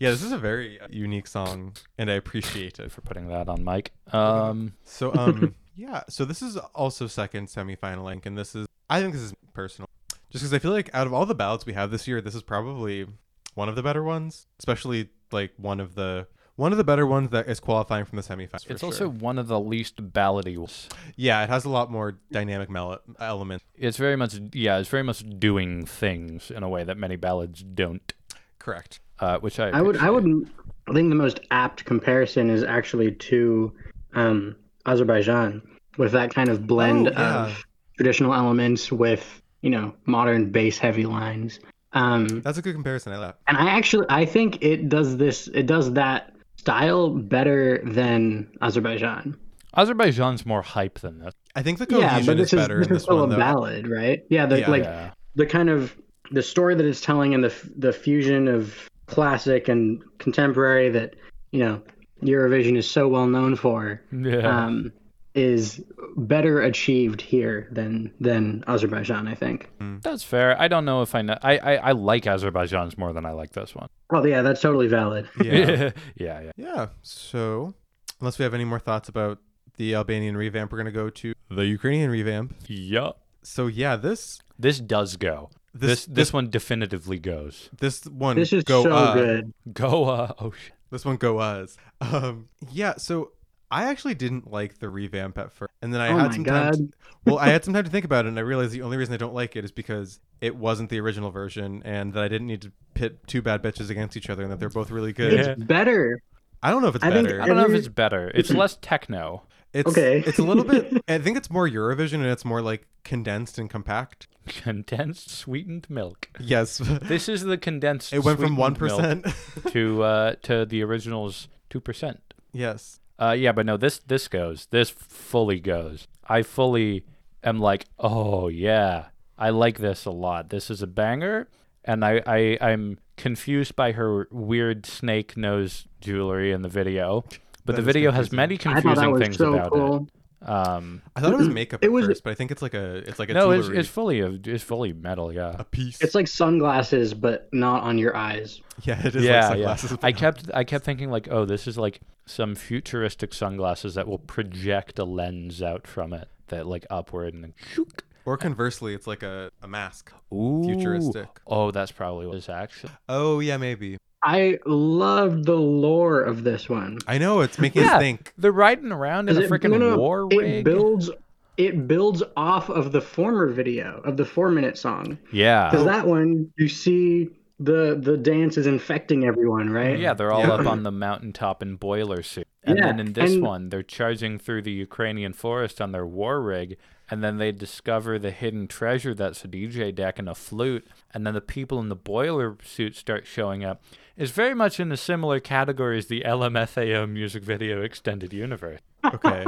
Speaker 1: Yeah, this is a very unique song, and I appreciate it.
Speaker 3: for putting that on mic. Um,
Speaker 1: So, um, yeah. So this is also second semifinal link, and this is I think this is personal. Just because I feel like out of all the ballads we have this year, this is probably one of the better ones, especially like one of the one of the better ones that is qualifying from the semifinals. for
Speaker 3: It's
Speaker 1: sure.
Speaker 3: also one of the least ballady ones.
Speaker 1: yeah, it has a lot more dynamic mel- element.
Speaker 3: It's very much yeah, it's very much doing things in a way that many ballads don't.
Speaker 1: Correct.
Speaker 3: Uh, which I
Speaker 2: I would I
Speaker 3: appreciate.
Speaker 2: would I think the most apt comparison is actually to um, Azerbaijan with that kind of blend
Speaker 1: Oh, yeah.
Speaker 2: of traditional elements with you know modern bass heavy lines. Um,
Speaker 1: That's a good comparison. I like that.
Speaker 2: and I actually I think it does this it does that style better than Azerbaijan.
Speaker 3: Azerbaijan's more hype than this.
Speaker 1: I think the
Speaker 2: yeah,
Speaker 1: cohesion
Speaker 2: but
Speaker 1: is
Speaker 2: this
Speaker 1: Oh,
Speaker 2: is,
Speaker 1: better
Speaker 2: this
Speaker 1: in
Speaker 2: is
Speaker 1: this
Speaker 2: still
Speaker 1: one
Speaker 2: a
Speaker 1: though.
Speaker 2: ballad, right? Yeah, the,
Speaker 1: Yeah.
Speaker 2: like um,
Speaker 3: Yeah.
Speaker 2: the kind of the story that it's telling and the f- the fusion of classic and contemporary that you know Eurovision is so well known for
Speaker 3: Yeah.
Speaker 2: um, is better achieved here than than Azerbaijan, I think.
Speaker 3: That's fair. I don't know if I know. I, I, I like Azerbaijan's more than I like this one.
Speaker 2: Well, Oh, yeah, that's totally valid.
Speaker 1: Yeah.
Speaker 3: yeah, yeah.
Speaker 1: Yeah. So, unless we have any more thoughts about the Albanian revamp, we're gonna go to the Ukrainian revamp.
Speaker 3: Yup.
Speaker 1: So yeah, this
Speaker 3: This does go. This,
Speaker 1: This-
Speaker 3: this one definitively goes.
Speaker 1: this one
Speaker 2: This is
Speaker 1: go
Speaker 2: so
Speaker 1: uh,
Speaker 2: good.
Speaker 3: Go. Uh, oh shit.
Speaker 1: This one go us. Um, yeah. So I actually didn't like the revamp at first, and then I
Speaker 2: Oh
Speaker 1: had
Speaker 2: my
Speaker 1: some
Speaker 2: God.
Speaker 1: time. To, well, I had some time to think about it, and I realized the only reason I don't like it is because it wasn't the original version, and that I didn't need to pit two bad bitches against each other, and that they're both really good.
Speaker 3: Yeah.
Speaker 2: It's better.
Speaker 1: I don't know if it's
Speaker 2: I think-
Speaker 1: better.
Speaker 3: I don't know if
Speaker 2: Every-
Speaker 3: it's better. It's less techno.
Speaker 1: it's
Speaker 2: okay.
Speaker 1: it's a little bit. I think it's more Eurovision, and it's more like condensed and compact.
Speaker 3: Condensed sweetened milk.
Speaker 1: Yes.
Speaker 3: This is the condensed.
Speaker 1: It went from one
Speaker 3: sweetened milk
Speaker 1: percent.
Speaker 3: to uh, to the original's two percent.
Speaker 1: yes.
Speaker 3: Uh, yeah, but no, this this goes. This fully goes. I fully am like, oh yeah, I like this a lot. This is a banger, and I, I I'm confused by her weird snake nose jewelry in the video, but the
Speaker 1: is
Speaker 3: video has many
Speaker 2: I thought that
Speaker 3: confusing
Speaker 2: was
Speaker 3: things
Speaker 2: so
Speaker 3: about
Speaker 2: cool.
Speaker 3: it. Um,
Speaker 1: I thought it was makeup
Speaker 2: It
Speaker 1: at
Speaker 2: was-
Speaker 1: first, but I think it's like a it's like a
Speaker 3: no,
Speaker 1: jewelry,
Speaker 3: it's, it's fully a, it's fully metal. Yeah.
Speaker 1: a piece.
Speaker 2: It's like sunglasses, but not on your eyes.
Speaker 1: yeah, it is
Speaker 3: Yeah,
Speaker 1: like
Speaker 3: yeah.
Speaker 1: sunglasses.
Speaker 3: I kept I kept thinking like, oh, this is like some futuristic sunglasses that will project a lens out from it that like upward and then shook.
Speaker 1: Or conversely, it's like a, a mask.
Speaker 3: Ooh.
Speaker 1: Futuristic.
Speaker 3: Oh, that's probably what it's actually.
Speaker 1: Oh yeah, maybe.
Speaker 2: I love the lore of this one.
Speaker 1: I know it's making us think.
Speaker 3: they're riding around in a
Speaker 2: Because it-
Speaker 3: freaking
Speaker 2: no, no,
Speaker 3: war
Speaker 2: it
Speaker 3: rig.
Speaker 2: builds it builds off of the former video of the four minute song because
Speaker 3: yeah,
Speaker 2: that one you see the the dance is infecting everyone right
Speaker 3: yeah, they're all
Speaker 1: Yeah.
Speaker 3: up on the mountaintop in boiler suit, and
Speaker 2: Yeah,
Speaker 3: then in this
Speaker 2: and-
Speaker 3: one, they're charging through the Ukrainian forest on their war rig, and then they discover the hidden treasure that's a DJ deck and a flute, and then the people in the boiler suit start showing up. It's very much in a similar category as the LMFAO music video extended universe.
Speaker 1: Okay.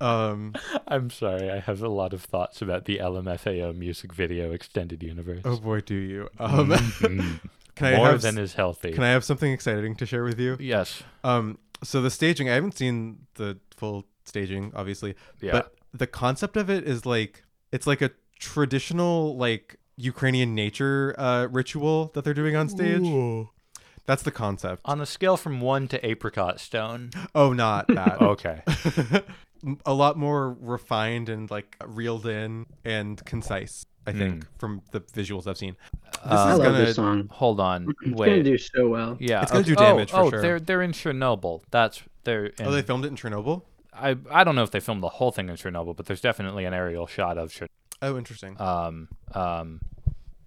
Speaker 1: um.
Speaker 3: I'm sorry, I have a lot of thoughts about the LMFAO music video extended universe.
Speaker 1: Oh boy, do you? Um. can I
Speaker 3: Mm-hmm. More
Speaker 1: have?
Speaker 3: than
Speaker 1: s-
Speaker 3: is healthy.
Speaker 1: Can I have something exciting to share with you?
Speaker 3: Yes.
Speaker 1: Um, so the staging, I haven't seen the full staging, obviously.
Speaker 3: Yeah.
Speaker 1: But the concept of it is like it's like a traditional like Ukrainian nature uh, ritual that they're doing on stage. That's the concept.
Speaker 3: On a scale from one to apricot stone.
Speaker 1: oh, not that.
Speaker 3: Okay.
Speaker 1: a lot more refined and like reeled in and concise. I
Speaker 3: Hmm.
Speaker 1: think from the visuals I've seen. This
Speaker 2: Uh, i
Speaker 1: is
Speaker 2: love
Speaker 1: gonna
Speaker 2: this song
Speaker 3: Hold on.
Speaker 2: it's
Speaker 3: Wait.
Speaker 2: gonna do so well
Speaker 3: yeah.
Speaker 1: It's gonna
Speaker 3: okay.
Speaker 1: do damage
Speaker 3: oh,
Speaker 1: for sure.
Speaker 3: Oh, they're they're in Chernobyl. That's they're. In,
Speaker 1: Oh, they filmed it in Chernobyl.
Speaker 3: I I don't know if they filmed the whole thing in Chernobyl, but there's definitely an aerial shot of Chernobyl.
Speaker 1: Oh, interesting.
Speaker 3: Um um,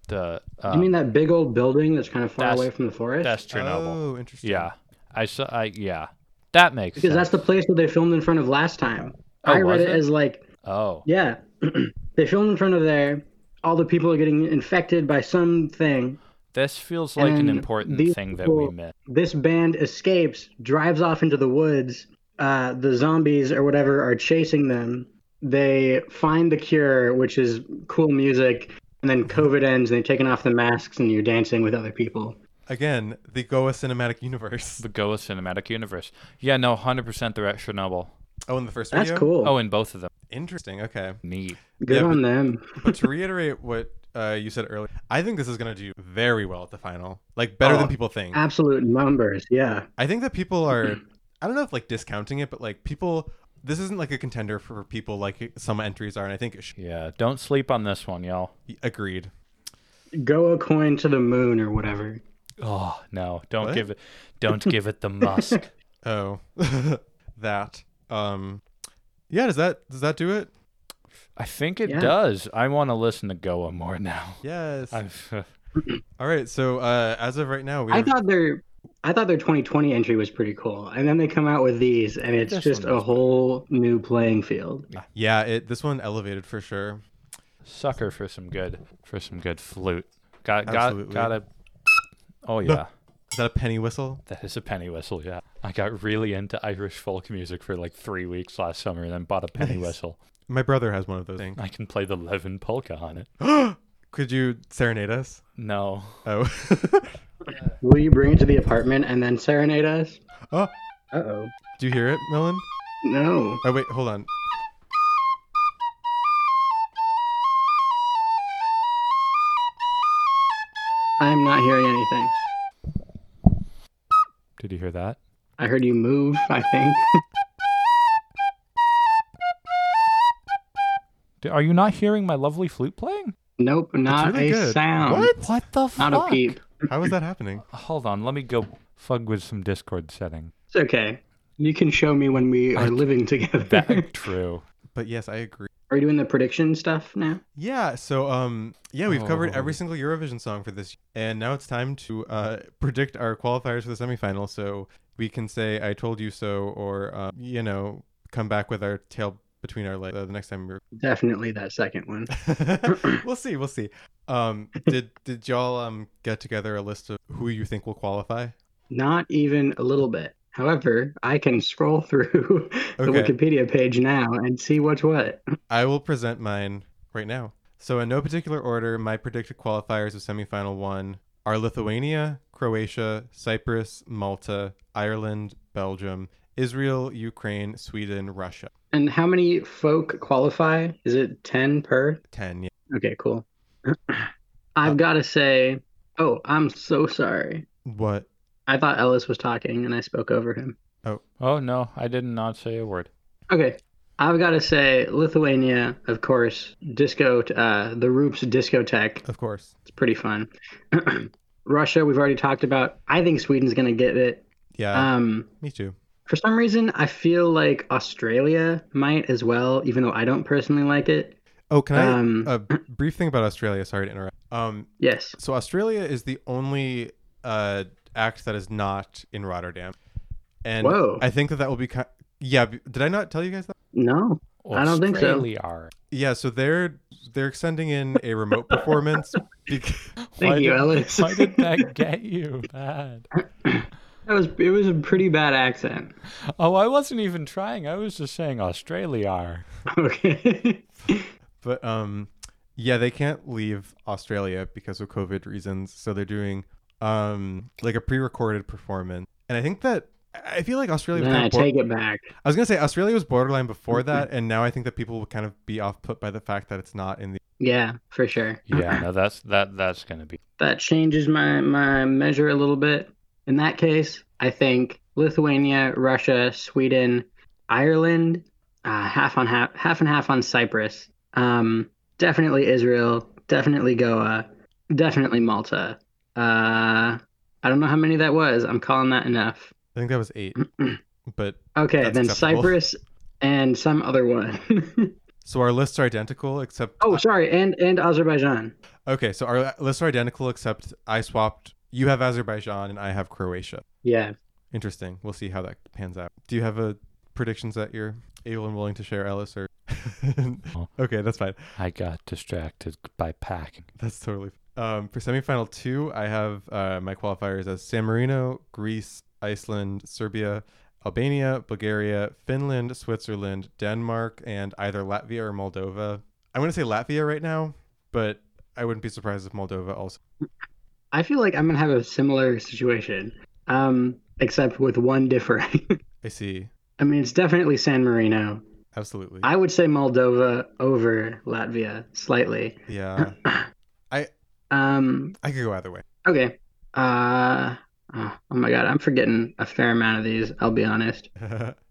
Speaker 3: the um,
Speaker 2: Do you mean that big old building that's kind of far
Speaker 3: That's-
Speaker 2: away from the forest
Speaker 3: that's Chernobyl.
Speaker 1: Oh, interesting.
Speaker 3: yeah. I saw. I yeah. That makes
Speaker 2: because
Speaker 3: sense.
Speaker 2: that's the place that they filmed in front of last time
Speaker 3: Oh,
Speaker 2: i
Speaker 3: was
Speaker 2: read it,
Speaker 3: it?
Speaker 2: as like
Speaker 3: oh.
Speaker 2: yeah they filmed in front of there all the people are getting infected by something
Speaker 3: This feels like an
Speaker 2: And
Speaker 3: important
Speaker 2: these
Speaker 3: thing that we
Speaker 2: people-
Speaker 3: missed.
Speaker 2: this band escapes, drives off into the woods. Uh, the zombies or whatever are chasing them. They find the cure, which is cool music, and then COVID ends, and they're taking off the masks, and you're dancing with other people.
Speaker 1: Again, the Goa cinematic universe.
Speaker 3: The Goa cinematic universe. Yeah. No. Hundred percent. They're at Chernobyl.
Speaker 1: Oh, in the first
Speaker 2: That's
Speaker 1: video.
Speaker 2: cool.
Speaker 3: Oh, in both of them.
Speaker 1: Interesting. Okay.
Speaker 3: Neat.
Speaker 2: Good
Speaker 1: yeah,
Speaker 2: on them.
Speaker 1: But to reiterate what uh, you said earlier, I think this is going to do
Speaker 2: Oh,
Speaker 1: very well at the final. Like better than people think.
Speaker 2: Absolute numbers. Yeah. Mm-hmm.
Speaker 1: I think that people are I don't know if like discounting it, but like people, this isn't like a contender for people like some entries are, and I think it should.
Speaker 3: Yeah, don't sleep on this one, y'all.
Speaker 1: Agreed.
Speaker 2: Go a coin to the moon or whatever.
Speaker 3: Oh no, don't
Speaker 1: What?
Speaker 3: give it, don't give it the musk.
Speaker 1: Oh, that. Um, yeah. Does that does that do it?
Speaker 3: I think it
Speaker 2: Yeah.
Speaker 3: does. I want to listen to Goa more now.
Speaker 1: Yes.
Speaker 3: I've,
Speaker 1: All right. So uh, as of right now, we
Speaker 2: I
Speaker 1: have-
Speaker 2: thought their I thought their 2020 entry was pretty cool, and then they come out with these, and it's
Speaker 3: This
Speaker 2: just
Speaker 3: one
Speaker 2: a
Speaker 3: was
Speaker 2: whole new playing field.
Speaker 1: yeah. It this one elevated for sure.
Speaker 3: sucker for some good for some good flute. Got got
Speaker 1: Absolutely.
Speaker 3: got a. Oh yeah,
Speaker 1: Is that a penny whistle?
Speaker 3: that is a penny whistle. Yeah, I got really into Irish folk music for like three weeks last summer, and then bought a penny
Speaker 1: Nice.
Speaker 3: whistle.
Speaker 1: My brother has one of those things.
Speaker 3: I can play the Levin polka on it.
Speaker 1: Could you serenade us?
Speaker 3: No,
Speaker 1: Oh.
Speaker 2: Will you bring it to the apartment and then serenade us?
Speaker 1: oh.
Speaker 2: Uh oh.
Speaker 1: Do you hear it, Melon?
Speaker 2: No.
Speaker 1: Oh wait, hold on.
Speaker 2: I'm not hearing anything.
Speaker 3: did you hear that?
Speaker 2: I heard you move, I think.
Speaker 3: D- Are you not hearing my lovely flute playing?
Speaker 2: nope, not
Speaker 1: really
Speaker 2: a
Speaker 1: good.
Speaker 2: sound.
Speaker 1: What?
Speaker 3: What the
Speaker 2: Um, Not
Speaker 3: fuck?
Speaker 2: a peep.
Speaker 1: How is that happening?
Speaker 3: Hold on, let me go fug with some Discord setting.
Speaker 2: It's okay. You can show me when we are living together.
Speaker 3: That true.
Speaker 1: But yes, I agree.
Speaker 2: Are you doing the prediction stuff now?
Speaker 1: Yeah, so um yeah, we've covered every
Speaker 3: Oh.
Speaker 1: single Eurovision song for this and now it's time to uh predict our qualifiers for the semifinal so we can say I told you so or uh, you know, come back with our tail between our legs uh, the next time we're
Speaker 2: Definitely that second one.
Speaker 1: We'll see, we'll see. Um did did y'all um get together a list of who you think will qualify?
Speaker 2: Not even a little bit. However, I can scroll through the
Speaker 1: Okay.
Speaker 2: Wikipedia page now and see what's what.
Speaker 1: I will present mine right now. So, in no particular order, my predicted qualifiers of semifinal one are Lithuania, Croatia, Cyprus, Malta, Ireland, Belgium, Israel, Ukraine, Sweden, Russia.
Speaker 2: And how many folk qualify? Is it 10 per?
Speaker 1: 10. Yeah.
Speaker 2: Okay, cool.
Speaker 1: Uh.
Speaker 2: I've got to say, oh, I'm so sorry.
Speaker 1: What?
Speaker 2: I thought Ellis was talking and I spoke over him.
Speaker 3: Oh no, I did not say a word.
Speaker 2: Okay. I've got to say, Lithuania, of course, disco, uh, the Roops discotheque.
Speaker 1: Of course.
Speaker 2: It's pretty fun. Russia, we've already talked about. I think Sweden's going to get it.
Speaker 1: Yeah.
Speaker 2: Um,
Speaker 1: me too.
Speaker 2: for some reason, I feel like Australia might as well, even though I don't personally like it.
Speaker 1: Oh, can I?
Speaker 2: um,
Speaker 1: a brief thing about Australia. Sorry to interrupt. Um,
Speaker 2: Yes.
Speaker 1: so, Australia is the only uh, act that is not in Rotterdam. And
Speaker 2: Whoa.
Speaker 1: I think that that will be. Ki- yeah. b- Did I not tell you guys that?
Speaker 2: No. I don't think so.
Speaker 3: Australia Are.
Speaker 1: Yeah, so they're they're sending in a remote performance. bec-
Speaker 2: Thank
Speaker 3: Why
Speaker 2: you,
Speaker 3: did-
Speaker 2: Ellis.
Speaker 3: Why did that get you bad?
Speaker 2: That was it was a pretty bad accent.
Speaker 3: Oh, I wasn't even trying. I was just saying Australia are.
Speaker 2: Okay.
Speaker 1: but um, yeah, they can't leave Australia because of COVID reasons. So they're doing um like a pre-recorded performance, and I think that I feel like Australia. Was
Speaker 2: then
Speaker 1: kind
Speaker 2: I
Speaker 1: of bor-
Speaker 2: take it Mm-hmm. back.
Speaker 1: I was gonna say Australia was borderline before that, and now I think that people will kind of be off put by the fact that it's not in the.
Speaker 2: Yeah, for sure.
Speaker 3: Yeah, no, that's that that's gonna be.
Speaker 2: That changes my my measure a little bit. In that case, I think Lithuania, Russia, Sweden, Ireland, uh, half on half, half and half on Cyprus. Um, definitely Israel. Definitely Goa. Definitely Malta. Uh, I don't know how many that was. I'm calling that enough.
Speaker 1: I think that was eight, but
Speaker 2: Okay,
Speaker 1: That's
Speaker 2: then
Speaker 1: acceptable.
Speaker 2: Cyprus and some other one.
Speaker 1: so our lists are identical except.
Speaker 2: oh, sorry, and and Azerbaijan.
Speaker 1: Okay, so our lists are identical except I swapped. You have Azerbaijan and I have Croatia.
Speaker 2: Yeah.
Speaker 1: Interesting. We'll see how that pans out. Do you have a predictions that you're able and willing to share, Ellis? Or okay, that's fine.
Speaker 3: I got distracted by packing.
Speaker 1: That's totally. Um, for semifinal two, I have uh, my qualifiers as San Marino, Greece, Iceland, Serbia, Albania, Bulgaria, Finland, Switzerland, Denmark, and either Latvia or Moldova. I'm gonna say Latvia right now, but I wouldn't be surprised if Moldova also.
Speaker 2: I feel like I'm gonna have a similar situation, um, except with one differing.
Speaker 1: I see.
Speaker 2: I mean, it's definitely San Marino.
Speaker 1: Absolutely.
Speaker 2: I would say Moldova over Latvia slightly.
Speaker 1: yeah.
Speaker 2: Um,
Speaker 1: I could go either way.
Speaker 2: okay. Uh, Oh, oh my god, I'm forgetting a fair amount of these. I'll be honest.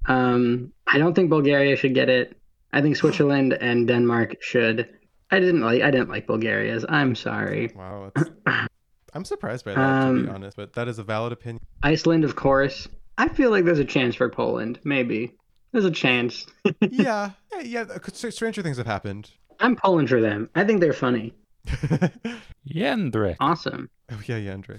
Speaker 2: Um, I don't think Bulgaria should get it. I think Switzerland and Denmark should. I didn't like. I didn't like Bulgaria's. I'm sorry.
Speaker 1: wow. that's- I'm surprised by that, to be
Speaker 2: Um,
Speaker 1: honest, but that is a valid opinion.
Speaker 2: Iceland, of course. I feel like there's a chance for Poland. Maybe there's a chance.
Speaker 1: yeah. Yeah. yeah uh, c- str- stranger things have happened.
Speaker 2: I'm pulling for them. I think they're funny.
Speaker 3: Yendre.
Speaker 2: Awesome.
Speaker 1: Oh, yeah, yeah, Andre.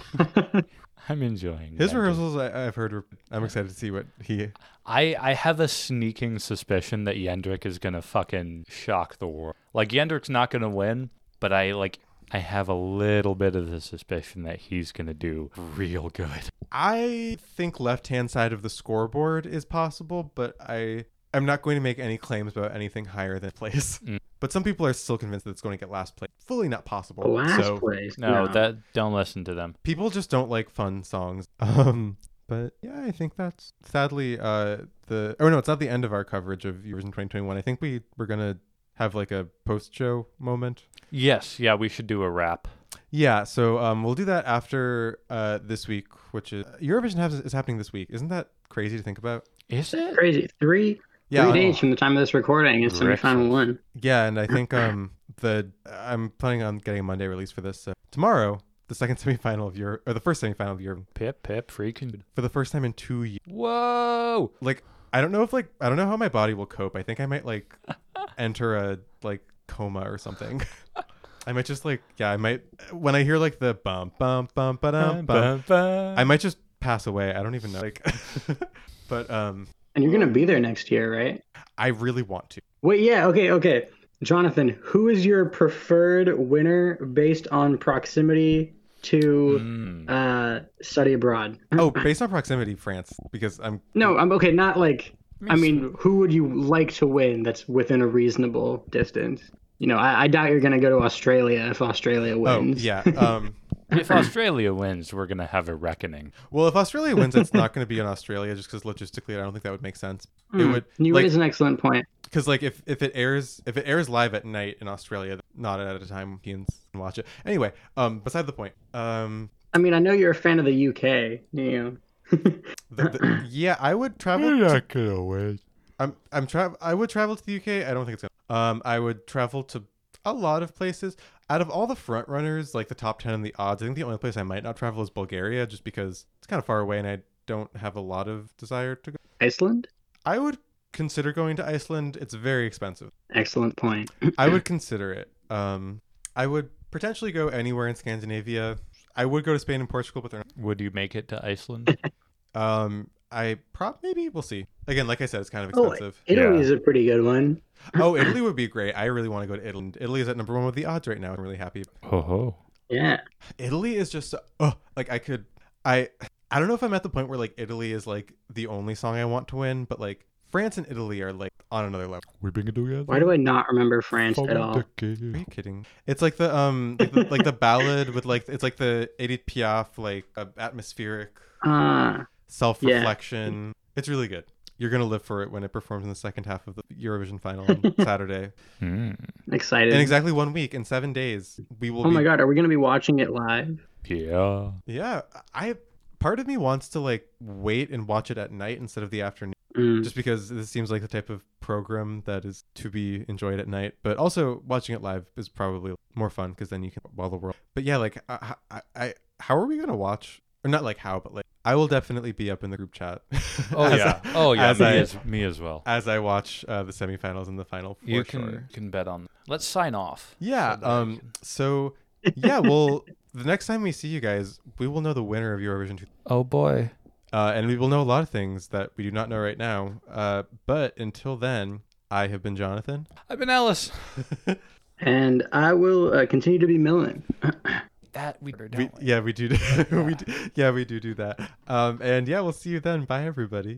Speaker 3: I'm enjoying
Speaker 1: His
Speaker 3: Yendre.
Speaker 1: rehearsals, I, I've heard, were, I'm excited to see what he.
Speaker 3: I, I have a sneaking suspicion that Yendrick is gonna fucking shock the world. Like Yendrick's not gonna win, but I like I have a little bit of the suspicion that he's gonna do real good.
Speaker 1: I think left hand side of the scoreboard is possible, but I. I'm not going to make any claims about anything higher than place.
Speaker 2: Mm.
Speaker 1: But some people are still convinced that it's going to get last place. Fully not possible.
Speaker 2: Last
Speaker 1: so
Speaker 2: place.
Speaker 3: No, that don't listen to them.
Speaker 1: people just don't like fun songs. Um, but yeah, I think that's sadly uh the oh no, it's not the end of our coverage of Years in 2021. I think we we're gonna have like a post show moment.
Speaker 3: Yes, yeah, we should do a wrap.
Speaker 1: Yeah, so um, we'll do that after uh this week, which is Eurovision has, is happening this week. Isn't that crazy to think about?
Speaker 3: Is it?
Speaker 2: crazy. Three.
Speaker 1: Yeah,
Speaker 2: three
Speaker 1: I-
Speaker 2: days from the time of this recording is
Speaker 3: Correct.
Speaker 2: semifinal one.
Speaker 1: Yeah, and I think um the I'm planning on getting a Monday release for this. So tomorrow, the second semifinal of Euro or the first semifinal of Euro
Speaker 3: Pip pip freaking
Speaker 1: for the first time in two years.
Speaker 3: Whoa.
Speaker 1: like I don't know if like I don't know how my body will cope. I think I might like enter a like coma or something. I might just like yeah, I might when I hear like the bum bum bum ba-dum, bum I might just pass away. I don't even know. Like but um
Speaker 2: And you're gonna be there next year, right?
Speaker 1: I really want to.
Speaker 2: Wait, yeah, okay, okay. Jonathan, who is your preferred winner based on proximity to
Speaker 3: Hmm.
Speaker 1: Mm.
Speaker 2: uh, study abroad?
Speaker 1: Oh, based on proximity, France, because I'm
Speaker 2: No, I'm okay. Not like I mean, who would you like to win? That's within a reasonable distance. You know, I, I doubt you're gonna go to Australia if Australia
Speaker 1: oh
Speaker 2: wins.
Speaker 1: yeah. Um
Speaker 3: if Australia wins, we're gonna have a reckoning.
Speaker 1: well if Australia wins it's not gonna be in Australia just because logistically I don't think that would make sense. It would
Speaker 2: You
Speaker 1: like,
Speaker 2: raise an excellent point.
Speaker 1: because like if if it airs if it airs live at night in australia not at a time you can watch it anyway um beside the point um
Speaker 2: I mean, I know you're a fan of the UK. You know,
Speaker 1: the, the, yeah i would travel to,
Speaker 3: gonna win.
Speaker 1: i'm i'm travel i would travel to the uk i don't think it's gonna um i would travel to a lot of places out of all the front runners like the top 10 and the odds i think the only place i might not travel is bulgaria just because it's kind of far away and i don't have a lot of desire to go
Speaker 2: Iceland.
Speaker 1: i would consider going to iceland it's very expensive
Speaker 2: Excellent point.
Speaker 1: I would consider it. Um, I would potentially go anywhere in Scandinavia. I would go to Spain and Portugal, but they're
Speaker 3: Would you make it to Iceland?
Speaker 1: not. Um, I prob maybe we'll see. Again, like I said, it's kind of
Speaker 2: Oh,
Speaker 1: expensive.
Speaker 2: Italy
Speaker 3: Yeah.
Speaker 2: is a pretty good one.
Speaker 1: Oh, Italy would be great. I really want to go to Italy. Italy is at number one with the odds right now. I'm really happy.
Speaker 3: ho ho.
Speaker 2: Yeah.
Speaker 1: Italy is just oh, like I could. I I don't know if I'm at the point where like Italy is like the only song I want to win, but like France and Italy are like on another level.
Speaker 3: We bring it together.
Speaker 2: Why do I not remember France at all?
Speaker 1: Are you kidding? It's like the um like the, like the ballad with like it's like the Edith Piaf like uh, atmospheric
Speaker 2: Uh,
Speaker 1: self reflection. It's really good. You're gonna live for it when it performs in the second half of the Eurovision final on Saturday.
Speaker 3: Hmm.
Speaker 2: excited.
Speaker 1: In exactly one week, in seven days, we will.
Speaker 2: Oh
Speaker 1: be,
Speaker 2: my god, are we gonna be watching it live?
Speaker 3: Yeah.
Speaker 1: Yeah, I. Part of me wants to like wait and watch it at night instead of the afternoon,
Speaker 2: Mm.
Speaker 1: just because this seems like the type of program that is to be enjoyed at night. But also watching it live is probably more fun because then you can while the world. But yeah, like I, I, I how are we gonna watch? Or not like how, but like I will definitely be up in the group chat.
Speaker 3: Oh
Speaker 1: As
Speaker 3: yeah.
Speaker 1: I-
Speaker 3: oh yeah.
Speaker 1: as
Speaker 3: Me
Speaker 1: I-
Speaker 3: as, me as well.
Speaker 1: as I watch uh, the semifinals and the final. For
Speaker 3: you can
Speaker 1: sure.
Speaker 3: can bet on. Let's sign off.
Speaker 1: Yeah.
Speaker 3: So that I
Speaker 1: Um.
Speaker 3: can-
Speaker 1: So yeah. Well, the next time we see you guys, we will know the winner of Eurovision, 2,
Speaker 3: Oh boy.
Speaker 1: uh, and we will know a lot of things that we do not know right now. Uh, but until then, I have been Jonathan.
Speaker 3: I've been Ellis.
Speaker 2: And I will uh, continue to be Millen.
Speaker 3: That we don't.
Speaker 1: We, yeah, we do. we do, yeah, we do do that. Um, and yeah, we'll see you then. Bye, everybody.